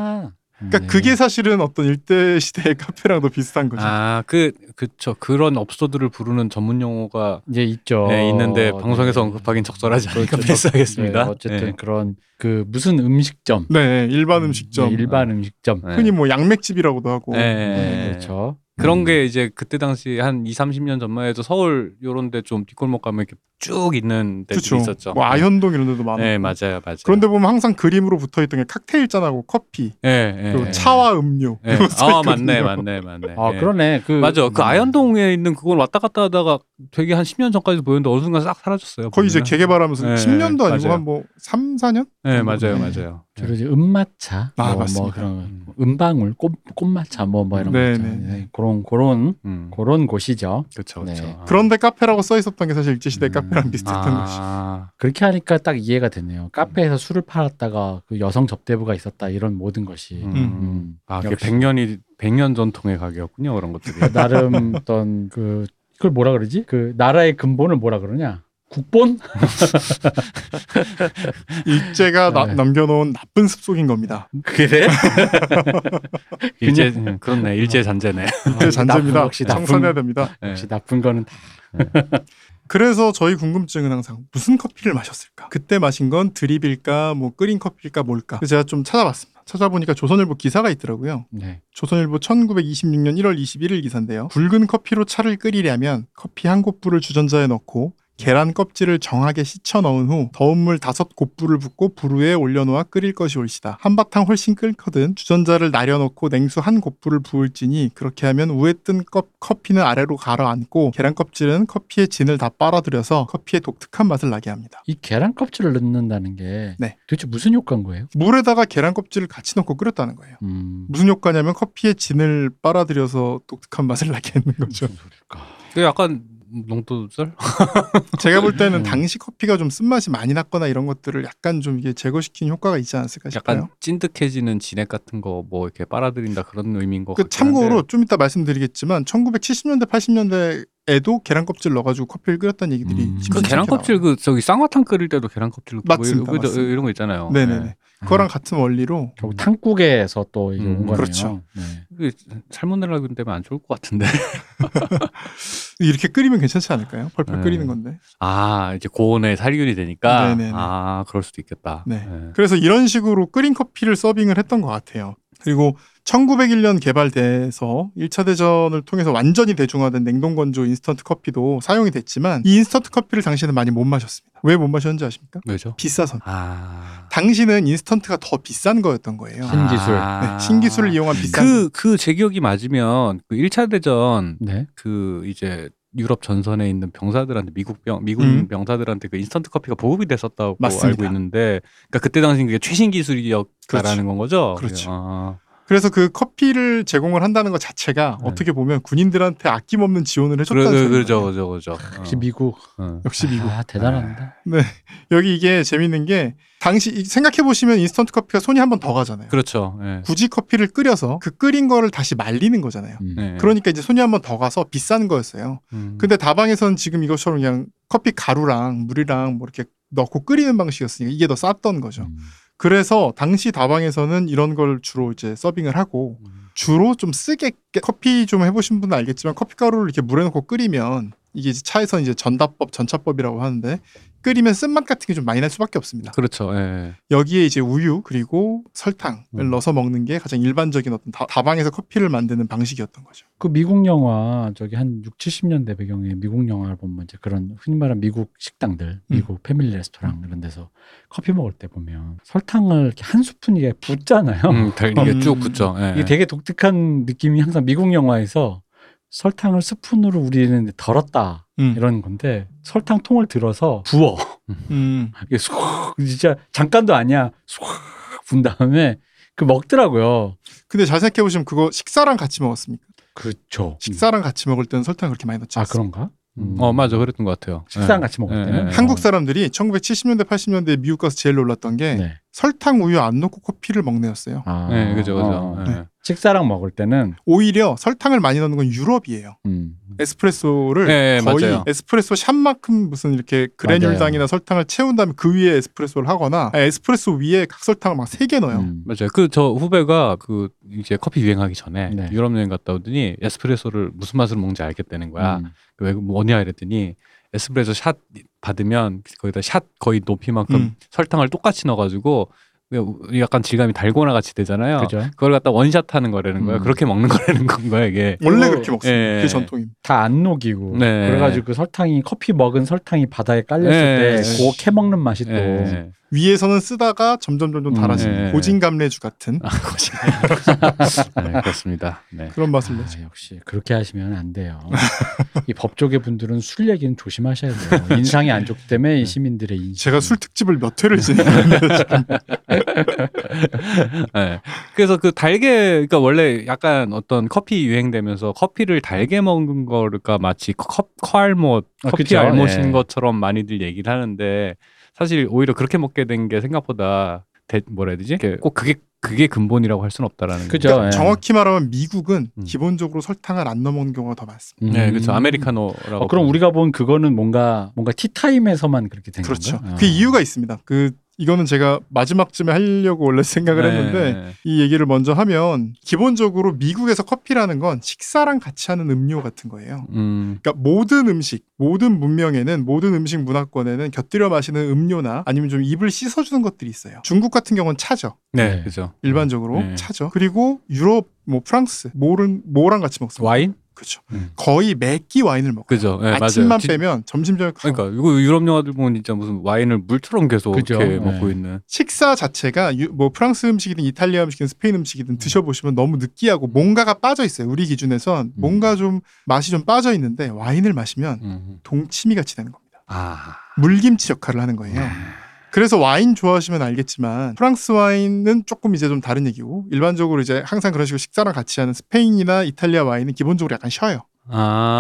[SPEAKER 1] 그러니까 그게 사실은 어떤 일대 시대의 [laughs] 카페랑도 비슷한 거죠.
[SPEAKER 3] 아, 그 그쵸 그런 업소들을 부르는 전문 용어가
[SPEAKER 2] 이제 있죠.
[SPEAKER 3] 네, 있는데 방송에서
[SPEAKER 2] 네.
[SPEAKER 3] 언급하긴 적절하지 않으니까
[SPEAKER 2] 그렇죠.
[SPEAKER 3] 패스하겠습니다.
[SPEAKER 2] 네, 어쨌든
[SPEAKER 3] 네.
[SPEAKER 2] 그런 그 무슨 음식점,
[SPEAKER 1] 네, 일반 음식점.
[SPEAKER 2] 네, 일반 음식점.
[SPEAKER 3] 네.
[SPEAKER 1] 흔히 뭐 양맥집이라고도 하고.
[SPEAKER 3] 예, 예,
[SPEAKER 2] 네,
[SPEAKER 3] 예.
[SPEAKER 2] 그렇죠.
[SPEAKER 3] 그런
[SPEAKER 2] 음.
[SPEAKER 3] 게 이제 그때 당시 한 2, 30년 전만 해도 서울 요런 데 좀 뒷골목 가면 이렇게 쭉 있는 데들
[SPEAKER 1] 그렇죠.
[SPEAKER 3] 있었죠.
[SPEAKER 1] 뭐 아현동 이런 데도 많아.
[SPEAKER 3] 네, 맞아요. 맞아요.
[SPEAKER 1] 그런데 보면 항상 그림으로 붙어 있던 게 칵테일 잔하고 커피,
[SPEAKER 3] 예, 예,
[SPEAKER 1] 그리고
[SPEAKER 3] 예.
[SPEAKER 1] 차와 음료.
[SPEAKER 3] 예.
[SPEAKER 1] 이런 거
[SPEAKER 3] 아,
[SPEAKER 1] 써있거든요.
[SPEAKER 3] 맞네. 맞네. 맞네.
[SPEAKER 2] 아
[SPEAKER 3] 예.
[SPEAKER 2] 그러네. 그
[SPEAKER 3] 맞아. 그
[SPEAKER 2] 음.
[SPEAKER 3] 아현동에 있는 그걸 왔다 갔다 하다가 되게 한 10년 전까지 보였는데 어느 순간 싹 사라졌어요.
[SPEAKER 1] 거의 이제
[SPEAKER 3] 보면은.
[SPEAKER 1] 개개발하면서
[SPEAKER 3] 네,
[SPEAKER 1] 10년도 아니고
[SPEAKER 3] 맞아요.
[SPEAKER 1] 한 뭐 3, 4년?
[SPEAKER 3] 네, 맞아요.
[SPEAKER 1] 네.
[SPEAKER 3] 맞아요. 네.
[SPEAKER 2] 주로 이제 음마차,
[SPEAKER 1] 아,
[SPEAKER 2] 뭐, 뭐
[SPEAKER 1] 맞습니다.
[SPEAKER 2] 그런 음. 음방울, 꽃 꽃마차 뭐 뭐 이런
[SPEAKER 1] 네,
[SPEAKER 2] 거 있잖아요.
[SPEAKER 1] 네.
[SPEAKER 2] 네, 그런 그런
[SPEAKER 3] 음.
[SPEAKER 2] 그런 곳이죠.
[SPEAKER 3] 그렇죠.
[SPEAKER 2] 네.
[SPEAKER 3] 그렇죠.
[SPEAKER 1] 아. 그런데 카페라고 써 있었던 게 사실 일제 시대 의
[SPEAKER 2] 음.
[SPEAKER 1] 카페랑 비슷했던 것이.
[SPEAKER 3] 아,
[SPEAKER 2] 그렇게 하니까 딱 이해가
[SPEAKER 1] 음.
[SPEAKER 2] 되네요. 카페에서 술을 팔았다가 그 여성 접대부가 있었다 이런 모든 것이
[SPEAKER 3] 음.
[SPEAKER 2] 음.
[SPEAKER 3] 아, 이게
[SPEAKER 2] 역시.
[SPEAKER 3] 100년이 100년 전통의 가게였군요. 그런 것들이.
[SPEAKER 2] 나름 어떤 그 그걸 뭐라 그러지? 그 나라의 근본을 뭐라 그러냐? 국본?
[SPEAKER 1] 일제가 나-
[SPEAKER 2] 네.
[SPEAKER 1] 남겨놓은 나쁜 습속인 겁니다.
[SPEAKER 2] [laughs] 그래?
[SPEAKER 3] [laughs] 일제 음, 그렇네. 일제 잔재네.
[SPEAKER 1] 일제 아, 그 잔재입니다.
[SPEAKER 2] 역시 나쁜-
[SPEAKER 1] 청산해야 됩니다.
[SPEAKER 3] 네.
[SPEAKER 2] 아. 역시 나쁜 거는 다
[SPEAKER 1] 그래서 저희 궁금증은 항상 무슨 커피를 마셨을까? 그때 마신 건 드립일까, 뭐 끓인 커피일까, 뭘까? 그래서 제가 좀 찾아봤습니다. 찾아보니까 조선일보 기사가 있더라고요.
[SPEAKER 2] 네.
[SPEAKER 1] 조선일보 1926년 1월 21일 기사인데요. 붉은 커피로 차를 끓이려면 커피 한 곱불을 주전자에 넣고 계란 껍질을 정하게 씻어 넣은 후 더운 물 다섯 곱불을 붓고 불 위에 올려놓아 끓일 것이 옳시다. 한바탕 훨씬 끓거든 주전자를 날려놓고 냉수 한 곱불을 부을지니 그렇게 하면 우에 뜬 컵, 커피는 아래로 가라앉고 계란 껍질은 커피의 진을 다 빨아들여서 커피의 독특한 맛을 나게 합니다.
[SPEAKER 2] 이 계란 껍질을 넣는다는 게
[SPEAKER 1] 네.
[SPEAKER 2] 도대체 무슨 효과인 거예요?
[SPEAKER 1] 물에다가 계란 껍질을 같이 넣고 끓였다는 거예요.
[SPEAKER 2] 음.
[SPEAKER 1] 무슨 효과냐면 커피의 진을 빨아들여서 독특한 맛을 [laughs] 나게 했는 거죠.
[SPEAKER 2] 무슨 소릴까?
[SPEAKER 3] 그 약간 농도절?
[SPEAKER 1] 제가 볼 때는
[SPEAKER 2] 음.
[SPEAKER 1] 당시 커피가 좀 쓴맛이 많이 났거나 이런 것들을 약간 좀 이게 제거시킨 효과가 있지 않았을까 싶어요.
[SPEAKER 3] 약간 뭐 찐득해지는 진액 같은 거 뭐 이렇게 빨아들인다 그런 의미인 것
[SPEAKER 1] 그
[SPEAKER 3] 같긴
[SPEAKER 1] 참고로
[SPEAKER 3] 한데.
[SPEAKER 1] 좀 이따 말씀드리겠지만 1970년대 80년대에도 계란 껍질 넣어가지고 커피를 끓였다는 얘기들이
[SPEAKER 2] 음.
[SPEAKER 1] 심심치
[SPEAKER 3] 그
[SPEAKER 1] 않게
[SPEAKER 3] 계란 껍질
[SPEAKER 1] 나와요.
[SPEAKER 3] 그 저기 쌍화탕 끓일 때도 계란 껍질 넣고
[SPEAKER 1] 맞습니다,
[SPEAKER 3] 뭐 이런,
[SPEAKER 1] 맞습니다.
[SPEAKER 3] 이런 거 있잖아요.
[SPEAKER 1] 네네네
[SPEAKER 3] 네.
[SPEAKER 1] 그거랑 같은 원리로
[SPEAKER 2] 결국 탕국에서 또 이게
[SPEAKER 3] 음,
[SPEAKER 2] 온 거네요.
[SPEAKER 1] 그렇죠.
[SPEAKER 2] 네.
[SPEAKER 3] 그게 살모넬라 때문에 안 좋을 것 같은데. [laughs]
[SPEAKER 1] 이렇게 끓이면 괜찮지 않을까요? 펄펄
[SPEAKER 3] 네.
[SPEAKER 1] 끓이는 건데
[SPEAKER 3] 아 이제 고온에 살균이 되니까
[SPEAKER 1] 네네네.
[SPEAKER 3] 아 그럴 수도 있겠다.
[SPEAKER 1] 네.
[SPEAKER 3] 네.
[SPEAKER 1] 그래서 이런 식으로 끓인 커피를 서빙을 했던 것 같아요. 그리고 1901년 개발돼서 1차 대전을 통해서 완전히 대중화된 냉동 건조 인스턴트 커피도 사용이 됐지만 이 인스턴트 커피를 당시에는 많이 못 마셨습니다. 왜 못 마셨는지 아십니까?
[SPEAKER 3] 왜죠?
[SPEAKER 1] 비싸서.
[SPEAKER 3] 아.
[SPEAKER 1] 당시는 인스턴트가 더 비싼 거였던 거예요.
[SPEAKER 2] 아. 신기술.
[SPEAKER 1] 네, 신기술을 이용한 비싼
[SPEAKER 3] 그, 그 제 기억이 맞으면 그 1차 대전
[SPEAKER 2] 네.
[SPEAKER 3] 그 이제 유럽 전선에 있는 병사들한테 미국 병 미군
[SPEAKER 1] 음.
[SPEAKER 3] 병사들한테 그 인스턴트 커피가 보급이 됐었다고
[SPEAKER 1] 맞습니다.
[SPEAKER 3] 알고 있는데 그러니까 그때 당시 그게 최신 기술이었다라는
[SPEAKER 1] 그렇죠.
[SPEAKER 3] 건 거죠.
[SPEAKER 1] 그렇죠.
[SPEAKER 3] 아,
[SPEAKER 1] 그래서 그 커피를 제공을 한다는 것 자체가
[SPEAKER 2] 네.
[SPEAKER 1] 어떻게 보면 군인들한테 아낌없는 지원을
[SPEAKER 3] 그래, 그렇죠.
[SPEAKER 1] 해줬다는
[SPEAKER 3] 그래,
[SPEAKER 1] 소리예요.
[SPEAKER 3] 그죠, 그죠, 그죠.
[SPEAKER 2] 역시 미국.
[SPEAKER 3] 어.
[SPEAKER 1] 역시 미국.
[SPEAKER 2] 아 대단합니다.
[SPEAKER 1] 여기 이게 재밌는 게 당시 생각해 보시면 인스턴트 커피가 손이 한 번 더 가잖아요.
[SPEAKER 3] 그렇죠. 예.
[SPEAKER 1] 굳이 커피를 끓여서 그 끓인 거를 다시 말리는 거잖아요.
[SPEAKER 2] 음.
[SPEAKER 3] 예.
[SPEAKER 1] 그러니까 그 이제 손이 한 번 더 가서 비싼 거였어요.
[SPEAKER 3] 음.
[SPEAKER 1] 근데 다방에선 지금 이것처럼 그냥 커피 가루랑 물이랑 뭐 이렇게 넣고 끓이는 방식이었으니까 이게 더 쌌던 거죠.
[SPEAKER 2] 음.
[SPEAKER 1] 그래서 당시 다방에서는 이런 걸 주로 이제 서빙을 하고
[SPEAKER 3] 음.
[SPEAKER 1] 주로 좀 쓰게 커피 좀 해보신 분은 알겠지만 커피 가루를 이렇게 물에 넣고 끓이면 이게 이제 차에서 이제 전다법 전차법이라고 하는데 끓이면 쓴맛 같은 게 좀 많이 날 수밖에 없습니다.
[SPEAKER 3] 그렇죠. 예.
[SPEAKER 1] 여기에 이제 우유 그리고 설탕을
[SPEAKER 3] 음.
[SPEAKER 1] 넣어서 먹는 게 가장 일반적인 어떤 다, 다방에서 커피를 만드는 방식이었던 거죠.
[SPEAKER 2] 그 미국 영화 저기 한 6, 70년대 배경의 미국 영화를 보면 이제 그런 흔히 말하는 미국 식당들, 미국 패밀리 레스토랑 이런 데서 커피 먹을 때 보면 설탕을 이렇게 한 스푼 이게 붓잖아요.
[SPEAKER 3] 음, 달- 이게
[SPEAKER 1] 음.
[SPEAKER 3] 쭉 붙죠. 예.
[SPEAKER 2] 어. [laughs] 이게 되게 독특한 느낌이 항상 미국 영화에서 설탕을 스푼으로 우리는 덜었다
[SPEAKER 1] 음.
[SPEAKER 2] 이런 건데 설탕 통을 들어서 부어
[SPEAKER 1] 음.
[SPEAKER 2] 이게 쏙 진짜 잠깐도 아니야 쏙분 다음에 그 먹더라고요.
[SPEAKER 1] 근데 잘 생각해 보시면 그거 식사랑 같이 먹었습니까?
[SPEAKER 2] 그렇죠.
[SPEAKER 1] 식사랑 같이 먹을 때는 설탕 그렇게 많이 넣지
[SPEAKER 2] 아
[SPEAKER 1] 않습니다.
[SPEAKER 2] 그런가?
[SPEAKER 3] 음. 어, 맞아. 그랬던 것 같아요.
[SPEAKER 2] 식사랑
[SPEAKER 3] 예.
[SPEAKER 2] 같이 먹을
[SPEAKER 3] 예,
[SPEAKER 2] 때는 어.
[SPEAKER 3] 예.
[SPEAKER 1] 네. 한국 사람들이 1970년대 80년대 미국 가서 제일 놀랐던 게
[SPEAKER 2] 네.
[SPEAKER 1] 설탕 우유 안 넣고 커피를 먹네였어요.
[SPEAKER 2] 아,
[SPEAKER 3] 예, 그죠, 그죠.
[SPEAKER 2] 어.
[SPEAKER 3] 예.
[SPEAKER 2] 식사랑 먹을 때는
[SPEAKER 1] 오히려 설탕을 많이 넣는 건 유럽이에요.
[SPEAKER 2] 음.
[SPEAKER 1] 에스프레소를
[SPEAKER 3] 예, 예,
[SPEAKER 1] 거의
[SPEAKER 3] 맞아요.
[SPEAKER 1] 에스프레소 샷만큼 무슨 이렇게 그래놀당이나 설탕을 채운 다음에 그 위에 에스프레소를 하거나 아니, 에스프레소 위에 각설탕을 막 세 개 넣어요.
[SPEAKER 2] 음.
[SPEAKER 3] 맞아요. 그 저 후배가 그 이제 커피 유행하기 전에
[SPEAKER 2] 네.
[SPEAKER 3] 유럽 여행 갔다 오더니 에스프레소를 무슨 맛으로 먹는지 알겠다는 거야.
[SPEAKER 2] 음.
[SPEAKER 3] 왜 뭐냐 이랬더니 에스프레소 샷 받으면 거기다 샷 거의 높이만큼
[SPEAKER 1] 음.
[SPEAKER 3] 설탕을 똑같이 넣어가지고 그 약간 질감이 달고나 같이 되잖아요.
[SPEAKER 2] 그죠.
[SPEAKER 3] 그걸 갖다 원샷 하는 거라는 거예요.
[SPEAKER 2] 음.
[SPEAKER 3] 그렇게 먹는 거라는 건 거야 이게.
[SPEAKER 1] 원래
[SPEAKER 2] 이거-
[SPEAKER 1] 그렇게 먹습니다.
[SPEAKER 3] 예.
[SPEAKER 1] 그게 전통입니다.
[SPEAKER 2] 다 안 녹이고
[SPEAKER 3] 네.
[SPEAKER 2] 그래가지고 그 설탕이 커피 먹은 설탕이 바다에 깔렸을
[SPEAKER 3] 네.
[SPEAKER 2] 때
[SPEAKER 3] 네.
[SPEAKER 2] 그거 캐먹는 맛이 또
[SPEAKER 3] 예.
[SPEAKER 1] 위에서는 쓰다가 점점 점점
[SPEAKER 2] 음.
[SPEAKER 1] 달아지는
[SPEAKER 3] 예.
[SPEAKER 1] 고진감래주 같은
[SPEAKER 3] 아, 거짓말. 네, 그렇습니다. 네.
[SPEAKER 1] 그런 맛을
[SPEAKER 2] 아,
[SPEAKER 1] 내죠.
[SPEAKER 2] 역시 그렇게 하시면 안 돼요. 이 법조계 분들은 술 얘기는 조심하셔야
[SPEAKER 3] [laughs]
[SPEAKER 2] 돼요. 인상이 안 좋기
[SPEAKER 3] 네.
[SPEAKER 2] 때문에 이 시민들의 인식.
[SPEAKER 1] 제가 술 특집을 몇
[SPEAKER 2] 음,
[SPEAKER 1] 회를 진행했는데
[SPEAKER 3] 예. 그래서 그 달게 그러니까 원래 약간 어떤 커피 유행되면서 커피를 달게 먹은 거가 마치 컵 컵알못
[SPEAKER 2] 아,
[SPEAKER 3] 커피
[SPEAKER 2] 그쵸.
[SPEAKER 3] 알못인
[SPEAKER 2] 예.
[SPEAKER 3] 것처럼 많이들 얘기를 하는데 사실 오히려 그렇게 먹게 된 게 생각보다 대, 뭐라 해야 되지? 이렇게 꼭 그게 그게 근본이라고 할 수는 없다라는
[SPEAKER 2] 그죠.
[SPEAKER 3] 거죠.
[SPEAKER 2] 예.
[SPEAKER 1] 정확히 말하면 미국은
[SPEAKER 3] 음.
[SPEAKER 1] 기본적으로 설탕을 안 넣어먹는 경우가 더 많습니다.
[SPEAKER 2] 음.
[SPEAKER 3] 네, 그렇죠. 아메리카노라고.
[SPEAKER 2] 어, 그럼 우리가 본 그거는 뭔가 뭔가 티타임에서만 그렇게 된
[SPEAKER 1] 그렇죠.
[SPEAKER 2] 건가요?
[SPEAKER 1] 그
[SPEAKER 2] 어.
[SPEAKER 1] 이유가 있습니다. 그 이거는 제가 마지막쯤에 하려고 원래 생각을 했는데
[SPEAKER 3] 네.
[SPEAKER 1] 이 얘기를 먼저 하면 기본적으로 미국에서 커피라는 건 식사랑 같이 하는 음료 같은 거예요.
[SPEAKER 3] 음.
[SPEAKER 1] 그러니까 모든 음식, 모든 문명에는 모든 음식 문화권에는 곁들여 마시는 음료나 아니면 좀 입을 씻어주는 것들이 있어요. 중국 같은 경우는 차죠.
[SPEAKER 3] 네,
[SPEAKER 2] 네.
[SPEAKER 3] 그죠.
[SPEAKER 1] 일반적으로
[SPEAKER 3] 네.
[SPEAKER 1] 차죠. 그리고 유럽, 뭐 프랑스, 모른 모랑 같이 먹습니다.
[SPEAKER 3] 와인?
[SPEAKER 1] 그렇죠.
[SPEAKER 3] 음. 거의
[SPEAKER 1] 거의 매끼 와인을 먹어요.
[SPEAKER 3] 그죠. 예,
[SPEAKER 1] 아침만
[SPEAKER 3] 맞아요. 진-
[SPEAKER 1] 빼면 점심 저녁
[SPEAKER 3] 그러니까 이거 유럽 영화들 보면 진짜 무슨 와인을 물처럼 계속
[SPEAKER 2] 그죠.
[SPEAKER 3] 이렇게 먹고
[SPEAKER 2] 예.
[SPEAKER 3] 있는.
[SPEAKER 1] 식사 자체가 유- 뭐 프랑스 음식이든 이탈리아 음식이든 스페인 음식이든 드셔보시면 너무 느끼하고 뭔가가 빠져 있어요. 우리 기준에선 뭔가 좀 맛이 좀 빠져 있는데 와인을 마시면
[SPEAKER 3] 음.
[SPEAKER 1] 동치미 같이 되는 겁니다.
[SPEAKER 3] 아.
[SPEAKER 1] 물김치 역할을 하는 거예요.
[SPEAKER 3] 네.
[SPEAKER 1] 그래서 와인 좋아하시면 알겠지만 프랑스 와인은 조금 이제 좀 다른 얘기고 일반적으로 이제 항상 그런 식으로 식사랑 같이 하는 스페인이나 이탈리아 와인은 기본적으로 약간 쉬어요.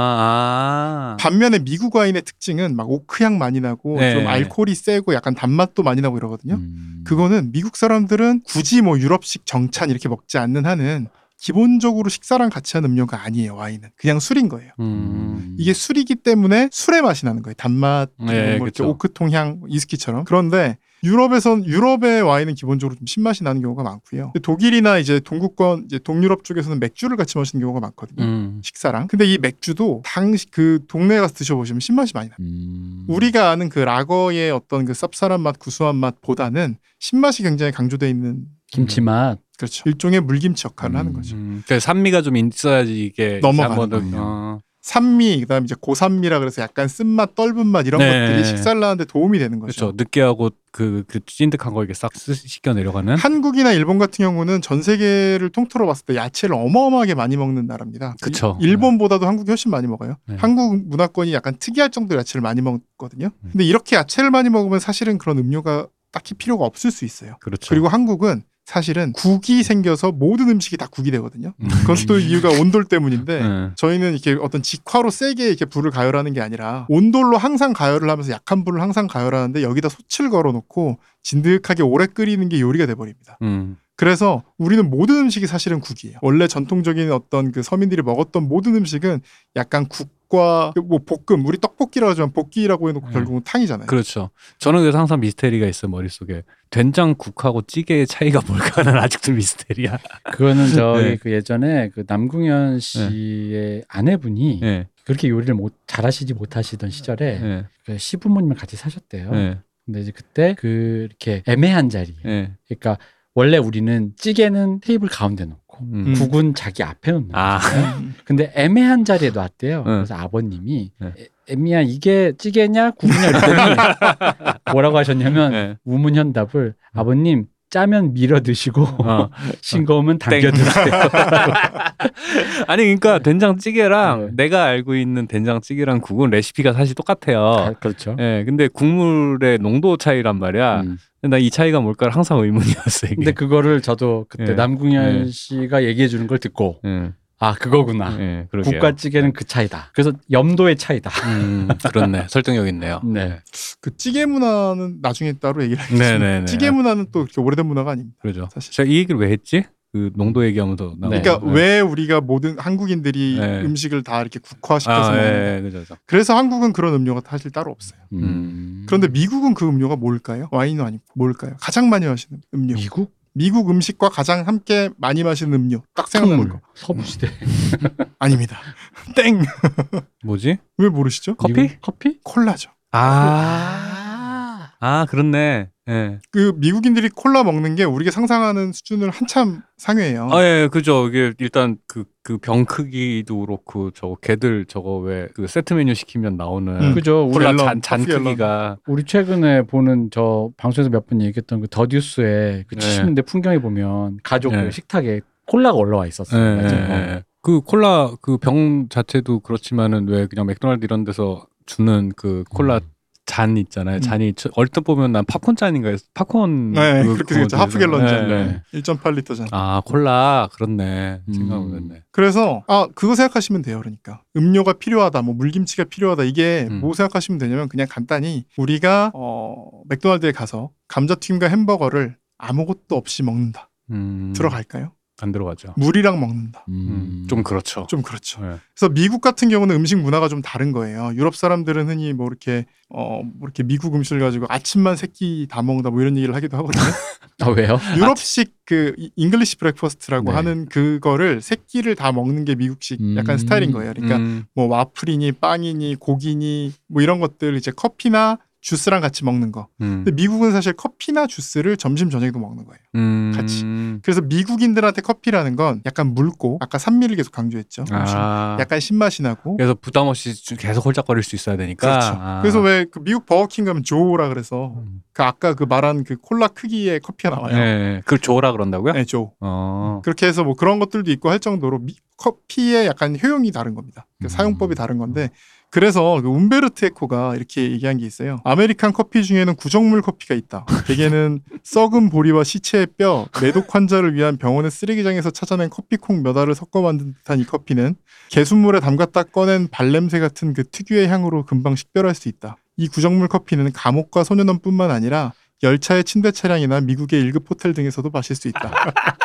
[SPEAKER 3] 아, 아.
[SPEAKER 1] 반면에 미국 와인의 특징은 막 오크향 많이 나고
[SPEAKER 3] 네.
[SPEAKER 1] 좀 알코올이 세고 약간 단맛도 많이 나고 이러거든요.
[SPEAKER 2] 음.
[SPEAKER 1] 그거는 미국 사람들은 굳이 뭐 유럽식 정찬 이렇게 먹지 않는 한은 기본적으로 식사랑 같이 한 음료가 아니에요 와인은 그냥 술인 거예요
[SPEAKER 3] 음.
[SPEAKER 1] 이게 술이기 때문에 술의 맛이 나는 거예요 단맛 그리고
[SPEAKER 3] 네,
[SPEAKER 1] 뭐 이렇게
[SPEAKER 3] 그쵸.
[SPEAKER 1] 오크통 향 이스키처럼 그런데 유럽에선 유럽의 와인은 기본적으로 좀 신맛이 나는 경우가 많고요 근데 독일이나 이제 동구권 이제 동유럽 쪽에서는 맥주를 같이 마시는 경우가 많거든요
[SPEAKER 3] 음.
[SPEAKER 1] 식사랑 근데 이 맥주도 당시 그 동네 가서 드셔보시면 신맛이 많이 나요
[SPEAKER 2] 음.
[SPEAKER 1] 우리가 아는 그 라거의 어떤 그 쌉쌀한 맛, 구수한 맛보다는 신맛이 굉장히 강조돼 있는
[SPEAKER 2] 김치 맛
[SPEAKER 1] 그렇죠. 일종의 물김치 역할을
[SPEAKER 2] 음.
[SPEAKER 1] 하는 거죠.
[SPEAKER 3] 음, 그러니까 산미가 좀 있어야지 이게
[SPEAKER 1] 넘어가는
[SPEAKER 3] 한번더-
[SPEAKER 2] 거예요.
[SPEAKER 3] 어.
[SPEAKER 1] 산미, 그다음 이제 고산미라 그래서 약간 쓴맛, 떫은 맛 이런
[SPEAKER 3] 네.
[SPEAKER 1] 것들이 식사를 하는데 도움이 되는
[SPEAKER 3] 그렇죠.
[SPEAKER 1] 거죠.
[SPEAKER 3] 느끼하고 그, 그 찐득한 거 이게 싹 쓰- 씻겨 내려가는.
[SPEAKER 1] 한국이나 일본 같은 경우는 전 세계를 통틀어 봤을 때 야채를 어마어마하게 많이 먹는 나라입니다.
[SPEAKER 3] 그쵸.
[SPEAKER 1] 이- 일본보다도 한국이 훨씬 많이 먹어요.
[SPEAKER 3] 네.
[SPEAKER 1] 한국 문화권이 약간 특이할 정도로 야채를 많이 먹거든요.
[SPEAKER 3] 음.
[SPEAKER 1] 근데 이렇게 야채를 많이 먹으면 사실은 그런 음료가 딱히 필요가 없을 수 있어요.
[SPEAKER 3] 그렇죠.
[SPEAKER 1] 그리고 한국은 사실은 국이 생겨서 모든 음식이 다 국이 되거든요. 그것도 또 이유가 온돌 때문인데
[SPEAKER 3] 음. 네.
[SPEAKER 1] 저희는 이렇게 어떤 직화로 세게 이렇게 불을 가열하는 게 아니라 온돌로 항상 가열을 하면서 약한 불을 항상 가열하는데 여기다 솥을 걸어놓고 진득하게 오래 끓이는 게 요리가 돼버립니다.
[SPEAKER 3] 음.
[SPEAKER 1] 그래서 우리는 모든 음식이 사실은 국이에요. 원래 전통적인 어떤 그 서민들이 먹었던 모든 음식은 약간 국과 뭐 볶음 우리 떡볶이라고 하지만 볶이라고 해놓고
[SPEAKER 3] 네.
[SPEAKER 1] 결국은 탕이잖아요.
[SPEAKER 3] 그렇죠. 저는 그래서 항상 미스테리가 있어요 머릿속에 된장국하고 찌개의 차이가 뭘까는 [laughs] 아직도 미스테리야.
[SPEAKER 2] 그거는 저희
[SPEAKER 3] 네.
[SPEAKER 2] 그 예전에 그 남궁현 씨의 아내분이
[SPEAKER 3] 예.
[SPEAKER 2] 그렇게 요리를 못 잘하시지 못하시던 시절에
[SPEAKER 3] 예.
[SPEAKER 2] 그 시부모님을 같이 사셨대요.
[SPEAKER 3] 예.
[SPEAKER 2] 근데 이제 그때 그 이렇게 애매한 자리.
[SPEAKER 3] 예.
[SPEAKER 2] 그러니까 원래 우리는 찌개는 테이블 가운데 놓고
[SPEAKER 3] 음.
[SPEAKER 1] 국-
[SPEAKER 2] 국은 자기 앞에 놓는 거예요.
[SPEAKER 3] 아.
[SPEAKER 1] 음,
[SPEAKER 2] 근데 애매한 자리에 놨대요.
[SPEAKER 3] 네.
[SPEAKER 2] 그래서 아버님이
[SPEAKER 3] 네.
[SPEAKER 2] 애- 애미야 이게 찌개냐 국이냐
[SPEAKER 3] [laughs]
[SPEAKER 2] 그랬더니 뭐라고 하셨냐면
[SPEAKER 3] 예.
[SPEAKER 2] 우문현답을 아버님 짜면 밀어 드시고
[SPEAKER 3] 어.
[SPEAKER 2] [laughs] 싱거우면 당겨 드세요.
[SPEAKER 3] 아니 그러니까 된장찌개랑
[SPEAKER 2] 네.
[SPEAKER 3] 내가 알고 있는 된장찌개랑 국은 레시피가 사실 똑같아요.
[SPEAKER 2] [laughs] 그렇죠.
[SPEAKER 3] 예, 근데 국물의 농도 차이란 말이야.
[SPEAKER 2] 음.
[SPEAKER 3] 나 이 차이가 뭘까 항상 아, 의문이었어요. 이게.
[SPEAKER 2] 근데 그거를 저도 그때
[SPEAKER 3] 예.
[SPEAKER 2] 남궁현
[SPEAKER 3] 예.
[SPEAKER 2] 씨가 얘기해 주는 걸 듣고
[SPEAKER 3] 예,
[SPEAKER 2] 아 그거구나.
[SPEAKER 3] 예, 그러게요.
[SPEAKER 2] 국가찌개는 그 차이다. 그래서 염도의 차이다.
[SPEAKER 3] 음, 그렇네. 설득력 있네요.
[SPEAKER 2] 네.
[SPEAKER 1] 그 찌개 문화는 나중에 따로 얘기를
[SPEAKER 3] 네,
[SPEAKER 1] 하겠습니다.
[SPEAKER 3] 네, 네.
[SPEAKER 1] 찌개 문화는 또 이렇게 오래된 문화가 아닙니다.
[SPEAKER 3] 그러죠.
[SPEAKER 1] 사실.
[SPEAKER 3] 제가 이 얘기를 왜 했지? 그 농도 얘기하면서 나.
[SPEAKER 2] 네.
[SPEAKER 1] 그러니까 왜 우리가 모든 한국인들이
[SPEAKER 3] 네.
[SPEAKER 1] 음식을 다 이렇게 국화시켜서
[SPEAKER 3] 아,
[SPEAKER 1] 먹는가.
[SPEAKER 3] 예, 예, 그죠, 그죠.
[SPEAKER 1] 그래서 한국은 그런 음료가 사실 따로 없어요.
[SPEAKER 2] 음.
[SPEAKER 1] 그런데 미국은 그 음료가 뭘까요? 와인은 아니고 뭘까요? 가장 많이 마시는 음료.
[SPEAKER 2] 미국
[SPEAKER 1] 미국 음식과 가장 함께 많이 마시는 음료. 딱 생각나는
[SPEAKER 2] 특물
[SPEAKER 1] 거.
[SPEAKER 2] 서부 시대
[SPEAKER 3] 음.
[SPEAKER 1] 아닙니다. [laughs] 땡.
[SPEAKER 3] 뭐지?
[SPEAKER 1] 왜 모르시죠? 그
[SPEAKER 3] 커피?
[SPEAKER 2] 미국 커피?
[SPEAKER 1] 콜라죠.
[SPEAKER 3] 아, 아, 그렇네. 예,
[SPEAKER 1] 그 미국인들이 콜라 먹는 게 우리가 상상하는 수준을 한참 상회해요.
[SPEAKER 3] 아, 예, 그죠. 이게 일단 그 그 병 크기도 그렇고 저거 개들 저거 왜 그 세트 메뉴 시키면 나오는
[SPEAKER 1] 음.
[SPEAKER 2] 그죠. 우리
[SPEAKER 3] 콜라
[SPEAKER 1] 앨런,
[SPEAKER 3] 잔, 잔
[SPEAKER 1] 커피 앨런.
[SPEAKER 3] 크기가
[SPEAKER 2] 우리 최근에 보는 저 방송에서 몇 번 얘기했던 그 더듀스의 그
[SPEAKER 3] 네.
[SPEAKER 2] 70년대 풍경에 보면 가족
[SPEAKER 3] 네.
[SPEAKER 2] 그 식탁에 콜라가 올라와 있었어요.
[SPEAKER 3] 예,
[SPEAKER 2] 맞죠?
[SPEAKER 3] 예, 예. 그 콜라 그 병 자체도 그렇지만은 왜 그냥 맥도날드 이런 데서 주는 그 콜라 잔 있잖아요.
[SPEAKER 1] 음.
[SPEAKER 3] 잔이 저- 얼뜻 보면 난 팝콘 잔인가 해서 팝콘
[SPEAKER 1] 네,
[SPEAKER 3] 그-
[SPEAKER 1] 그렇게
[SPEAKER 3] 그거
[SPEAKER 1] 생겼죠. 하프 갤런
[SPEAKER 3] 네,
[SPEAKER 1] 잔.
[SPEAKER 3] 네.
[SPEAKER 2] 네.
[SPEAKER 1] 1.8리터 잔.
[SPEAKER 3] 아 콜라 그렇네
[SPEAKER 2] 음.
[SPEAKER 3] 생각을 했네.
[SPEAKER 1] 그래서 아 그거 생각하시면 돼요 그러니까 음료가 필요하다 뭐 물김치가 필요하다 이게
[SPEAKER 3] 음.
[SPEAKER 1] 뭐 생각하시면 되냐면 그냥 간단히 우리가 어 맥도날드에 가서 감자튀김과 햄버거를 아무것도 없이 먹는다
[SPEAKER 3] 음.
[SPEAKER 1] 들어갈까요
[SPEAKER 3] 안 들어가죠.
[SPEAKER 1] 물이랑 먹는다
[SPEAKER 3] 음.
[SPEAKER 2] 음.
[SPEAKER 3] 좀 그렇죠.
[SPEAKER 1] 좀 그렇죠
[SPEAKER 3] 네.
[SPEAKER 1] 그래서 미국 같은 경우는 음식 문화가 좀 다른 거예요 유럽 사람들은 흔히 뭐 이렇게 어뭐 이렇게 미국 음식을 가지고 아침만 세끼 다 먹는다 뭐 이런 얘기를 하기도
[SPEAKER 3] [laughs]
[SPEAKER 1] 하거든요
[SPEAKER 2] 아 왜요?
[SPEAKER 1] 유럽식 그 이- 잉글리시 브렉퍼스트라고
[SPEAKER 2] 네.
[SPEAKER 1] 하는 그거를 세끼를 다 먹는 게 미국식 약간
[SPEAKER 2] 음.
[SPEAKER 1] 스타일인 거예요 그러니까
[SPEAKER 3] 음.
[SPEAKER 1] 뭐 와플이니 빵이니 고기니 뭐 이런 것들 이제 커피나 주스랑 같이 먹는 거.
[SPEAKER 3] 음.
[SPEAKER 1] 근데 미국은 사실 커피나 주스를 점심 저녁에도 먹는 거예요.
[SPEAKER 3] 음.
[SPEAKER 1] 같이. 그래서 미국인들한테 커피라는 건 약간 묽고 아까 산미를 계속 강조했죠.
[SPEAKER 3] 아.
[SPEAKER 1] 약간 신맛이 나고.
[SPEAKER 3] 그래서 부담 없이 좀 계속 홀짝거릴 수 있어야 되니까.
[SPEAKER 1] 그렇죠.
[SPEAKER 3] 아.
[SPEAKER 1] 그래서 왜 그 미국 버거킹 가면 조라 그래서
[SPEAKER 3] 음.
[SPEAKER 1] 그 아까 그 말한 그 콜라 크기의 커피가
[SPEAKER 3] 예,
[SPEAKER 1] 나와요.
[SPEAKER 3] 예. 그걸 줘라 그런다고요?
[SPEAKER 1] 네, 조.
[SPEAKER 3] 어.
[SPEAKER 1] 그렇게 해서 뭐 그런 것들도 있고 할 정도로 미- 커피의 약간 효용이 다른 겁니다. 그
[SPEAKER 2] 음.
[SPEAKER 1] 사용법이 다른 건데 그래서 그 움베르트 에코가 이렇게 얘기한 게 있어요. 아메리칸 커피 중에는 구정물 커피가 있다. 대개는 [laughs] 썩은 보리와 시체의 뼈, 매독 환자를 위한 병원의 쓰레기장에서 찾아낸 커피콩 몇 알을 섞어 만든 듯한 이 커피는 개순물에 담갔다 꺼낸 발냄새 같은 그 특유의 향으로 금방 식별할 수 있다. 이 구정물 커피는 감옥과 소년원뿐만 아니라 열차의 침대 차량이나 미국의 일급 호텔 등에서도 마실 수 있다.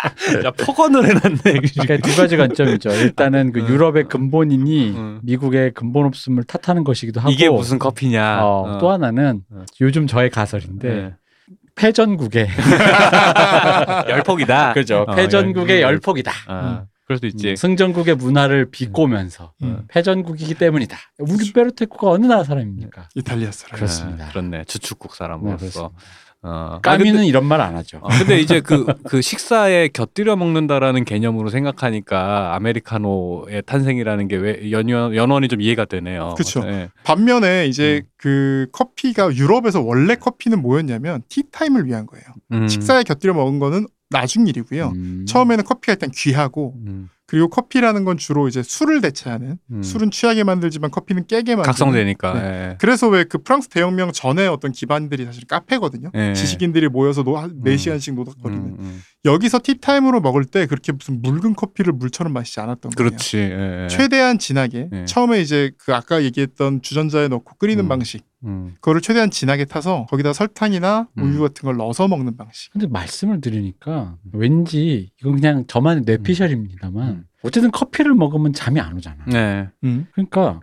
[SPEAKER 2] [laughs]
[SPEAKER 3] 야 폭언을 해놨네.
[SPEAKER 2] 그러니까 두 가지 관점이죠. 일단은 그
[SPEAKER 3] 음.
[SPEAKER 2] 유럽의 근본이니
[SPEAKER 3] [laughs] 음.
[SPEAKER 2] 미국의 근본 없음을 탓하는 것이기도 하고
[SPEAKER 3] 이게 무슨 커피냐.
[SPEAKER 2] 어, 또 하나는
[SPEAKER 3] 어.
[SPEAKER 2] 요즘 저의 가설인데
[SPEAKER 3] 네.
[SPEAKER 2] 패전국의
[SPEAKER 3] [laughs] 열폭이다.
[SPEAKER 2] 그죠 [laughs]
[SPEAKER 3] 어, [laughs]
[SPEAKER 2] 패전국의
[SPEAKER 3] 열-
[SPEAKER 2] 열폭이다. 음,
[SPEAKER 3] 아. 어, 예. 그럴 수도 있지.
[SPEAKER 2] 승전국의 문화를 비꼬면서
[SPEAKER 1] 음.
[SPEAKER 2] 패전국이기 때문이다. 우리 베르테코가 어느 나라 사람입니까?
[SPEAKER 1] 이탈리아 사람.
[SPEAKER 2] 그렇- 그렇습니다.
[SPEAKER 3] 네, 그렇네. 주축국
[SPEAKER 2] 네,
[SPEAKER 3] 사람으로서.
[SPEAKER 2] 그렇습니다.
[SPEAKER 3] 어.
[SPEAKER 2] 까미는
[SPEAKER 3] 아, 근데,
[SPEAKER 2] 이런 말 안 하죠.
[SPEAKER 3] 음. 어, 근데 이제 그, 그 식사에 곁들여 먹는다라는 개념으로 생각하니까 아메리카노의 탄생이라는 게 왜 연연, 연원이 좀 이해가 되네요.
[SPEAKER 1] 그쵸.
[SPEAKER 3] 네.
[SPEAKER 1] 반면에
[SPEAKER 3] 음.
[SPEAKER 1] 이제 그 커피가 유럽에서 원래 커피는 뭐였냐면 티타임을 위한 거예요.
[SPEAKER 3] 음.
[SPEAKER 1] 식사에 곁들여 먹은 거는 나중 일이고요.
[SPEAKER 2] 음.
[SPEAKER 1] 처음에는 커피가 일단 귀하고
[SPEAKER 3] 음.
[SPEAKER 1] 그리고 커피라는 건 주로 이제 술을 대체하는
[SPEAKER 3] 음.
[SPEAKER 1] 술은 취하게 만들지만 커피는 깨게 만드는
[SPEAKER 3] 각성되니까. 예.
[SPEAKER 1] 그래서 왜 그 프랑스 대혁명 전에 어떤 기반들이 사실 카페거든요.
[SPEAKER 3] 예.
[SPEAKER 1] 그 지식인들이 모여서 노, 한
[SPEAKER 3] 음.
[SPEAKER 1] 4시간씩 노닥거리는.
[SPEAKER 3] 음, 음.
[SPEAKER 1] 여기서 티타임으로 먹을 때 그렇게 무슨 묽은 커피를 물처럼 마시지 않았던 거예요.
[SPEAKER 3] 그렇지. 예, 예.
[SPEAKER 1] 최대한 진하게
[SPEAKER 3] 네.
[SPEAKER 1] 처음에 이제 그 아까 얘기했던 주전자에 넣고 끓이는
[SPEAKER 3] 음.
[SPEAKER 1] 방식
[SPEAKER 3] 음.
[SPEAKER 1] 그거를 최대한 진하게 타서 거기다 설탕이나 우유
[SPEAKER 3] 음.
[SPEAKER 1] 같은 걸 넣어서 먹는 방식
[SPEAKER 2] 근데 말씀을 드리니까 왠지 이건 그냥 저만의 뇌피셜입니다만
[SPEAKER 3] 음.
[SPEAKER 2] 어쨌든 커피를 먹으면 잠이 안 오잖아.
[SPEAKER 3] 네.
[SPEAKER 2] 그러니까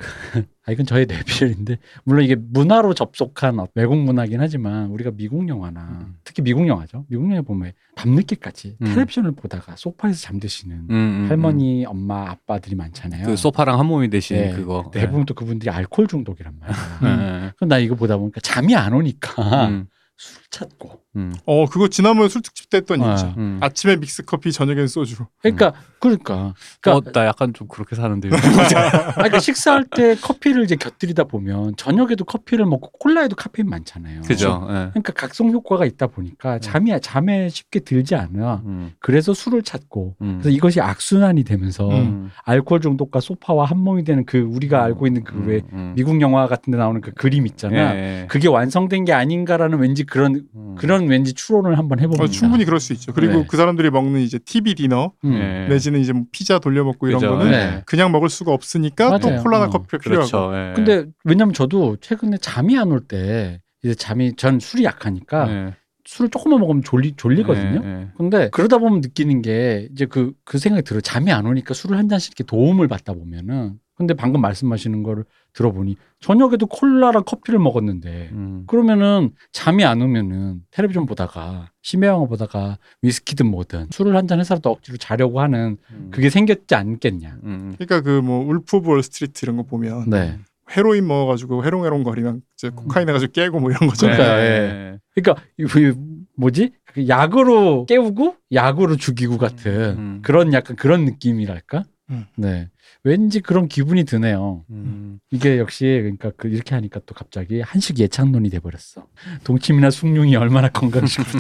[SPEAKER 2] 아 이건 저의 뇌피셜인데 물론 이게 문화로 접속한 어, 외국 문화긴 하지만 우리가 미국 영화나
[SPEAKER 3] 음.
[SPEAKER 2] 특히 미국 영화죠. 미국 영화 보면 밤늦게까지
[SPEAKER 3] 음.
[SPEAKER 2] 텔레비전을 보다가 소파에서 잠드시는
[SPEAKER 3] 음, 음, 음.
[SPEAKER 2] 할머니, 엄마, 아빠들이 많잖아요.
[SPEAKER 3] 그 소파랑 한 몸이 되신
[SPEAKER 2] 네,
[SPEAKER 3] 그거.
[SPEAKER 2] 대부분 또 그분들이 알코올 중독이란 말이야.
[SPEAKER 3] [laughs] 예.
[SPEAKER 1] 음.
[SPEAKER 3] 예.
[SPEAKER 2] 그럼 나 이거 보다 보니까 잠이 안 오니까
[SPEAKER 3] 음.
[SPEAKER 2] [laughs] 술 찾고.
[SPEAKER 3] 음.
[SPEAKER 1] 어 그거 지난번에 술특집 때 했던
[SPEAKER 2] 아,
[SPEAKER 1] 얘기죠
[SPEAKER 3] 음.
[SPEAKER 1] 아침에 믹스커피 저녁엔 어, 소주
[SPEAKER 2] 그러니까 그러니까 그러니까,
[SPEAKER 3] 어, 나 약간 좀 그렇게
[SPEAKER 2] [laughs]
[SPEAKER 3] 사는데.
[SPEAKER 2] 아, 그러니까 식사할 때 커피를 이제 곁들이다 보면 저녁에도 커피를 먹고 콜라에도 카페인 많잖아요.
[SPEAKER 3] 그죠. 네. 예.
[SPEAKER 2] 그러니까 각성 효과가 있다 보니까 잠이 잠에 쉽게 들지 않아.
[SPEAKER 3] 음.
[SPEAKER 2] 그래서 술을 찾고
[SPEAKER 3] 음.
[SPEAKER 2] 그래서 이것이 악순환이 되면서
[SPEAKER 1] 음.
[SPEAKER 2] 알코올 중독과 소파와 한몸이 되는 그 우리가 알고 있는 그 왜
[SPEAKER 3] 음.
[SPEAKER 2] 미국 영화 같은 데 나오는 그 그림 있잖아.
[SPEAKER 3] 예.
[SPEAKER 2] 그게 완성된 게 아닌가라는 왠지 그런
[SPEAKER 3] 음.
[SPEAKER 2] 그런 왠지 추론을 한번 해봅니다.
[SPEAKER 1] 어, 충분히 그럴 수 있죠 그리고
[SPEAKER 3] 네.
[SPEAKER 1] 그 사람들이 먹는 이제 TV 디너
[SPEAKER 2] 음.
[SPEAKER 3] 예.
[SPEAKER 1] 내지는 이제 뭐 피자 돌려 먹고 이런
[SPEAKER 3] 그죠. 예.
[SPEAKER 1] 거는
[SPEAKER 2] 네.
[SPEAKER 1] 그냥 먹을 수가 없으니까
[SPEAKER 2] 맞아요.
[SPEAKER 1] 또 콜라나
[SPEAKER 2] 어.
[SPEAKER 1] 커피가 필요하고
[SPEAKER 3] 그렇죠. 예.
[SPEAKER 2] 근데 왜냐면 저도 최근에 잠이 안 올 때 이제 잠이 전 술이 약하니까
[SPEAKER 3] 예.
[SPEAKER 2] 술을 조금만 먹으면 졸리 졸리거든요.
[SPEAKER 3] 예, 예.
[SPEAKER 2] 근데 그러다 보면 느끼는 게 이제 그 그 생각이 들어요. 잠이 안 오니까 술을 한 잔씩 이렇게 도움을 받다 보면은 근데 방금 말씀하시는 거를 들어보니 저녁에도 콜라랑 커피를 먹었는데
[SPEAKER 3] 음.
[SPEAKER 2] 그러면은 잠이 안 오면은 텔레비전 보다가 심야영화 보다가 위스키든 뭐든 술을 한 잔 해서라도 억지로 자려고 하는
[SPEAKER 3] 음.
[SPEAKER 2] 그게 생겼지 않겠냐.
[SPEAKER 3] 음.
[SPEAKER 1] 그러니까 그 뭐 울프 오브 월스트리트 이런 거 보면
[SPEAKER 2] 네.
[SPEAKER 1] 헤로인 먹어가지고 헤롱헤롱 거리면
[SPEAKER 3] 음.
[SPEAKER 1] 이제 코카인 해가지고 깨고 뭐 이런 거잖아요
[SPEAKER 2] 그러니까,
[SPEAKER 3] 예.
[SPEAKER 2] 예. 그러니까 이 뭐지? 그 약으로 깨우고 약으로 죽이고 같은
[SPEAKER 3] 음.
[SPEAKER 2] 그런 약간 그런 느낌이랄까?
[SPEAKER 1] 음.
[SPEAKER 2] 네. 왠지 그런 기분이 드네요.
[SPEAKER 3] 음.
[SPEAKER 2] 이게 역시 그러니까 그 이렇게 하니까 또 갑자기 한식 예찬론이 돼 버렸어. 동치미나 숭늉이 얼마나
[SPEAKER 3] [laughs]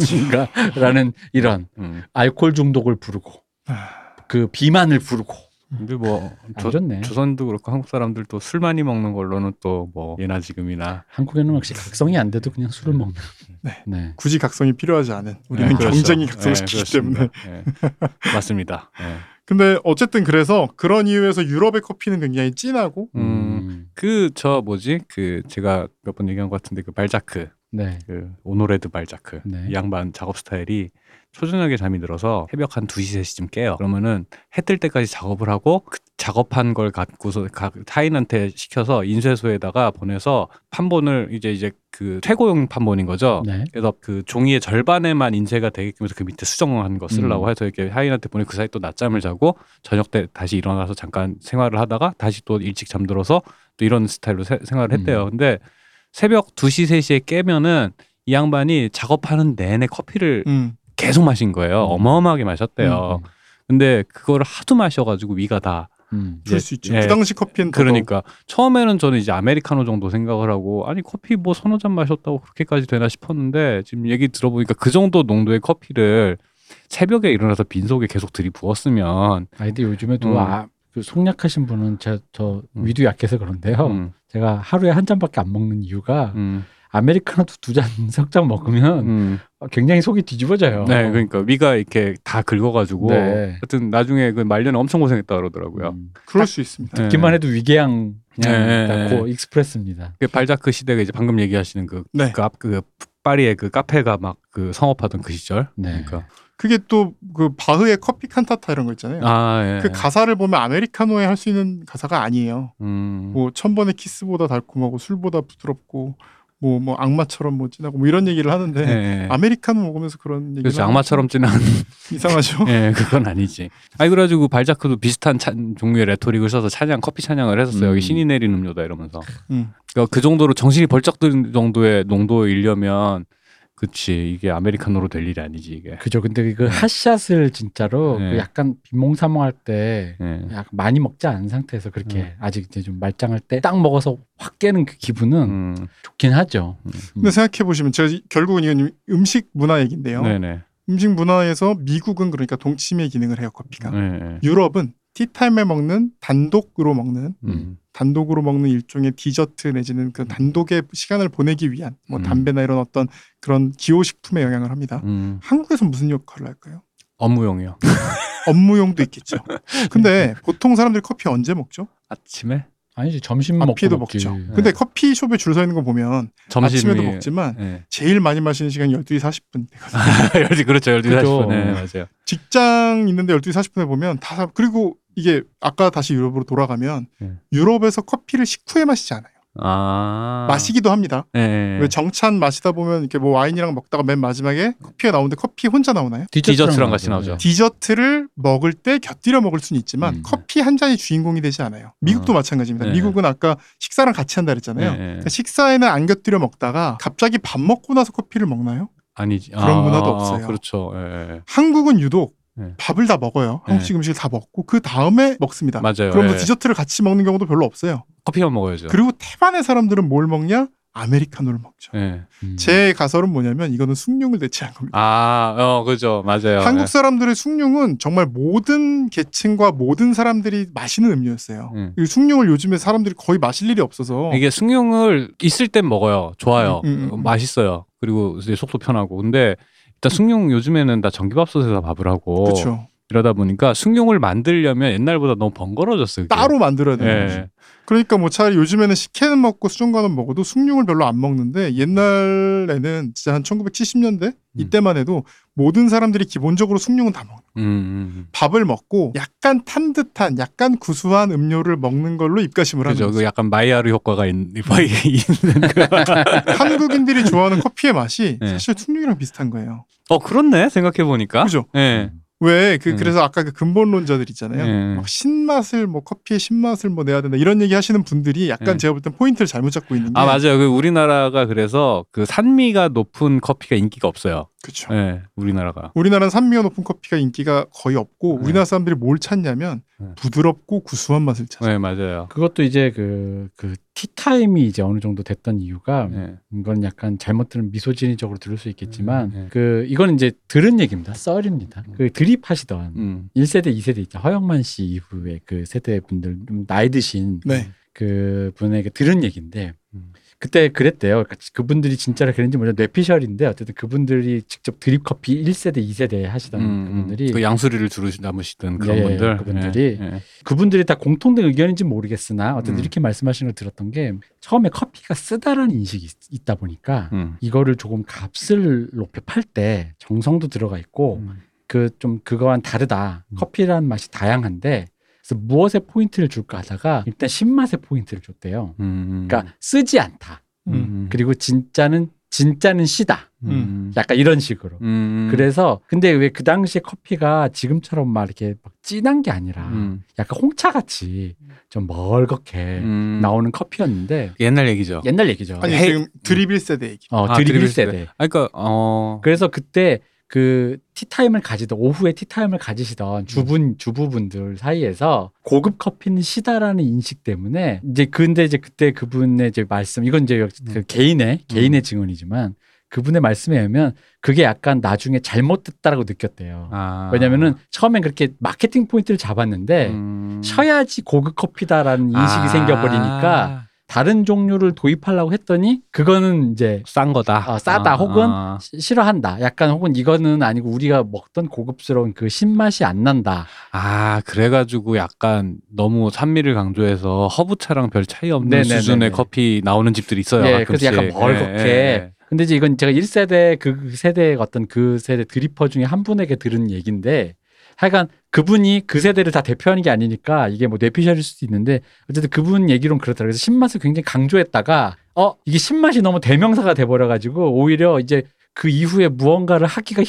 [SPEAKER 2] 건강식품인가라는 이런
[SPEAKER 3] 음.
[SPEAKER 2] 알코올 중독을 부르고
[SPEAKER 1] 아.
[SPEAKER 2] 그 비만을 부르고
[SPEAKER 3] 근데 뭐
[SPEAKER 2] 안
[SPEAKER 3] 조,
[SPEAKER 2] 좋네.
[SPEAKER 3] 조선도 그렇고 한국 사람들도 술 많이 먹는 걸로는 또 뭐 예나 지금이나
[SPEAKER 2] 한국에는 역시 각성이 안 돼도 그냥 술을 먹는.
[SPEAKER 1] 네.
[SPEAKER 2] 네.
[SPEAKER 1] 굳이 각성이 필요하지 않은 우리는
[SPEAKER 3] 예, 그렇죠.
[SPEAKER 1] 경쟁이
[SPEAKER 3] 예,
[SPEAKER 1] 각성시키기
[SPEAKER 3] 그렇습니다.
[SPEAKER 1] 때문에
[SPEAKER 3] 예. 맞습니다. 예.
[SPEAKER 1] 근데 어쨌든 그래서 그런 이유에서 유럽의 커피는 굉장히 진하고
[SPEAKER 3] 음.
[SPEAKER 2] 음.
[SPEAKER 3] 그 저 뭐지 그 제가 몇 번 얘기한 것 같은데 그 발자크
[SPEAKER 2] 네.
[SPEAKER 3] 그 오노레드 발자크
[SPEAKER 2] 네.
[SPEAKER 3] 이 양반 작업 스타일이 초저녁에 잠이 들어서 새벽 한 2시, 3시쯤 깨요. 그러면은 해 뜰 때까지 작업을 하고 그 작업한 걸 갖고서 각 타인한테 시켜서 인쇄소에다가 보내서 판본을 이제 이제 그 최고용 판본인 거죠.
[SPEAKER 2] 네.
[SPEAKER 3] 그래서 그 종이의 절반에만 인쇄가 되게끔 해서 그 밑에 수정한 거 쓰려고
[SPEAKER 2] 음.
[SPEAKER 3] 해서 이렇게 하인한테 보내 그 사이 또 낮잠을 자고 저녁 때 다시 일어나서 잠깐 생활을 하다가 다시 또 일찍 잠들어서 또 이런 스타일로 세- 생활을 했대요.
[SPEAKER 2] 음.
[SPEAKER 3] 근데 새벽 2시, 3시에 깨면은 이 양반이 작업하는 내내 커피를
[SPEAKER 1] 음.
[SPEAKER 3] 계속 마신 거예요.
[SPEAKER 2] 음.
[SPEAKER 3] 어마어마하게 마셨대요. 근데 그거를 하도 마셔가지고 위가 다
[SPEAKER 2] 음.
[SPEAKER 1] 줄
[SPEAKER 3] 이제-
[SPEAKER 1] 수 있죠.
[SPEAKER 3] 예.
[SPEAKER 1] 그 당시 커피는 더더욱
[SPEAKER 3] 그러니까 처음에는 저는 이제 아메리카노 정도 생각을 하고 아니 커피 뭐 서너 잔 마셨다고 그렇게까지 되나 싶었는데 지금 얘기 들어보니까 그 정도 농도의 커피를 새벽에 일어나서 빈속에 계속 들이부었으면
[SPEAKER 2] 아 근데 요즘에도
[SPEAKER 3] 음.
[SPEAKER 2] 아, 그 속약하신 분은 저, 저
[SPEAKER 3] 음.
[SPEAKER 2] 위도 약해서 그런데요.
[SPEAKER 3] 음,
[SPEAKER 2] 제가 하루에 한 잔밖에 안 먹는 이유가
[SPEAKER 3] 음,
[SPEAKER 2] 아메리카노도 두 잔 [laughs] 석 잔 먹으면
[SPEAKER 3] 음.
[SPEAKER 2] 굉장히 속이 뒤집어져요.
[SPEAKER 3] 네 그러니까 위가 이렇게 다 긁어가지고
[SPEAKER 2] 네.
[SPEAKER 3] 하여튼 나중에 그 말년에 엄청 고생했다 그러더라고요.
[SPEAKER 2] 음.
[SPEAKER 1] 그럴 수 있습니다.
[SPEAKER 3] 네.
[SPEAKER 2] 듣기만 해도 위궤양
[SPEAKER 3] 네.
[SPEAKER 2] 그냥 고 익스프레스입니다.
[SPEAKER 3] 그 발자크 시대가 이제 방금 얘기하시는
[SPEAKER 1] 네.
[SPEAKER 3] 그 그 앞 그 파리의 그 카페가 막 그 성업하던 그 시절.
[SPEAKER 2] 네.
[SPEAKER 3] 그러니까
[SPEAKER 1] 그게 또 그 바흐의 커피 칸타타 이런 거 있잖아요.
[SPEAKER 3] 아 예.
[SPEAKER 1] 그 가사를 보면 아메리카노에 할 수 있는 가사가 아니에요.
[SPEAKER 3] 음.
[SPEAKER 1] 뭐 천 번의 키스보다 달콤하고 술보다 부드럽고 뭐, 뭐, 악마처럼 뭐, 진하고 뭐 이런 얘기를 하는데,
[SPEAKER 3] 예.
[SPEAKER 1] 아메리카노 먹으면서 그런 얘기.
[SPEAKER 3] 그렇죠. 악마처럼 진한 [laughs]
[SPEAKER 1] 이상하죠.
[SPEAKER 3] 예, 그건 아니지. 아니 그래가지고 발자크도 비슷한 찬- 종류의 레토릭을 써서 찬양 커피 찬양을 했었어요.
[SPEAKER 2] 음.
[SPEAKER 3] 여기 신이 내린 음료다 이러면서.
[SPEAKER 1] 음.
[SPEAKER 3] 그러니까 그 정도로 정신이 벌쩍 든 정도의 농도이려면 그치 이게 아메리카노로 될 일이 아니지 이게.
[SPEAKER 2] 그죠. 근데 그 핫샷을 진짜로
[SPEAKER 3] 네.
[SPEAKER 2] 그 약간 빈몽사몽할 때
[SPEAKER 3] 예.
[SPEAKER 2] 약간 많이 먹지 않은 상태에서 그렇게
[SPEAKER 3] 음.
[SPEAKER 2] 아직 이제 좀 말짱할 때 딱 먹어서 확 깨는 그 기분은
[SPEAKER 3] 음,
[SPEAKER 2] 좋긴 하죠.
[SPEAKER 1] 근데 생각해 보시면 제가 이- 결국은 이건 음식 문화 얘기인데요.
[SPEAKER 3] 네네.
[SPEAKER 1] 음식 문화에서 미국은 그러니까 동치미 기능을 해요 커피가.
[SPEAKER 3] 예, 예.
[SPEAKER 1] 유럽은 티타임에 먹는 단독으로 먹는
[SPEAKER 3] 음.
[SPEAKER 1] 단독으로 먹는 일종의 디저트 내지는 그 단독의 시간을 보내기 위한 뭐
[SPEAKER 3] 음.
[SPEAKER 1] 담배나 이런 어떤 그런 기호식품에 영향을 합니다.
[SPEAKER 3] 음.
[SPEAKER 1] 한국에서 무슨 역할을 할까요?
[SPEAKER 3] 업무용이요.
[SPEAKER 1] 업무용도
[SPEAKER 3] [laughs]
[SPEAKER 1] 있겠죠. 근데 보통 사람들이 커피 언제 먹죠?
[SPEAKER 3] 음, 아침에
[SPEAKER 2] 아니지 점심
[SPEAKER 1] 앞에도
[SPEAKER 2] 먹고 먹지. 네.
[SPEAKER 1] 먹죠. 근데 커피숍에 줄 서 있는 거 보면
[SPEAKER 3] 네. 점심이
[SPEAKER 1] 아침에도 먹지만
[SPEAKER 3] 예. [laughs]
[SPEAKER 1] 제일 많이 마시는 시간이 12시 40분 되거든요.
[SPEAKER 3] 열지 그렇죠. 열지
[SPEAKER 2] 그죠.
[SPEAKER 3] 40분. 네, 맞아요.
[SPEAKER 1] 직장 있는데 12시 40분에 보면 다 사- 그리고 이게 아까 다시 유럽으로 돌아가면
[SPEAKER 3] 네.
[SPEAKER 1] 유럽에서 커피를 식후에 마시지 않아요.
[SPEAKER 3] 아.
[SPEAKER 1] 마시기도 합니다.
[SPEAKER 3] 예, 예.
[SPEAKER 1] 왜 정찬 마시다 보면 이렇게 뭐 와인이랑 먹다가 맨 마지막에 커피가 나오는데 커피 혼자 나오나요?
[SPEAKER 3] 디저트랑 같이 나오죠.
[SPEAKER 1] 디저트를 먹을 때 곁들여 먹을 수는 있지만
[SPEAKER 3] 음.
[SPEAKER 1] 커피 한 잔이 주인공이 되지 않아요. 미국도 마찬가지입니다.
[SPEAKER 3] 네.
[SPEAKER 1] 미국은 아까 식사랑 같이 한다 그랬잖아요.
[SPEAKER 3] 예, 예.
[SPEAKER 1] 그러니까 식사에는 안 곁들여 먹다가 갑자기 밥 먹고 나서 커피를 먹나요?
[SPEAKER 3] 아니지.
[SPEAKER 1] 그런 문화도 없어요.
[SPEAKER 3] 그렇죠. 예, 예.
[SPEAKER 1] 한국은 유독
[SPEAKER 3] 네.
[SPEAKER 1] 밥을 다 먹어요. 한국식 음식을 다 먹고 그 다음에 먹습니다.
[SPEAKER 3] 맞아요.
[SPEAKER 1] 그럼 뭐
[SPEAKER 3] 예.
[SPEAKER 1] 디저트를 같이 먹는 경우도 별로 없어요.
[SPEAKER 3] 커피만 먹어야죠.
[SPEAKER 1] 그리고 태반의 사람들은 뭘 먹냐? 아메리카노를 먹죠.
[SPEAKER 3] 예.
[SPEAKER 2] 음.
[SPEAKER 1] 제 가설은 뭐냐면 이거는 숭늉을 대체한 겁니다.
[SPEAKER 3] 아, 어, 그죠. 맞아요.
[SPEAKER 1] 한국 사람들의 숭늉은 정말 모든 계층과 모든 사람들이 마시는 음료였어요.
[SPEAKER 3] 음.
[SPEAKER 1] 이 숭늉을 요즘에 사람들이 거의 마실 일이 없어서
[SPEAKER 3] 예. 이게 숭늉을 있을 땐 먹어요. 좋아요.
[SPEAKER 1] 음, 음, 음.
[SPEAKER 3] 어, 맛있어요. 그리고 이제 속도 편하고. 근데 일단 숭늉 요즘에는 다 전기밥솥에서 밥을 하고
[SPEAKER 1] 그렇죠.
[SPEAKER 3] 뭐 이러다 보니까 숭늉을 만들려면 옛날보다 너무 번거로워졌어요. 그게.
[SPEAKER 1] 따로 만들어야 되는 거죠.
[SPEAKER 3] 예.
[SPEAKER 1] 그러니까 뭐 차라리 요즘에는 식혜는 먹고 수정과는 먹어도 숭늉을 별로 안 먹는데 옛날에는 진짜 한
[SPEAKER 3] 음.
[SPEAKER 1] 1970년대 이때만 해도 모든 사람들이 기본적으로 숭늉은 다 먹어요.
[SPEAKER 3] 음, 음.
[SPEAKER 1] 밥을 먹고 약간 탄 듯한 약간 구수한 음료를 먹는 걸로 입가심을 하는
[SPEAKER 3] 그죠.
[SPEAKER 1] 거죠.
[SPEAKER 3] 그 약간 마이야르 효과가 있, 있는
[SPEAKER 1] [laughs]
[SPEAKER 3] 그.
[SPEAKER 1] 한국인들이 좋아하는 커피의 맛이
[SPEAKER 3] 네.
[SPEAKER 1] 사실 숭늉이랑 비슷한 거예요.
[SPEAKER 3] 어, 그렇네. 생각해 보니까.
[SPEAKER 1] 그죠?
[SPEAKER 3] 예.
[SPEAKER 1] 왜? 그
[SPEAKER 3] 음.
[SPEAKER 1] 그래서 아까 그 근본론자들 있잖아요.
[SPEAKER 3] 예.
[SPEAKER 1] 막 신맛을 뭐 커피의 신맛을 뭐 내야 된다 이런 얘기 하시는 분들이 약간
[SPEAKER 3] 예.
[SPEAKER 1] 제가 볼 땐 포인트를 잘못 잡고 있는 게
[SPEAKER 3] 아 맞아요. 그 우리나라가 그래서 그 산미가 높은 커피가 인기가 없어요.
[SPEAKER 1] 그렇죠.
[SPEAKER 3] 예, 우리나라가.
[SPEAKER 1] 우리나라는 산미가 높은 커피가 인기가 거의 없고
[SPEAKER 3] 네.
[SPEAKER 1] 우리나라 사람들이 뭘 찾냐면
[SPEAKER 3] 네.
[SPEAKER 1] 부드럽고 구수한 맛을
[SPEAKER 3] 예,
[SPEAKER 1] 찾아요.
[SPEAKER 3] 맞아요.
[SPEAKER 2] 그것도 이제 그, 그 티타임이 이제 어느 정도 됐던 이유가
[SPEAKER 3] 예.
[SPEAKER 2] 이건 약간 잘못 들은 미소지니적으로 들을 수 있겠지만
[SPEAKER 3] 음, 네.
[SPEAKER 2] 그 이건 이제 들은 얘기입니다. 썰입니다. 그 드립하시던
[SPEAKER 3] 음.
[SPEAKER 2] 1세대, 2세대 있죠. 허영만 씨 이후에 그 세대 분들 좀 나이 드신
[SPEAKER 3] 예.
[SPEAKER 1] 네.
[SPEAKER 2] 그 분에게 들은 얘기인데
[SPEAKER 3] 음.
[SPEAKER 2] 그때 그랬대요. 그러니까 그분들이 진짜로 그랬는지 모르 뇌피셜인데 어쨌든 그분들이 직접 드립 커피 1세대, 2세대 하시던
[SPEAKER 3] 음,
[SPEAKER 2] 그분들이
[SPEAKER 3] 그 양수리를 주르시 남으시던 그런
[SPEAKER 2] 예,
[SPEAKER 3] 분들.
[SPEAKER 2] 그분들이.
[SPEAKER 3] 예, 예.
[SPEAKER 2] 그분들이 다 공통된 의견인지 는 모르겠으나 어쨌든
[SPEAKER 3] 음.
[SPEAKER 2] 이렇게 말씀하시는 걸 들었던 게 처음에 커피가 쓰다라는 인식이 있, 다 보니까
[SPEAKER 3] 음.
[SPEAKER 2] 이거를 조금 값을 높여 팔 때 정성도 들어가 있고
[SPEAKER 3] 음.
[SPEAKER 2] 그 좀 그거와는 다르다.
[SPEAKER 3] 음.
[SPEAKER 2] 커피라는 맛이 다양한데 그래서 무엇에 포인트를 줄까 하다가 일단 신맛에 포인트를 줬대요.
[SPEAKER 3] 음.
[SPEAKER 2] 그러니까 쓰지 않다.
[SPEAKER 1] 음.
[SPEAKER 2] 그리고 진짜는 진짜는 시다.
[SPEAKER 3] 음.
[SPEAKER 2] 약간 이런 식으로.
[SPEAKER 3] 음.
[SPEAKER 2] 그래서 근데 왜 그 당시에 커피가 지금처럼 막 이렇게 막 진한 게 아니라
[SPEAKER 3] 음.
[SPEAKER 2] 약간 홍차 같이 좀 멀겋게
[SPEAKER 3] 음.
[SPEAKER 2] 예. 나오는 예. 커피였는데
[SPEAKER 3] 옛날 얘기죠.
[SPEAKER 2] 옛날 얘기죠.
[SPEAKER 1] 아니
[SPEAKER 3] 헤이-
[SPEAKER 1] 지금 드립 1세대 얘기.
[SPEAKER 2] 어,
[SPEAKER 3] 아,
[SPEAKER 2] 드립
[SPEAKER 3] 드립
[SPEAKER 2] 1세대.
[SPEAKER 3] 아, 그러니까 어.
[SPEAKER 2] 그래서 그때 그 티타임을 가지던 오후에 티타임을 가지시던 주부 주부분들 사이에서 고급 커피는 시다라는 인식 때문에 이제 근데 이제 그때 그분의 이제 말씀 이건 이제 역시 그 개인의 개인의 증언이지만 그분의 말씀에 의하면 그게 약간 나중에 잘못됐다라고 느꼈대요.
[SPEAKER 3] 아.
[SPEAKER 2] 왜냐면은 처음엔 그렇게 마케팅 포인트를 잡았는데
[SPEAKER 3] 음.
[SPEAKER 2] 쉬어야지 고급 커피다라는 인식이
[SPEAKER 3] 아.
[SPEAKER 2] 생겨버리니까 다른 종류를 도입하려고 했더니 그거는 이제
[SPEAKER 3] 싼 거다.
[SPEAKER 2] 어, 싸다
[SPEAKER 3] 아,
[SPEAKER 2] 혹은
[SPEAKER 3] 아.
[SPEAKER 2] 시- 싫어한다. 약간 혹은 이거는 아니고 우리가 먹던 고급스러운 그 신맛이 안 난다.
[SPEAKER 3] 아, 그래가지고 약간 너무 산미를 강조해서 허브차랑 별 차이 없는
[SPEAKER 2] 네네네네.
[SPEAKER 3] 수준의 커피 나오는 집들이 있어요.
[SPEAKER 2] 예,
[SPEAKER 3] 가끔씩. 예,
[SPEAKER 2] 그래서 약간 멀겋게. 근데 이제 이건 제가 1세대 그 세대의 어떤 그 세대 드리퍼 중에 한 분에게 들은 얘기인데 하여간 그분이 그 세대를 다 대표하는 게 아니니까 이게 뭐 뇌피셜일 수도 있는데 어쨌든 그분 얘기론 그렇더라고요. 그래서 신맛을 굉장히 강조했다가 어 이게 신맛이 너무 대명사가 돼버려가지고 오히려 이제 그 이후에 무언가를 하기가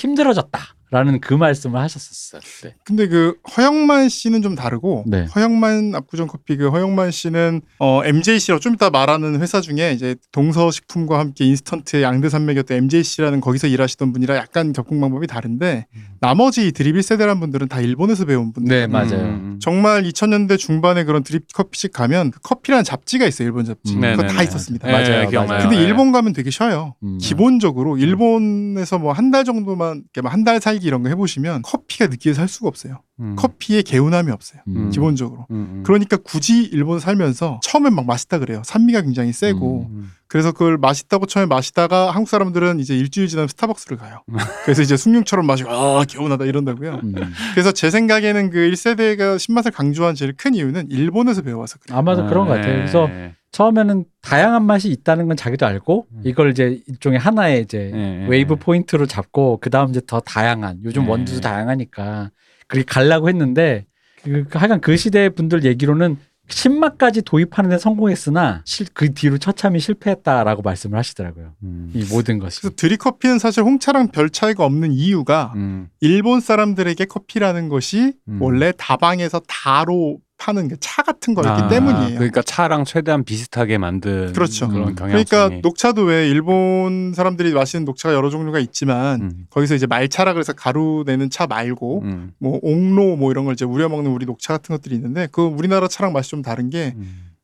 [SPEAKER 2] 힘들어졌다라는 그 말씀을 하셨었어요. 네.
[SPEAKER 1] 근데 그 허영만 씨는 좀 다르고
[SPEAKER 2] 네.
[SPEAKER 1] 허영만 압구정 커피 그 허영만 씨는 어 MJC라고 좀 이따 말하는 회사 중에 이제 동서식품과 함께 인스턴트 양대 산맥이었던 MJC라는 거기서 일하시던 분이라 약간 접근 방법이 다른데 나머지 드립 1세대란 분들은 다 일본에서 배운 분들 음.
[SPEAKER 2] 음. 네, 맞아요.
[SPEAKER 3] 음,
[SPEAKER 1] 정말 2000년대 중반에 그런 드립 커피집 가면 그 커피라는 잡지가 있어요 일본 잡지
[SPEAKER 2] 음,
[SPEAKER 1] 그거
[SPEAKER 3] 네네네.
[SPEAKER 1] 다 있었습니다
[SPEAKER 3] 예,
[SPEAKER 2] 네. 맞아요, 맞아요.
[SPEAKER 1] 근데 일본 가면 되게 쉬어요
[SPEAKER 2] 음.
[SPEAKER 1] 기본적으로 일본에서 뭐 한 달 정도만 한 달 살기 이런 거 해보시면 커피가 느끼해서 할 수가 없어요
[SPEAKER 3] 예.
[SPEAKER 1] 음.
[SPEAKER 3] 음,
[SPEAKER 1] 커피에 개운함이 없어요
[SPEAKER 2] 음.
[SPEAKER 1] 기본적으로 그러니까 굳이 일본 살면서 처음엔 막 맛있다 그래요 산미가 굉장히
[SPEAKER 2] 음.
[SPEAKER 1] 세고 그래서 그걸 맛있다고 처음에 마시다가 한국 사람들은 이제 일주일 지나면 스타벅스를 가요
[SPEAKER 2] [laughs]
[SPEAKER 1] 그래서 이제 숭늉처럼 마시고 아 개운하다 이런다고요
[SPEAKER 2] 음.
[SPEAKER 1] 그래서 제 생각에는 그 1세대가 신맛을 강조한 제일 큰 이유는 일본에서 배워와서 그래요
[SPEAKER 2] 아마도 그런 것
[SPEAKER 3] 네.
[SPEAKER 2] 같아요. 그래서
[SPEAKER 3] 예,
[SPEAKER 2] 처음에는 다양한 맛이 있다는 건 자기도 알고
[SPEAKER 3] 음.
[SPEAKER 2] 이걸 이제 일종의 하나의 이제
[SPEAKER 3] 예,
[SPEAKER 1] 예.
[SPEAKER 2] 웨이브 포인트로 잡고 그 다음 이제 더 다양한 요즘
[SPEAKER 3] 네.
[SPEAKER 2] 원두도 다양하니까 그렇게 가려고 했는데 그, 그 하여간 그 시대 분들 얘기로는 신맛까지 도입하는 데 성공했으나 실, 그 뒤로 처참히 실패했다라고 말씀을 하시더라고요.
[SPEAKER 3] 음.
[SPEAKER 2] 이 모든 것이.
[SPEAKER 1] 그래서 음. 드립커피는 사실 홍차랑 별 차이가 없는 이유가
[SPEAKER 2] 음.
[SPEAKER 1] 일본 사람들에게 커피라는 것이
[SPEAKER 3] 음.
[SPEAKER 1] 원래 다방에서 다로 파는 게 차 같은 거였기
[SPEAKER 3] 아,
[SPEAKER 1] 때문이에요.
[SPEAKER 3] 그러니까 차랑 최대한 비슷하게 만든
[SPEAKER 1] 그렇죠.
[SPEAKER 3] 런
[SPEAKER 2] 음.
[SPEAKER 3] 경향성이.
[SPEAKER 1] 그러니까 녹차도 왜 일본 사람들이 마시는 녹차가 여러 종류가 있지만
[SPEAKER 3] 음.
[SPEAKER 1] 거기서 이제 말차라 그래서 가루 내는 차 말고
[SPEAKER 3] 음.
[SPEAKER 1] 뭐 옥로 뭐 이런 걸 이제 우려 먹는 우리 녹차 같은 것들이 있는데 그 우리나라 차랑 맛이 좀 다른
[SPEAKER 3] 음.
[SPEAKER 1] 게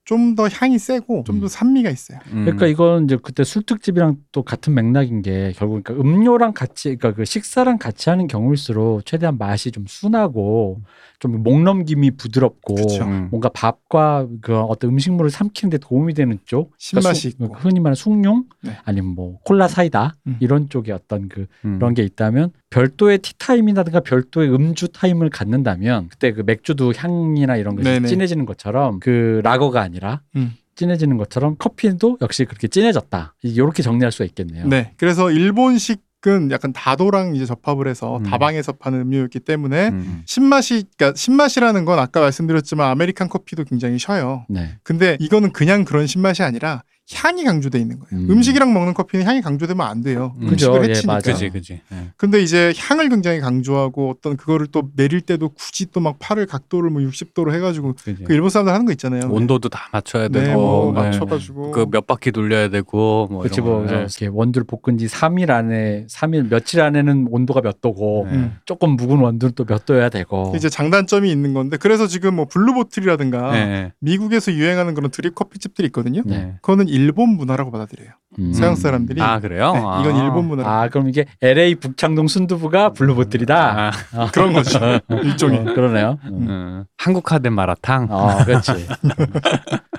[SPEAKER 1] 좀 더 향이 세고 좀 더
[SPEAKER 2] 음.
[SPEAKER 1] 산미가 있어요.
[SPEAKER 2] 그러니까 이건 이제 그때 술특집이랑 또 같은 맥락인 게 결국 그러니까 음료랑 같이 그러니까 그 식사랑 같이 하는 경우일수록 최대한 맛이 좀 순하고 좀 목 넘김이 부드럽고
[SPEAKER 1] 그렇죠.
[SPEAKER 3] 음.
[SPEAKER 2] 뭔가 밥과 그 어떤 음식물을 삼키는데 도움이 되는 쪽
[SPEAKER 3] 그러니까
[SPEAKER 1] 신맛이
[SPEAKER 2] 그러니까 수-
[SPEAKER 1] 있고.
[SPEAKER 2] 흔히 말하는 숭늉
[SPEAKER 1] 네.
[SPEAKER 2] 아니면 뭐 콜라 사이다
[SPEAKER 1] 음.
[SPEAKER 2] 이런 쪽의 어떤 그
[SPEAKER 3] 음.
[SPEAKER 2] 그런 게 있다면 별도의 티타임이라든가 별도의 음주 타임을 갖는다면 그때 그 맥주도 향이나 이런 것이
[SPEAKER 1] 네네.
[SPEAKER 2] 진해지는 것처럼 그 라거가 아니라
[SPEAKER 1] 음.
[SPEAKER 2] 진해지는 것처럼 커피도 역시 그렇게 진해졌다 이렇게 정리할 수가 있겠네요.
[SPEAKER 1] 네. 그래서 일본식은 약간 다도랑 이제 접합을 해서
[SPEAKER 3] 음.
[SPEAKER 1] 다방에서 파는 음료였기 때문에
[SPEAKER 3] 음.
[SPEAKER 1] 신맛이 그러니까 신맛이라는 건 아까 말씀드렸지만 아메리칸 커피도 굉장히 쉬어요.
[SPEAKER 2] 네.
[SPEAKER 1] 근데 이거는 그냥 그런 신맛이 아니라 향이 강조돼 있는 거예요.
[SPEAKER 2] 음.
[SPEAKER 1] 음. 식이랑 먹는 커피는 향이 강조되면 안 돼요.
[SPEAKER 3] 음.
[SPEAKER 1] 음식을
[SPEAKER 2] 그죠. 예,
[SPEAKER 1] 해치니까.
[SPEAKER 2] 맞아.
[SPEAKER 3] 그지 그지. 예.
[SPEAKER 1] 근데 이제 향을 굉장히 강조하고 어떤 그거를 또 내릴 때도 굳이 또 막 팔을 각도를 뭐 60도로 해가지고
[SPEAKER 3] 그지.
[SPEAKER 1] 그 일본 사람들 하는 거 있잖아요.
[SPEAKER 3] 예. 음. 온도도 다 맞춰야 되고
[SPEAKER 1] 네, 뭐
[SPEAKER 3] 네.
[SPEAKER 1] 맞춰가지고
[SPEAKER 3] 그 몇 바퀴 돌려야 되고 뭐
[SPEAKER 2] 그렇지
[SPEAKER 3] 이런
[SPEAKER 2] 뭐
[SPEAKER 3] 거. 네.
[SPEAKER 2] 이렇게 원두를 볶은 지 3일 안에 3일 며칠 안에는 온도가 몇 도고
[SPEAKER 3] 네.
[SPEAKER 2] 조금 묵은 원두는 또 몇 도여야 되고
[SPEAKER 1] 음. 이제 장단점이 있는 건데 그래서 지금 뭐 블루보틀이라든가
[SPEAKER 3] 네.
[SPEAKER 1] 미국에서 유행하는 그런 드립 커피집들이 있거든요.
[SPEAKER 3] 음.
[SPEAKER 2] 네.
[SPEAKER 1] 그거는 일본 문화라고 받아들여요.
[SPEAKER 2] 음.
[SPEAKER 1] 서양 사람들이
[SPEAKER 3] 아 그래요?
[SPEAKER 1] 네,
[SPEAKER 3] 아.
[SPEAKER 1] 이건 일본 문화
[SPEAKER 2] 아 그럼 이게 LA 북창동 순두부가 블루보틀이다.
[SPEAKER 3] 아,
[SPEAKER 1] 그런 거죠. 일종의.
[SPEAKER 2] 어, 그러네요. 어.
[SPEAKER 3] 음. 한국화된 마라탕.
[SPEAKER 2] 아, 그렇지.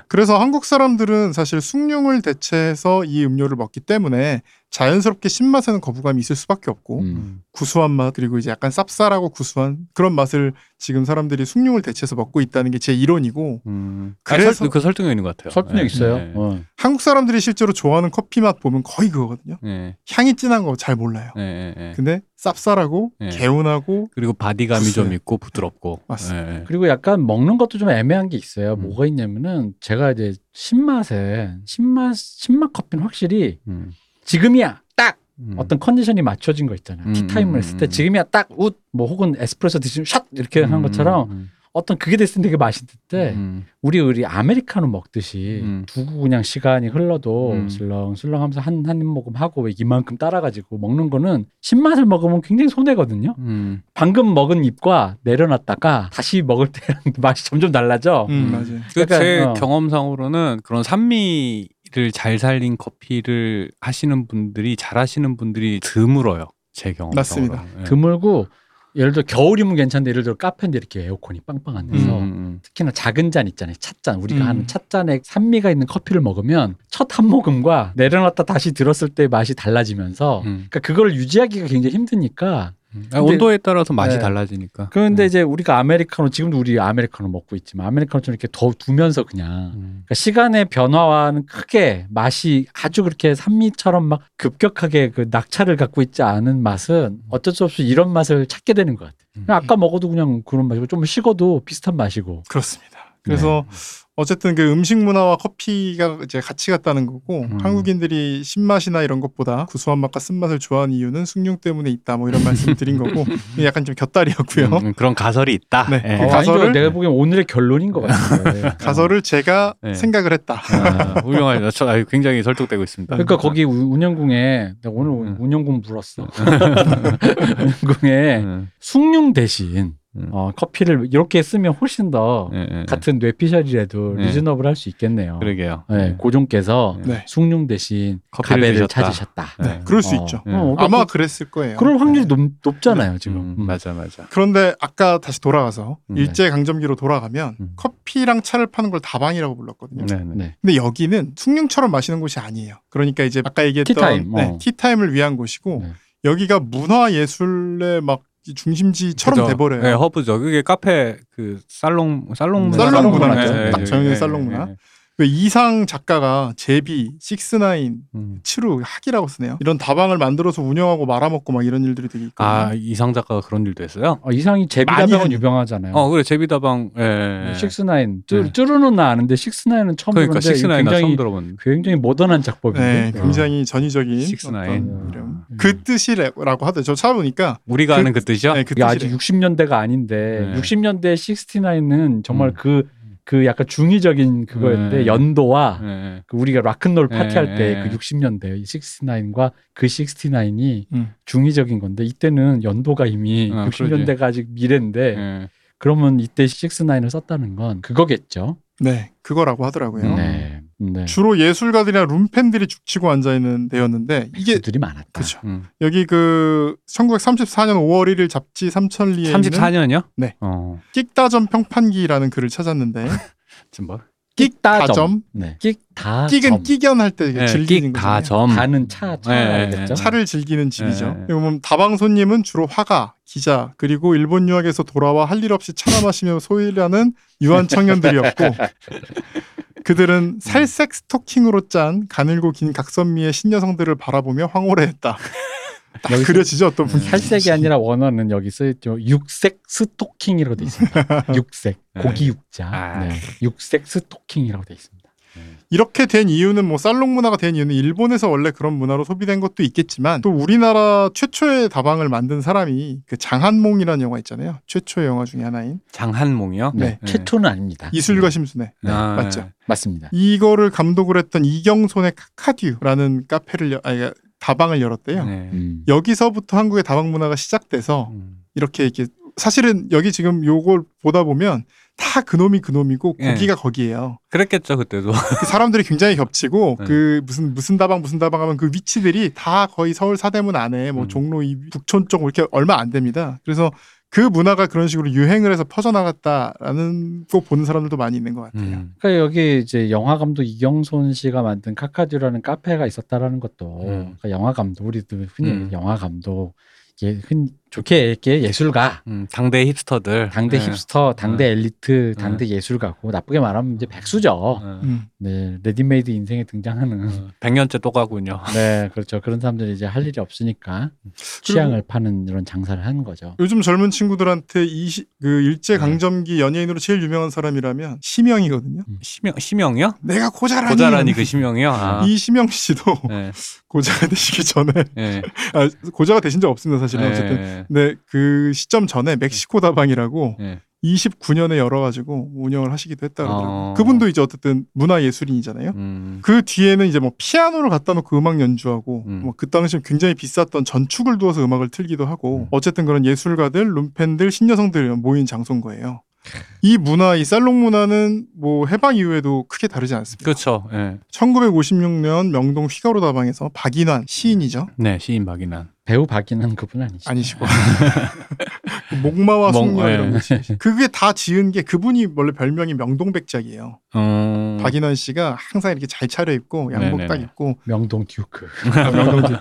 [SPEAKER 1] 그래서 한국 사람들은 사실 숭늉을 대체해서 이 음료를 먹기 때문에 자연스럽게 신맛에는 거부감이 있을 수밖에 없고
[SPEAKER 2] 음.
[SPEAKER 3] 음.
[SPEAKER 1] 구수한 맛 그리고 이제 약간 쌉쌀하고 구수한 그런 맛을 지금 사람들이 숭늉을 대체해서 먹고 있다는 게 제 이론이고
[SPEAKER 3] 음.
[SPEAKER 1] 그래서-
[SPEAKER 3] 아, 설, 그 설득력 있는 것 같아요.
[SPEAKER 2] 설득력
[SPEAKER 3] 예,
[SPEAKER 2] 있어요.
[SPEAKER 3] 예,
[SPEAKER 2] 어.
[SPEAKER 1] 한국 사람들이 실제로 좋아하는 커피 맛 보면 거의 그거거든요.
[SPEAKER 3] 예,
[SPEAKER 1] 향이 진한 거 잘 몰라요.
[SPEAKER 3] 예, 예, 예.
[SPEAKER 1] 근데 쌉쌀하고
[SPEAKER 3] 네.
[SPEAKER 1] 개운하고
[SPEAKER 3] 그리고 바디감이 좀
[SPEAKER 1] 글쎄요.
[SPEAKER 3] 있고 부드럽고.
[SPEAKER 1] 맞습니다.
[SPEAKER 3] 예, 예.
[SPEAKER 2] 그리고 약간 먹는 것도 좀 애매한 게 있어요.
[SPEAKER 3] 음.
[SPEAKER 2] 뭐가 있냐면은 제가 이제 신맛에 신맛 신맛 커피는 확실히
[SPEAKER 3] 음.
[SPEAKER 2] 지금이야 딱
[SPEAKER 3] 음.
[SPEAKER 2] 어떤 컨디션이 맞춰진 거 있잖아요.
[SPEAKER 3] 음,
[SPEAKER 2] 티타임을
[SPEAKER 3] 음,
[SPEAKER 2] 했을 때
[SPEAKER 3] 음.
[SPEAKER 2] 지금이야 딱웃뭐 혹은 에스프레소 드시면 샷 이렇게 한 것처럼 네.
[SPEAKER 3] 음,
[SPEAKER 2] 어떤 그게 됐을 때 되게 맛있는데
[SPEAKER 3] 음,
[SPEAKER 2] 우리 우리 아메리카노 먹듯이
[SPEAKER 3] 음.
[SPEAKER 2] 두고 그냥 시간이 흘러도
[SPEAKER 3] 음.
[SPEAKER 2] 슬렁슬렁 하면서 한 한 모금 하고 이만큼 따라가지고 먹는 거는 신맛을 먹으면 굉장히 손해거든요.
[SPEAKER 3] 음.
[SPEAKER 2] 방금 먹은 입과 내려놨다가 다시 먹을 때 [laughs] 맛이 점점 달라져.
[SPEAKER 1] 음,
[SPEAKER 3] 음.
[SPEAKER 1] 맞아요.
[SPEAKER 3] 그
[SPEAKER 2] 약간,
[SPEAKER 3] 제
[SPEAKER 2] 어.
[SPEAKER 3] 경험상으로는 그런 산미를 잘 살린 커피를 하시는 분들이 잘 하시는 분들이 드물어요. 제 예. 경험.
[SPEAKER 1] 맞습니다.
[SPEAKER 2] 드물고 예를 들어 겨울이면 괜찮은데 예를 들어 카페인데 이렇게 에어컨이 빵빵한
[SPEAKER 3] 음,
[SPEAKER 2] 데서 특히나 작은 잔 있잖아요. 찻잔 우리가
[SPEAKER 1] 음.
[SPEAKER 2] 하는 찻잔에 산미가 있는 커피를 먹으면 첫 한 모금과 내려놨다 다시 들었을 때 맛이 달라지면서
[SPEAKER 3] 음.
[SPEAKER 2] 그러니까 그걸 유지하기가 굉장히 힘드니까 근데-
[SPEAKER 3] 아, 온도에 따라서 맛이
[SPEAKER 2] 네.
[SPEAKER 3] 달라지니까.
[SPEAKER 2] 그런데
[SPEAKER 3] 음.
[SPEAKER 2] 이제 우리가 아메리카노 지금도 우리 아메리카노 먹고 있지만 아메리카노처럼 이렇게 더 두면서 그냥
[SPEAKER 3] 음.
[SPEAKER 2] 그러니까 시간의 변화와는 크게 맛이 아주 그렇게 산미처럼 막 급격하게 그 낙차를 갖고 있지 않은 맛은 어쩔 수 없이 이런 맛을 찾게 되는 것 같아요. 그냥 아까 먹어도 그냥 그런 맛이고 좀 식어도 비슷한 맛이고
[SPEAKER 1] 그렇습니다. 그래서
[SPEAKER 2] 네.
[SPEAKER 1] 어쨌든 그 음식 문화와 커피가 이제 같이 갔다는 거고
[SPEAKER 2] 음.
[SPEAKER 1] 한국인들이 신맛이나 이런 것보다 구수한 맛과 쓴맛을 좋아하는 이유는 숭늉 때문에 있다 뭐 이런 말씀 드린
[SPEAKER 2] [laughs]
[SPEAKER 1] 거고 약간 좀 곁다리였고요.
[SPEAKER 3] 음, 음, 그런 가설이 있다.
[SPEAKER 1] 네.
[SPEAKER 3] 예.
[SPEAKER 2] 어, 가설을
[SPEAKER 1] 가설을-
[SPEAKER 2] 아니죠. 내가 보기엔 오늘의 결론인 것 같아요. 예.
[SPEAKER 1] 가설을 제가
[SPEAKER 2] 어.
[SPEAKER 3] 네.
[SPEAKER 1] 생각을 했다.
[SPEAKER 3] 아, 훌륭합니다. 저 아유, 굉장히 설득되고 있습니다.
[SPEAKER 2] 그러니까 거기 우- 운영궁에 내가 오늘
[SPEAKER 3] 음.
[SPEAKER 2] 운영궁 물었어. [laughs] 운영궁에
[SPEAKER 3] 음,
[SPEAKER 2] 숭늉 대신
[SPEAKER 3] 음.
[SPEAKER 2] 어, 커피를 이렇게 쓰면 훨씬 더
[SPEAKER 3] 예, 예, 예.
[SPEAKER 2] 같은 뇌피셜이라도
[SPEAKER 3] 네.
[SPEAKER 2] 리즈너블 할 수 있겠네요.
[SPEAKER 3] 그러게요. 예.
[SPEAKER 2] 네, 고종께서
[SPEAKER 1] 네.
[SPEAKER 2] 숭늉 대신
[SPEAKER 3] 커피를
[SPEAKER 2] 가베를
[SPEAKER 3] 드셨다.
[SPEAKER 2] 찾으셨다.
[SPEAKER 3] 네.
[SPEAKER 1] 그럴 수
[SPEAKER 2] 어.
[SPEAKER 1] 있죠.
[SPEAKER 2] 어, 그러니까
[SPEAKER 1] 아마
[SPEAKER 2] 그-
[SPEAKER 1] 그랬을 거예요. 네.
[SPEAKER 2] 그럴 확률이 높, 잖아요 지금.
[SPEAKER 3] 음,
[SPEAKER 2] 음.
[SPEAKER 3] 맞아 맞아.
[SPEAKER 1] 그런데 아까 다시 돌아가서
[SPEAKER 2] 네.
[SPEAKER 3] 음,
[SPEAKER 1] 일제 강점기로 돌아가면
[SPEAKER 3] 음.
[SPEAKER 1] 커피랑 차를 파는 걸 다방이라고 불렀거든요.
[SPEAKER 3] 네, 네.
[SPEAKER 2] 네.
[SPEAKER 1] 근데 여기는 숭늉처럼 마시는 곳이 아니에요. 그러니까 이제 아까 얘기했던
[SPEAKER 2] 티타임, 어.
[SPEAKER 1] 티타임을 위한 곳이고
[SPEAKER 2] 네.
[SPEAKER 1] 여기가 문화 예술의 막이 중심지처럼
[SPEAKER 3] 그죠?
[SPEAKER 1] 돼버려요.
[SPEAKER 3] 네, 허브죠. 그게 카페 그 살롱 살롱 문화 네,
[SPEAKER 1] 살롱
[SPEAKER 2] 문화죠.
[SPEAKER 1] 딱 정해진 살롱 문화. 그 이상 작가가 제비, 식스나인,
[SPEAKER 3] 음.
[SPEAKER 1] 츠루, 학이라고 쓰네요. 이런 다방을 만들어서 운영하고 말아먹고 막 이런 일들이 되게 있거든요.
[SPEAKER 3] 아 이상 작가가 그런 일도 했어요.
[SPEAKER 2] 어, 이상이
[SPEAKER 1] 많이
[SPEAKER 2] 제비다방은
[SPEAKER 1] 하죠.
[SPEAKER 2] 유명하잖아요.
[SPEAKER 3] 어 그래 제비다방. 예.
[SPEAKER 2] 네. 식스나인
[SPEAKER 3] 네.
[SPEAKER 2] 쭈- 쭈루는 나 아는데 식스나인은 처음
[SPEAKER 3] 그러니까
[SPEAKER 2] 들었는데
[SPEAKER 3] 식스나인 나 처음
[SPEAKER 2] 굉장히
[SPEAKER 3] 들어본.
[SPEAKER 2] 굉장히 모던한 작법인데
[SPEAKER 1] 네, 굉장히 전위적인
[SPEAKER 3] 식스나인.
[SPEAKER 1] 어떤 이름.
[SPEAKER 2] 어. 음.
[SPEAKER 1] 그 뜻이라고 하대. 저 찾아보니까
[SPEAKER 3] 우리가
[SPEAKER 1] 그-
[SPEAKER 3] 아는 그 뜻이요?
[SPEAKER 1] 네, 그
[SPEAKER 2] 이게 아직
[SPEAKER 1] 뜻이래.
[SPEAKER 2] 60년대가 아닌데
[SPEAKER 3] 네.
[SPEAKER 2] 60년대 69는 정말
[SPEAKER 3] 음.
[SPEAKER 2] 그 그 약간 중의적인 그거였는데
[SPEAKER 3] 네.
[SPEAKER 2] 연도와
[SPEAKER 3] 예, 예.
[SPEAKER 2] 그 우리가 락큰롤 파티할
[SPEAKER 3] 네,
[SPEAKER 2] 때
[SPEAKER 3] 네.
[SPEAKER 2] 그 60년대 69과 그 69이
[SPEAKER 1] 음.
[SPEAKER 2] 중의적인 건데 이때는 연도가 이미
[SPEAKER 3] 아,
[SPEAKER 2] 60년대가 아직 미래인데
[SPEAKER 3] 예.
[SPEAKER 2] 그러면 이때 69을 썼다는 건 그거겠죠.
[SPEAKER 1] 네, 그거라고 하더라고요.
[SPEAKER 2] 네. 네.
[SPEAKER 1] 주로 예술가들이나 룸팬들이 죽치고 앉아있는 데였는데 이게
[SPEAKER 2] 들이 많았다.
[SPEAKER 1] 그렇죠.
[SPEAKER 3] 음.
[SPEAKER 1] 여기 그 1934년 5월 1일 잡지 삼천리에 있는
[SPEAKER 3] 34년이요?
[SPEAKER 1] 네.
[SPEAKER 3] 어.
[SPEAKER 1] 끽다점 평판기라는 글을 찾았는데
[SPEAKER 3] 지금 뭐?
[SPEAKER 1] 끽다점
[SPEAKER 2] 네. 끽다
[SPEAKER 1] 끽은 끼견 할 때
[SPEAKER 3] 예,
[SPEAKER 1] 즐기는
[SPEAKER 3] 끽
[SPEAKER 1] 거잖아요.
[SPEAKER 3] 다점.
[SPEAKER 2] 다는 차, 차
[SPEAKER 3] 예, 예,
[SPEAKER 2] 겠죠
[SPEAKER 3] 예.
[SPEAKER 1] 차를 즐기는 집이죠.
[SPEAKER 3] 예.
[SPEAKER 1] 이거 보면 다방 손님은 주로 화가, 기자, 그리고 일본 유학에서 돌아와 할 일 없이 차나 마시며 소일하는 유한 청년들이었고 그들은 살색 스토킹으로 짠 가늘고 긴 각선미의 신여성들을 바라보며 황홀해했다. 딱
[SPEAKER 2] 여기서 음.
[SPEAKER 1] 그려지죠 어떤 분위기.
[SPEAKER 2] 살색이 아니라 원어는 여기 써있죠. 육색 스토킹이라고 돼 있습니다. 육색
[SPEAKER 3] 네.
[SPEAKER 2] 고기 육자.
[SPEAKER 3] 아.
[SPEAKER 2] 네. 육색 스토킹이라고 돼 있습니다.
[SPEAKER 1] 이렇게 된 이유는 뭐 살롱 문화가 된 이유는 일본에서 원래 그런 문화로 소비된 것도 있겠지만 또 우리나라 최초의 다방을 만든 사람이 그 장한몽이라는 영화 있잖아요. 최초의 영화 중에 하나인
[SPEAKER 3] 장한몽이요?
[SPEAKER 1] 네.
[SPEAKER 2] 네. 최초는 아닙니다. 네.
[SPEAKER 1] 이술과 심순애
[SPEAKER 3] 아,
[SPEAKER 1] 맞죠.
[SPEAKER 2] 맞습니다.
[SPEAKER 1] 이거를 감독을 했던 이경손의 카카듀라는 카페를 여, 아니, 다방을 열었대요.
[SPEAKER 3] 네.
[SPEAKER 2] 음.
[SPEAKER 1] 여기서부터 한국의 다방 문화가 시작돼서
[SPEAKER 3] 음.
[SPEAKER 1] 이렇게 이렇게 사실은 여기 지금 요걸 보다 보면 다 그놈이 그놈이고
[SPEAKER 3] 네.
[SPEAKER 1] 고기가 거기예요.
[SPEAKER 3] 그랬겠죠 그때도.
[SPEAKER 1] 그 사람들이 굉장히 겹치고
[SPEAKER 3] 네.
[SPEAKER 1] 그 무슨 무슨 다방 무슨 다방 하면 그 위치들이 다 거의 서울 사대문 안에 뭐
[SPEAKER 3] 음.
[SPEAKER 1] 종로 이 북촌 쪽 이렇게 얼마 안 됩니다. 그래서 그 문화가 그런 식으로 유행을 해서 퍼져나갔다라는 거 보는 사람들도 많이 있는 것 같아요.
[SPEAKER 3] 음.
[SPEAKER 2] 그러니까 여기 이제 영화 감독 이경손 씨가 만든 카카듀라는 카페가 있었다라는 것도
[SPEAKER 3] 음.
[SPEAKER 2] 그러니까 영화 감독 우리도 흔히
[SPEAKER 3] 음.
[SPEAKER 2] 영화 감독 예, 흔 좋게 얘기해 예술가
[SPEAKER 3] 음, 당대 힙스터들.
[SPEAKER 2] 당대
[SPEAKER 3] 네.
[SPEAKER 2] 힙스터, 당대 엘리트, 당대 예술가고 나쁘게 말하면 이제 백수죠.
[SPEAKER 3] 네.
[SPEAKER 1] 음.
[SPEAKER 2] 네, 레디메이드 인생에 등장하는
[SPEAKER 3] 어, 100년째 똑같군요.
[SPEAKER 2] 네, 그렇죠. 그런 사람들이 이제 할 일이 없으니까 취향을 파는 이런 장사를 하는 거죠.
[SPEAKER 1] 요즘 젊은 친구들한테 이시, 그 일제
[SPEAKER 3] 네.
[SPEAKER 1] 강점기 연예인으로 제일 유명한 사람이라면 심영이거든요.
[SPEAKER 3] 심형, 심형이요?
[SPEAKER 1] 내가 고자라니.
[SPEAKER 3] 고자라니 그 심형이요? 아.
[SPEAKER 1] 이 심영 씨도 [laughs]
[SPEAKER 3] 네.
[SPEAKER 1] 고자가 되시기 전에
[SPEAKER 3] 네.
[SPEAKER 1] 아, 고자가 되신 적 없습니다 사실은
[SPEAKER 3] 네.
[SPEAKER 1] 어쨌든 근데 그 시점 전에 멕시코 다방이라고
[SPEAKER 3] 네.
[SPEAKER 1] 29년에 열어가지고 운영을 하시기도 했다 그러더라고요.
[SPEAKER 2] [laughs]
[SPEAKER 3] 어.
[SPEAKER 1] 그분도 이제 어쨌든 문화 예술인이잖아요.
[SPEAKER 3] 음.
[SPEAKER 1] 그 뒤에는 이제 뭐 피아노를 갖다 놓고 음악 연주하고
[SPEAKER 3] 음.
[SPEAKER 1] 뭐 그 당시 굉장히 비쌌던 전축을 두어서 음악을 틀기도 하고
[SPEAKER 3] 음.
[SPEAKER 1] 어쨌든 그런 예술가들, 룸펜들, 신여성들 모인 장소인 거예요. 이 문화, 이 살롱 문화는 뭐 해방 이후에도 크게 다르지 않습니다.
[SPEAKER 3] 그렇죠. 네.
[SPEAKER 1] 1956년 명동 휘가로 다방에서 박인환 시인이죠.
[SPEAKER 3] 네, 시인 박인환.
[SPEAKER 2] 배우 박인은 그분 아니시죠?
[SPEAKER 1] 아니시고 [laughs] 그 목마와
[SPEAKER 3] 목-
[SPEAKER 1] 숙녀 이런
[SPEAKER 3] 예.
[SPEAKER 1] 거 지으시- 그게 다 지은 게 그분이 원래 별명이 명동백작이에요.
[SPEAKER 3] 음.
[SPEAKER 1] 박인원 씨가 항상 이렇게 잘 차려 입고 양복
[SPEAKER 3] 네네네.
[SPEAKER 1] 딱 입고 아,
[SPEAKER 2] 명동 듀크. [laughs]
[SPEAKER 1] 명동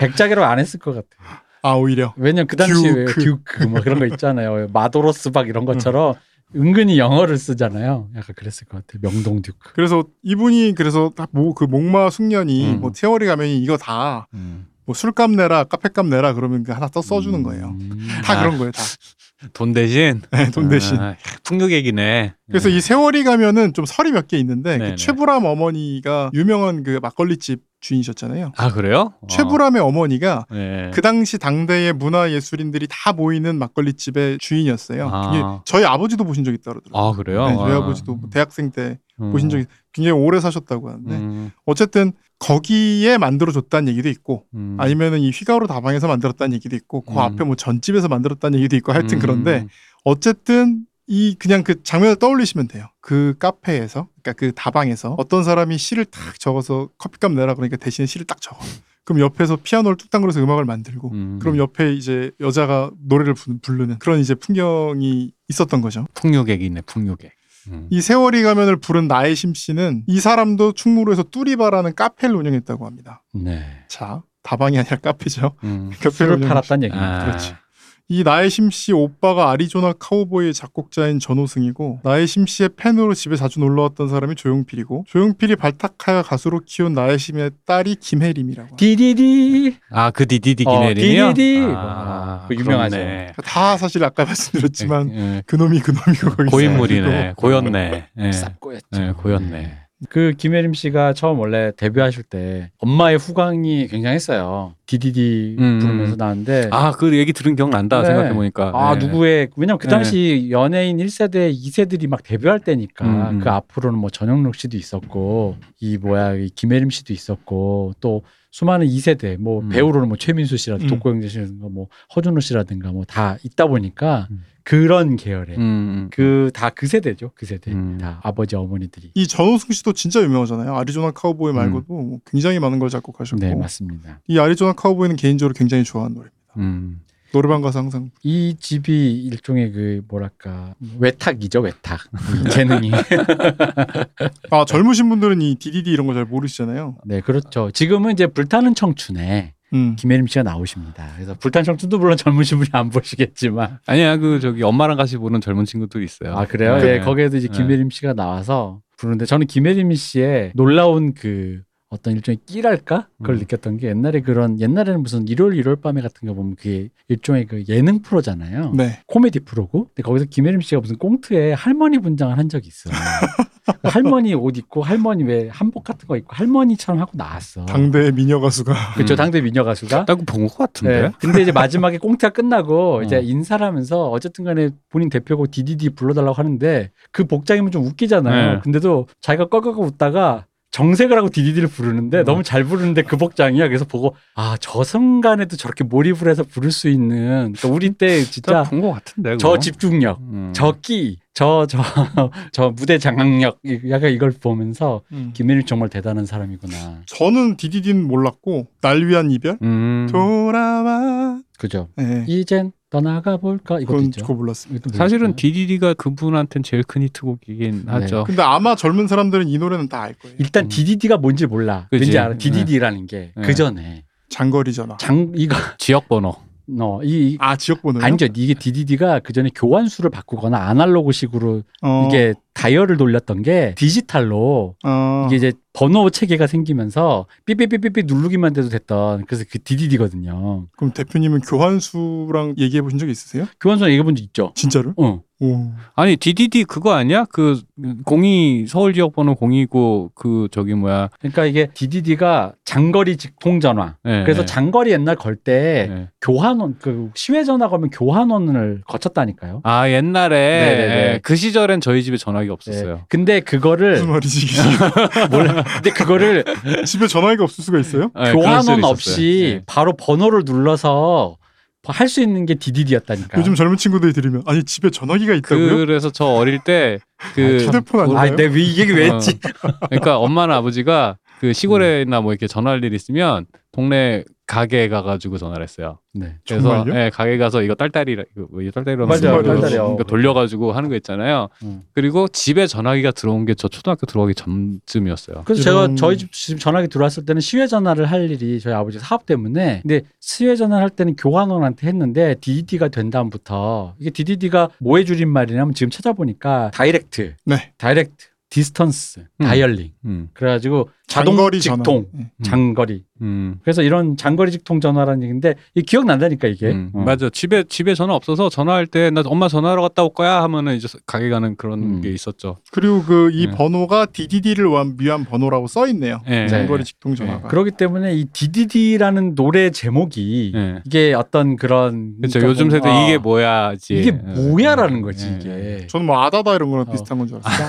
[SPEAKER 2] 백작이라고 안 했을 것 같아요.
[SPEAKER 1] 아 오히려
[SPEAKER 2] 왜냐면 그 당시에 왜
[SPEAKER 1] 듀크.
[SPEAKER 2] 듀크 뭐 그런 거 있잖아요. 마도로스 박 이런 것처럼
[SPEAKER 1] 음.
[SPEAKER 2] 은근히 영어를 쓰잖아요. 약간 그랬을 것 같아요. 명동 듀크.
[SPEAKER 1] 그래서 이분이 그래서 다뭐그 목마 숙련이
[SPEAKER 3] 음.
[SPEAKER 1] 뭐 테어리 가면이 이거 다 뭐
[SPEAKER 3] 음.
[SPEAKER 1] 술값 내라 카페값 내라 그러면 그 하나 써 써주는 거예요.
[SPEAKER 2] 음.
[SPEAKER 1] 다
[SPEAKER 3] 아.
[SPEAKER 1] 그런 거예요 다.
[SPEAKER 3] [laughs] 돈 대신
[SPEAKER 1] 네, 돈 대신.
[SPEAKER 3] 아, 풍류 얘기네.
[SPEAKER 1] 그래서 이 세월이 가면은 좀 설이 몇 개 있는데
[SPEAKER 3] 네네.
[SPEAKER 1] 그 최불암 어머니가 유명한 그 막걸리집 주인이셨잖아요.
[SPEAKER 3] 아 그래요? 어.
[SPEAKER 1] 최불암의 어머니가
[SPEAKER 2] 네.
[SPEAKER 3] 예.
[SPEAKER 1] 그 당시 당대의 문화 예술인들이 다 모이는 막걸리집의 주인이었어요.
[SPEAKER 3] 아.
[SPEAKER 1] 그게 저희 아버지도 보신 적 있다 그러더라고요.
[SPEAKER 3] 아 그래요?
[SPEAKER 1] 네, 저희
[SPEAKER 3] 아.
[SPEAKER 1] 아버지도 뭐 대학생 때
[SPEAKER 3] 음.
[SPEAKER 1] 보신 적이 굉장히 오래 사셨다고 하는데
[SPEAKER 3] 음.
[SPEAKER 1] 어쨌든 거기에 만들어 줬다는 얘기도 있고
[SPEAKER 3] 음.
[SPEAKER 1] 아니면은 이 휘가로 다방에서 만들었다는 얘기도 있고 그
[SPEAKER 3] 음.
[SPEAKER 1] 앞에 뭐 전집에서 만들었다는 얘기도 있고 하여튼
[SPEAKER 3] 음.
[SPEAKER 1] 그런데 어쨌든 이 그냥 그 장면을 떠올리시면 돼요. 그 카페에서 그러니까 그 다방에서 어떤 사람이 시를 딱 적어서 커피값 내라 그러니까 대신에 시를 딱 적어. 그럼 옆에서 피아노를 뚝딱거려서 음악을 만들고
[SPEAKER 3] 음.
[SPEAKER 1] 그럼 옆에 이제 여자가 노래를 부- 부르는 그런 이제 풍경이 있었던 거죠.
[SPEAKER 3] 풍류객이 있네 풍류객. 음.
[SPEAKER 1] 이 세월이 가면을 부른 나의 심씨는 이 사람도 충무로에서 뚜리바라는 카페를 운영했다고 합니다.
[SPEAKER 2] 네.
[SPEAKER 1] 자, 다방이 아니라 카페죠.
[SPEAKER 3] 음.
[SPEAKER 1] 카페를
[SPEAKER 2] 술을
[SPEAKER 1] 운영했-
[SPEAKER 2] 팔았다는 얘기입니다.
[SPEAKER 3] 아.
[SPEAKER 1] 그렇지. 이 나혜심 씨 오빠가 아리조나 카우보이의 작곡자인 전호승이고 나혜심 씨의 팬으로 집에 자주 놀러왔던 사람이 조용필이고 조용필이 발탁하여 가수로 키운 나혜심의 딸이 김혜림이라고 합니다.
[SPEAKER 2] 디디디.
[SPEAKER 3] 아 그 디디디
[SPEAKER 2] 어,
[SPEAKER 3] 기네리요?
[SPEAKER 2] 디디디.
[SPEAKER 3] 아,
[SPEAKER 2] 그 유명하죠.
[SPEAKER 3] 그렇네.
[SPEAKER 1] 다 사실 아까 말씀드렸지만
[SPEAKER 3] 예,
[SPEAKER 1] 그놈이 그놈이고 거기서
[SPEAKER 3] 고인물이네.
[SPEAKER 1] 있고.
[SPEAKER 3] 고였네.
[SPEAKER 2] 음.
[SPEAKER 3] 예.
[SPEAKER 2] 쌉고였죠.
[SPEAKER 3] 예, 고였네.
[SPEAKER 2] 그 김혜림 씨가 처음 원래 데뷔하실 때 엄마의 후광이 굉장했어요. 디디디
[SPEAKER 3] 음.
[SPEAKER 2] 부르면서 나왔는데
[SPEAKER 3] 아 그 얘기 들은 기억 난다
[SPEAKER 2] 네.
[SPEAKER 3] 생각해 보니까. 예.
[SPEAKER 2] 아 누구의 왜냐면 그
[SPEAKER 3] 네.
[SPEAKER 2] 당시 연예인 1세대, 2세들이 막 데뷔할 때니까
[SPEAKER 3] 음, 음.
[SPEAKER 2] 그 앞으로는 뭐 전영록 씨도 있었고 이 뭐야 이 김혜림 씨도 있었고 또 수많은 2세대 뭐
[SPEAKER 3] 음.
[SPEAKER 2] 배우로는 뭐 최민수 씨라든가
[SPEAKER 1] 음.
[SPEAKER 2] 독고영재 씨라든가 뭐 허준호 씨라든가 뭐 다 있다 보니까
[SPEAKER 3] 음.
[SPEAKER 2] 그런 계열의
[SPEAKER 3] 음,
[SPEAKER 2] 그 다 그 세대죠 그 세대
[SPEAKER 3] 음.
[SPEAKER 2] 다 아버지 어머니들이
[SPEAKER 1] 이 전호승 씨도 진짜 유명하잖아요. 아리조나 카우보이 말고도 뭐 굉장히 많은 걸 작곡하셨고
[SPEAKER 2] 네 맞습니다.
[SPEAKER 1] 이 아리조나 카우보이는 개인적으로 굉장히 좋아하는 노래입니다.
[SPEAKER 3] 음.
[SPEAKER 1] 노래방 가서 항상
[SPEAKER 2] 이 집이 일종의 그 뭐랄까 외탁이죠 외탁 이
[SPEAKER 3] [laughs]
[SPEAKER 2] 재능이
[SPEAKER 1] 아 젊으신 분들은 이 DDD 이런 거 잘 모르시잖아요.
[SPEAKER 2] 네 그렇죠 지금은 이제 불타는 청춘에
[SPEAKER 1] 음.
[SPEAKER 2] 김혜림 씨가 나오십니다 그래서 불타는 청춘도 물론 젊으신 분이 안 보시겠지만
[SPEAKER 3] 아니야 그 저기 엄마랑 같이 보는 젊은 친구도 있어요.
[SPEAKER 2] 아 그래요
[SPEAKER 3] 네.
[SPEAKER 2] 예 거기에도 이제
[SPEAKER 3] 네.
[SPEAKER 2] 김혜림 씨가 나와서 부르는데 저는 김혜림 씨의 놀라운 그 어떤 일종의 끼랄까 그걸
[SPEAKER 3] 음.
[SPEAKER 2] 느꼈던 게 옛날에 그런 옛날에는 무슨 일요일 일요일 밤에 같은 거 보면 그게 일종의 그 예능 프로잖아요
[SPEAKER 1] 네.
[SPEAKER 2] 코미디 프로고 근데 거기서 김혜림 씨가 무슨 꽁트에 할머니 분장을 한 적이 있어. 할머니 옷 입고 할머니 왜 한복 같은 거 입고 할머니처럼 하고 나왔어.
[SPEAKER 1] 당대의 미녀 가수가
[SPEAKER 2] 그쵸
[SPEAKER 3] 음.
[SPEAKER 2] 당대 미녀 가수가.
[SPEAKER 3] 나그 본것 같은데.
[SPEAKER 2] 네. 근데 이제 마지막에 꽁트가 끝나고
[SPEAKER 3] 음.
[SPEAKER 2] 이제 인사를 하면서 어쨌든 간에 본인 대표곡 DDD 불러달라고 하는데 그 복장이면 좀 웃기잖아요.
[SPEAKER 3] 네.
[SPEAKER 2] 근데도 자기가 꺽꺽 웃다가 정색을 하고 DDD를 부르는데
[SPEAKER 3] 음.
[SPEAKER 2] 너무 잘 부르는데 그 복장이야. 그래서 보고 아 저 순간에도 저렇게 몰입을 해서 부를 수 있는 그러니까 우리 때 진짜
[SPEAKER 3] 본것 같은데.
[SPEAKER 2] 저
[SPEAKER 3] 그거.
[SPEAKER 2] 집중력
[SPEAKER 3] 음.
[SPEAKER 2] 저끼 저 [laughs] 저 저 무대 장악력 약간 이걸 보면서 김혜림 정말 대단한 사람이구나.
[SPEAKER 1] 저는 DDD는 몰랐고 날 위한 이별
[SPEAKER 3] 음.
[SPEAKER 1] 돌아와
[SPEAKER 2] 그죠?
[SPEAKER 1] 네.
[SPEAKER 2] 이젠 떠나가 볼까 이것도
[SPEAKER 1] 그건
[SPEAKER 2] 있죠.
[SPEAKER 1] 그거 몰랐습니다.
[SPEAKER 2] 이것도
[SPEAKER 3] 사실은
[SPEAKER 2] 모르겠어요.
[SPEAKER 3] DDD가 그분한텐 제일 큰 히트곡이긴
[SPEAKER 2] 네.
[SPEAKER 3] 하죠.
[SPEAKER 1] 근데 아마 젊은 사람들은 이 노래는 다 알 거예요.
[SPEAKER 2] 일단
[SPEAKER 3] 음.
[SPEAKER 2] DDD가 뭔지 몰라.
[SPEAKER 3] 그지?
[SPEAKER 2] 왠지 알아.
[SPEAKER 3] 네.
[SPEAKER 2] DDD라는
[SPEAKER 3] 네.
[SPEAKER 2] 게 그 전에
[SPEAKER 1] 장거리 전화.
[SPEAKER 2] 장 이거 [laughs]
[SPEAKER 3] 지역 번호.
[SPEAKER 2] 너이
[SPEAKER 1] 아 지역 번호요?
[SPEAKER 2] 아니죠. 이게 DDD가 그 전에 교환수를 바꾸거나 아날로그식으로
[SPEAKER 1] 어,
[SPEAKER 2] 이게 다이얼을 돌렸던 게 디지털로
[SPEAKER 1] 어,
[SPEAKER 2] 이게 이제 번호 체계가 생기면서 삐삐삐삐삐 누르기만 돼도 됐던 그래서 그 DDD거든요.
[SPEAKER 1] 그럼 대표님은 교환수랑 얘기해 보신 적 있으세요?
[SPEAKER 2] 교환선 얘기해 본 적 있죠?
[SPEAKER 1] 진짜로?
[SPEAKER 2] 어.
[SPEAKER 1] 오.
[SPEAKER 3] 아니 DDD 그거 아니야? 그 공이 서울 지역 번호 공이고 그 저기 뭐야.
[SPEAKER 2] 그러니까 이게 DDD가 장거리 직통 전화.
[SPEAKER 3] 예,
[SPEAKER 2] 그래서 네.
[SPEAKER 3] 예.
[SPEAKER 2] 장거리 옛날 걸 때
[SPEAKER 3] 예.
[SPEAKER 2] 교환원 그 시외 전화 가면 교환원을 거쳤다니까요.
[SPEAKER 3] 아 옛날에
[SPEAKER 2] 네네네.
[SPEAKER 3] 예, 그 시절엔 저희 집에 전화기
[SPEAKER 2] 네.
[SPEAKER 3] 없었어요.
[SPEAKER 2] 근데
[SPEAKER 1] 무슨
[SPEAKER 2] 그거를
[SPEAKER 1] 말이지?
[SPEAKER 2] [laughs] 몰라. 근데 그거를
[SPEAKER 1] 집에 전화기가 없을 수가 있어요?
[SPEAKER 3] 예, 그런 시절이
[SPEAKER 2] 교환원
[SPEAKER 3] 있었어요.
[SPEAKER 2] 없이
[SPEAKER 3] 예.
[SPEAKER 2] 바로 번호를 눌러서 할 수 있는 게 DDD였다니까.
[SPEAKER 1] 요즘 젊은 친구들이 들으면 아니 집에 전화기가 있다고요?
[SPEAKER 3] 그래서 저 어릴 때그
[SPEAKER 1] 휴대폰 아니에요?
[SPEAKER 2] [laughs] 아이 내가 왜 이 얘기 왜
[SPEAKER 3] 어.
[SPEAKER 2] 했지?
[SPEAKER 3] 그러니까 엄마나 아버지가 그 시골에나 뭐 이렇게 전화할 일 있으면 동네 가게에 가가지고 전화를 했어요.
[SPEAKER 2] [laughs] 네.
[SPEAKER 3] 그래서
[SPEAKER 1] 정말요?
[SPEAKER 3] 예, 가게 가서 이거 딸딸이라 이거 뭐 이거 딸딸이라고
[SPEAKER 1] 맞아요,
[SPEAKER 3] 하면
[SPEAKER 1] 딸딸이요.
[SPEAKER 3] 그러니까 돌려가지고 하는 거 있잖아요.
[SPEAKER 2] 음.
[SPEAKER 3] 그리고 집에 전화기가 들어온 게 저 초등학교 들어가기 전쯤이었어요.
[SPEAKER 2] 그래서
[SPEAKER 1] 이런-
[SPEAKER 2] 제가 저희 집 지금 전화기 들어왔을 때는 시외 전화를 할 일이 저희 아버지 사업 때문에 근데 시외 전화를 할 때는 교환원한테 했는데 DDD가 된 다음부터 이게 DDD가 뭐의 줄임말이냐면 지금 찾아보니까 다이렉트
[SPEAKER 1] 네.
[SPEAKER 2] 다이렉트 디스턴스,
[SPEAKER 3] 음.
[SPEAKER 2] 다이얼링.
[SPEAKER 3] 음,
[SPEAKER 2] 그래가지고 자동
[SPEAKER 1] 장거리 전화.
[SPEAKER 2] 직통,
[SPEAKER 1] 예.
[SPEAKER 3] 음.
[SPEAKER 2] 장거리.
[SPEAKER 3] 음.
[SPEAKER 2] 그래서 이런 장거리 직통 전화라는 얘기인데 이게 기억난다니까 이게.
[SPEAKER 3] 음,
[SPEAKER 2] 어.
[SPEAKER 3] 맞아 집에 집에 전화 없어서 전화할 때 나 엄마 전화하러 갔다 올 거야 하면은 이제 가게 가는 그런
[SPEAKER 2] 음.
[SPEAKER 3] 게 있었죠. 그리고
[SPEAKER 1] 그리고 그 이
[SPEAKER 3] 네.
[SPEAKER 1] 번호가 DDD를 위한 번호라고 써 있네요.
[SPEAKER 3] 예,
[SPEAKER 1] 장거리
[SPEAKER 3] 예,
[SPEAKER 1] 직통 전화가.
[SPEAKER 2] 그렇기 때문에 이 DDD라는 노래 제목이
[SPEAKER 3] 예.
[SPEAKER 2] 이게 어떤 그런
[SPEAKER 3] 그렇죠. 요즘 세대
[SPEAKER 2] 뭔가
[SPEAKER 3] 이게 뭐야지.
[SPEAKER 2] 아. 이게
[SPEAKER 3] 예.
[SPEAKER 2] 뭐야라는 거지
[SPEAKER 3] 예.
[SPEAKER 2] 이게.
[SPEAKER 1] 저는 뭐 아다다 이런 거랑
[SPEAKER 2] 어.
[SPEAKER 1] 비슷한 건 줄 알았어요.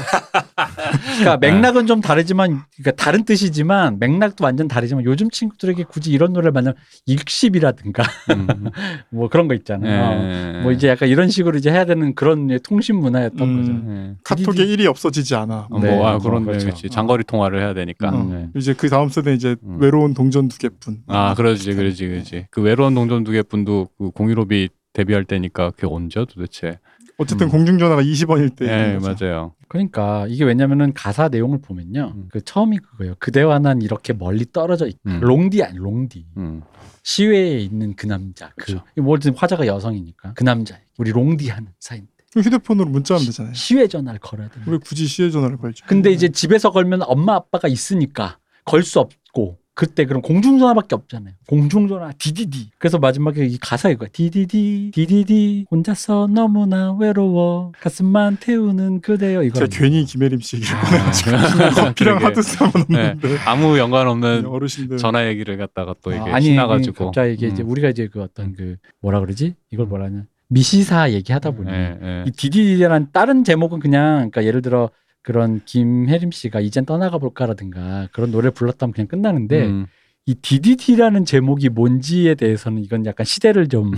[SPEAKER 3] 아,
[SPEAKER 2] 그러니까
[SPEAKER 3] 네.
[SPEAKER 2] 맥락은 좀 다르지만 그러니까 다른 뜻이지만 맥락도 완전 다르지만 요즘 친구들에게 굳이 이런 노래를 만나면 읽씹이라든가 [laughs]
[SPEAKER 3] 음, 음.
[SPEAKER 2] 뭐 그런 거 있잖아요.
[SPEAKER 3] 예.
[SPEAKER 2] 뭐 이제 약간 이런 식으로 이제 해야 되는 그런 예, 통신 문화였던
[SPEAKER 1] 음.
[SPEAKER 2] 거죠.
[SPEAKER 3] 예.
[SPEAKER 1] 카톡에 일이 없어지지 않아.
[SPEAKER 3] 어,
[SPEAKER 2] 네,
[SPEAKER 3] 뭐 아,
[SPEAKER 2] 뭐
[SPEAKER 3] 그런
[SPEAKER 2] 그렇죠.
[SPEAKER 3] 내용이지. 장거리 통화를 해야 되니까.
[SPEAKER 1] 어.
[SPEAKER 3] 예.
[SPEAKER 1] 이제 그 다음 세대 이제
[SPEAKER 3] 음.
[SPEAKER 1] 외로운 동전 두 개뿐.
[SPEAKER 3] 아, 그러지, 그러지, 그러지. 그 외로운 동전 두 개뿐도 그 공유로비 데뷔할 때니까 그게 언제 도대체?
[SPEAKER 1] 어쨌든
[SPEAKER 3] 음.
[SPEAKER 1] 공중전화가 20원일 때.
[SPEAKER 3] 예,
[SPEAKER 1] 있는 거죠.
[SPEAKER 3] 맞아요.
[SPEAKER 2] 그러니까 이게 왜냐면은 가사 내용을 보면요.
[SPEAKER 3] 음.
[SPEAKER 2] 그 처음이 그거예요. 그대와 난 이렇게 멀리 떨어져 있
[SPEAKER 3] 음.
[SPEAKER 2] 롱디 아니 롱디.
[SPEAKER 3] 음.
[SPEAKER 2] 시외에 있는 그 남자. 그
[SPEAKER 3] 그렇죠.
[SPEAKER 2] 뭐든 화자가 여성이니까 그 남자. 우리 롱디 하는 사이인데.
[SPEAKER 1] 그럼 휴대폰으로 문자하면 되잖아요.
[SPEAKER 2] 시외 전화를 걸어야 되는
[SPEAKER 1] 왜 굳이 시외 전화를 걸죠?
[SPEAKER 2] 근데 이제 집에서 걸면 엄마 아빠가 있으니까 걸 수 없고 그때 그럼 공중전화밖에 없잖아요. 공중전화 디디디. 그래서 마지막에 이 가사 이거야. 디디디 디디디 혼자서 너무나 외로워 가슴만 태우는 그대여 이거.
[SPEAKER 1] 제가 괜히 김혜림 씨 얘기를
[SPEAKER 3] [laughs] 커피랑
[SPEAKER 1] 커피랑 하도 싸면
[SPEAKER 3] 아. 네.
[SPEAKER 1] 없는데 네,
[SPEAKER 3] 아무 연관 없는
[SPEAKER 1] 어르신들
[SPEAKER 3] 전화 얘기를 갖다가 또 이게
[SPEAKER 2] 아니
[SPEAKER 3] 신나가지고
[SPEAKER 2] 갑자기 이게 이제
[SPEAKER 3] 음.
[SPEAKER 2] 우리가 이제 그 어떤 그 뭐라 그러지? 이걸 뭐라 하냐? 미시사 얘기하다 보니
[SPEAKER 3] 예, 예.
[SPEAKER 2] 이 디디디라는 다른 제목은 그냥 그러니까 예를 들어 그런 김혜림 씨가 이젠 떠나가 볼까라든가 그런 노래 불렀다면 그냥 끝나는데
[SPEAKER 3] 음.
[SPEAKER 2] 이 DDD라는 제목이 뭔지에 대해서는 이건 약간 시대를 [laughs] 좀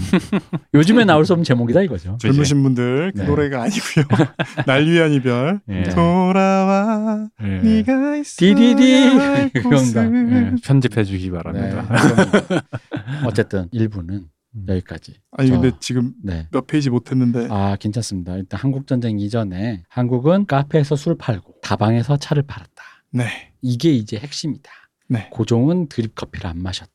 [SPEAKER 2] 요즘에 나올 수 없는 제목이다 이거죠.
[SPEAKER 1] 젊으신 분들 그
[SPEAKER 2] 네. 노래가
[SPEAKER 1] 노래가 아니고요. [laughs] 날 위한 이별.
[SPEAKER 3] 예.
[SPEAKER 1] 돌아와
[SPEAKER 3] 예.
[SPEAKER 1] 네가 있어야
[SPEAKER 2] 디디디.
[SPEAKER 1] 할
[SPEAKER 2] 그건가.
[SPEAKER 1] 곳을.
[SPEAKER 3] 예. 편집해 주기
[SPEAKER 2] 네,
[SPEAKER 3] 바랍니다.
[SPEAKER 2] 그럼 어쨌든 1부는 여기까지.
[SPEAKER 1] 아니
[SPEAKER 2] 저-
[SPEAKER 1] 근데 지금
[SPEAKER 2] 네.
[SPEAKER 1] 몇 페이지 못 했는데
[SPEAKER 2] 음. 아, 괜찮습니다. 일단 한국 전쟁 이전에 한국은 카페에서 술 팔고 다방에서 차를 팔았다.
[SPEAKER 1] 네.
[SPEAKER 2] 이게 이제 핵심이다.
[SPEAKER 1] 네.
[SPEAKER 2] 고종은 드립 커피를 안 마셨다.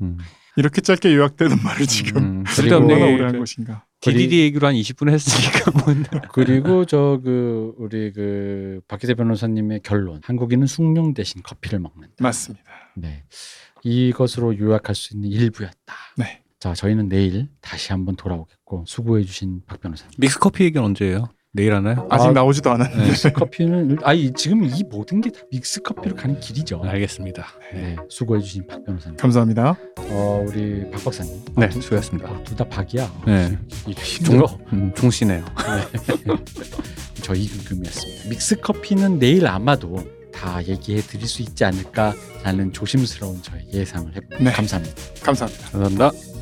[SPEAKER 3] 음.
[SPEAKER 1] 이렇게 짧게 요약되는 [laughs] 말을 지금
[SPEAKER 3] 음.
[SPEAKER 2] 그리고-
[SPEAKER 1] 얼마나
[SPEAKER 3] 쓸데없는
[SPEAKER 1] 오래 한
[SPEAKER 3] 얘기.
[SPEAKER 1] 것인가.
[SPEAKER 3] DDD 얘기로 한 20분 했으니까 뭐 뭔
[SPEAKER 2] [laughs] 그리고 저 그 우리 그 박기세 변호사님의 결론. 한국인은 숭늉 대신 커피를 먹는다.
[SPEAKER 1] 맞습니다.
[SPEAKER 2] 네. 이것으로 요약할 수 있는 일부였다.
[SPEAKER 1] 네.
[SPEAKER 2] 자, 저희는 내일 다시 한번 돌아오겠고 수고해 주신 박 변호사님.
[SPEAKER 3] 믹스커피 얘기는 언제예요? 내일 하나요?
[SPEAKER 1] 아직
[SPEAKER 2] 아,
[SPEAKER 1] 나오지도 않았는데
[SPEAKER 3] 네.
[SPEAKER 2] 믹스 커피는 아니 지금 이 모든 게 다 믹스 커피로 가는 길이죠.
[SPEAKER 3] 알겠습니다. 네,
[SPEAKER 2] 네. 수고해 주신 박 변호사님.
[SPEAKER 1] 감사합니다.
[SPEAKER 2] 어, 우리 박 박사님.
[SPEAKER 3] 네,
[SPEAKER 2] 둘-
[SPEAKER 3] 수고하셨습니다.
[SPEAKER 2] 아, 둘다 박이야.
[SPEAKER 3] 네.
[SPEAKER 2] 이게 힘들어.
[SPEAKER 3] 음, 종씨네요.
[SPEAKER 2] 저희 금금이었습니다. 믹스 커피는 내일 아마도 다 얘기해 드릴 수 있지 않을까라는 조심스러운 저의 예상을 해봅니다.
[SPEAKER 1] 네.
[SPEAKER 2] 감사합니다.
[SPEAKER 1] 감사합니다.
[SPEAKER 3] 감사합니다.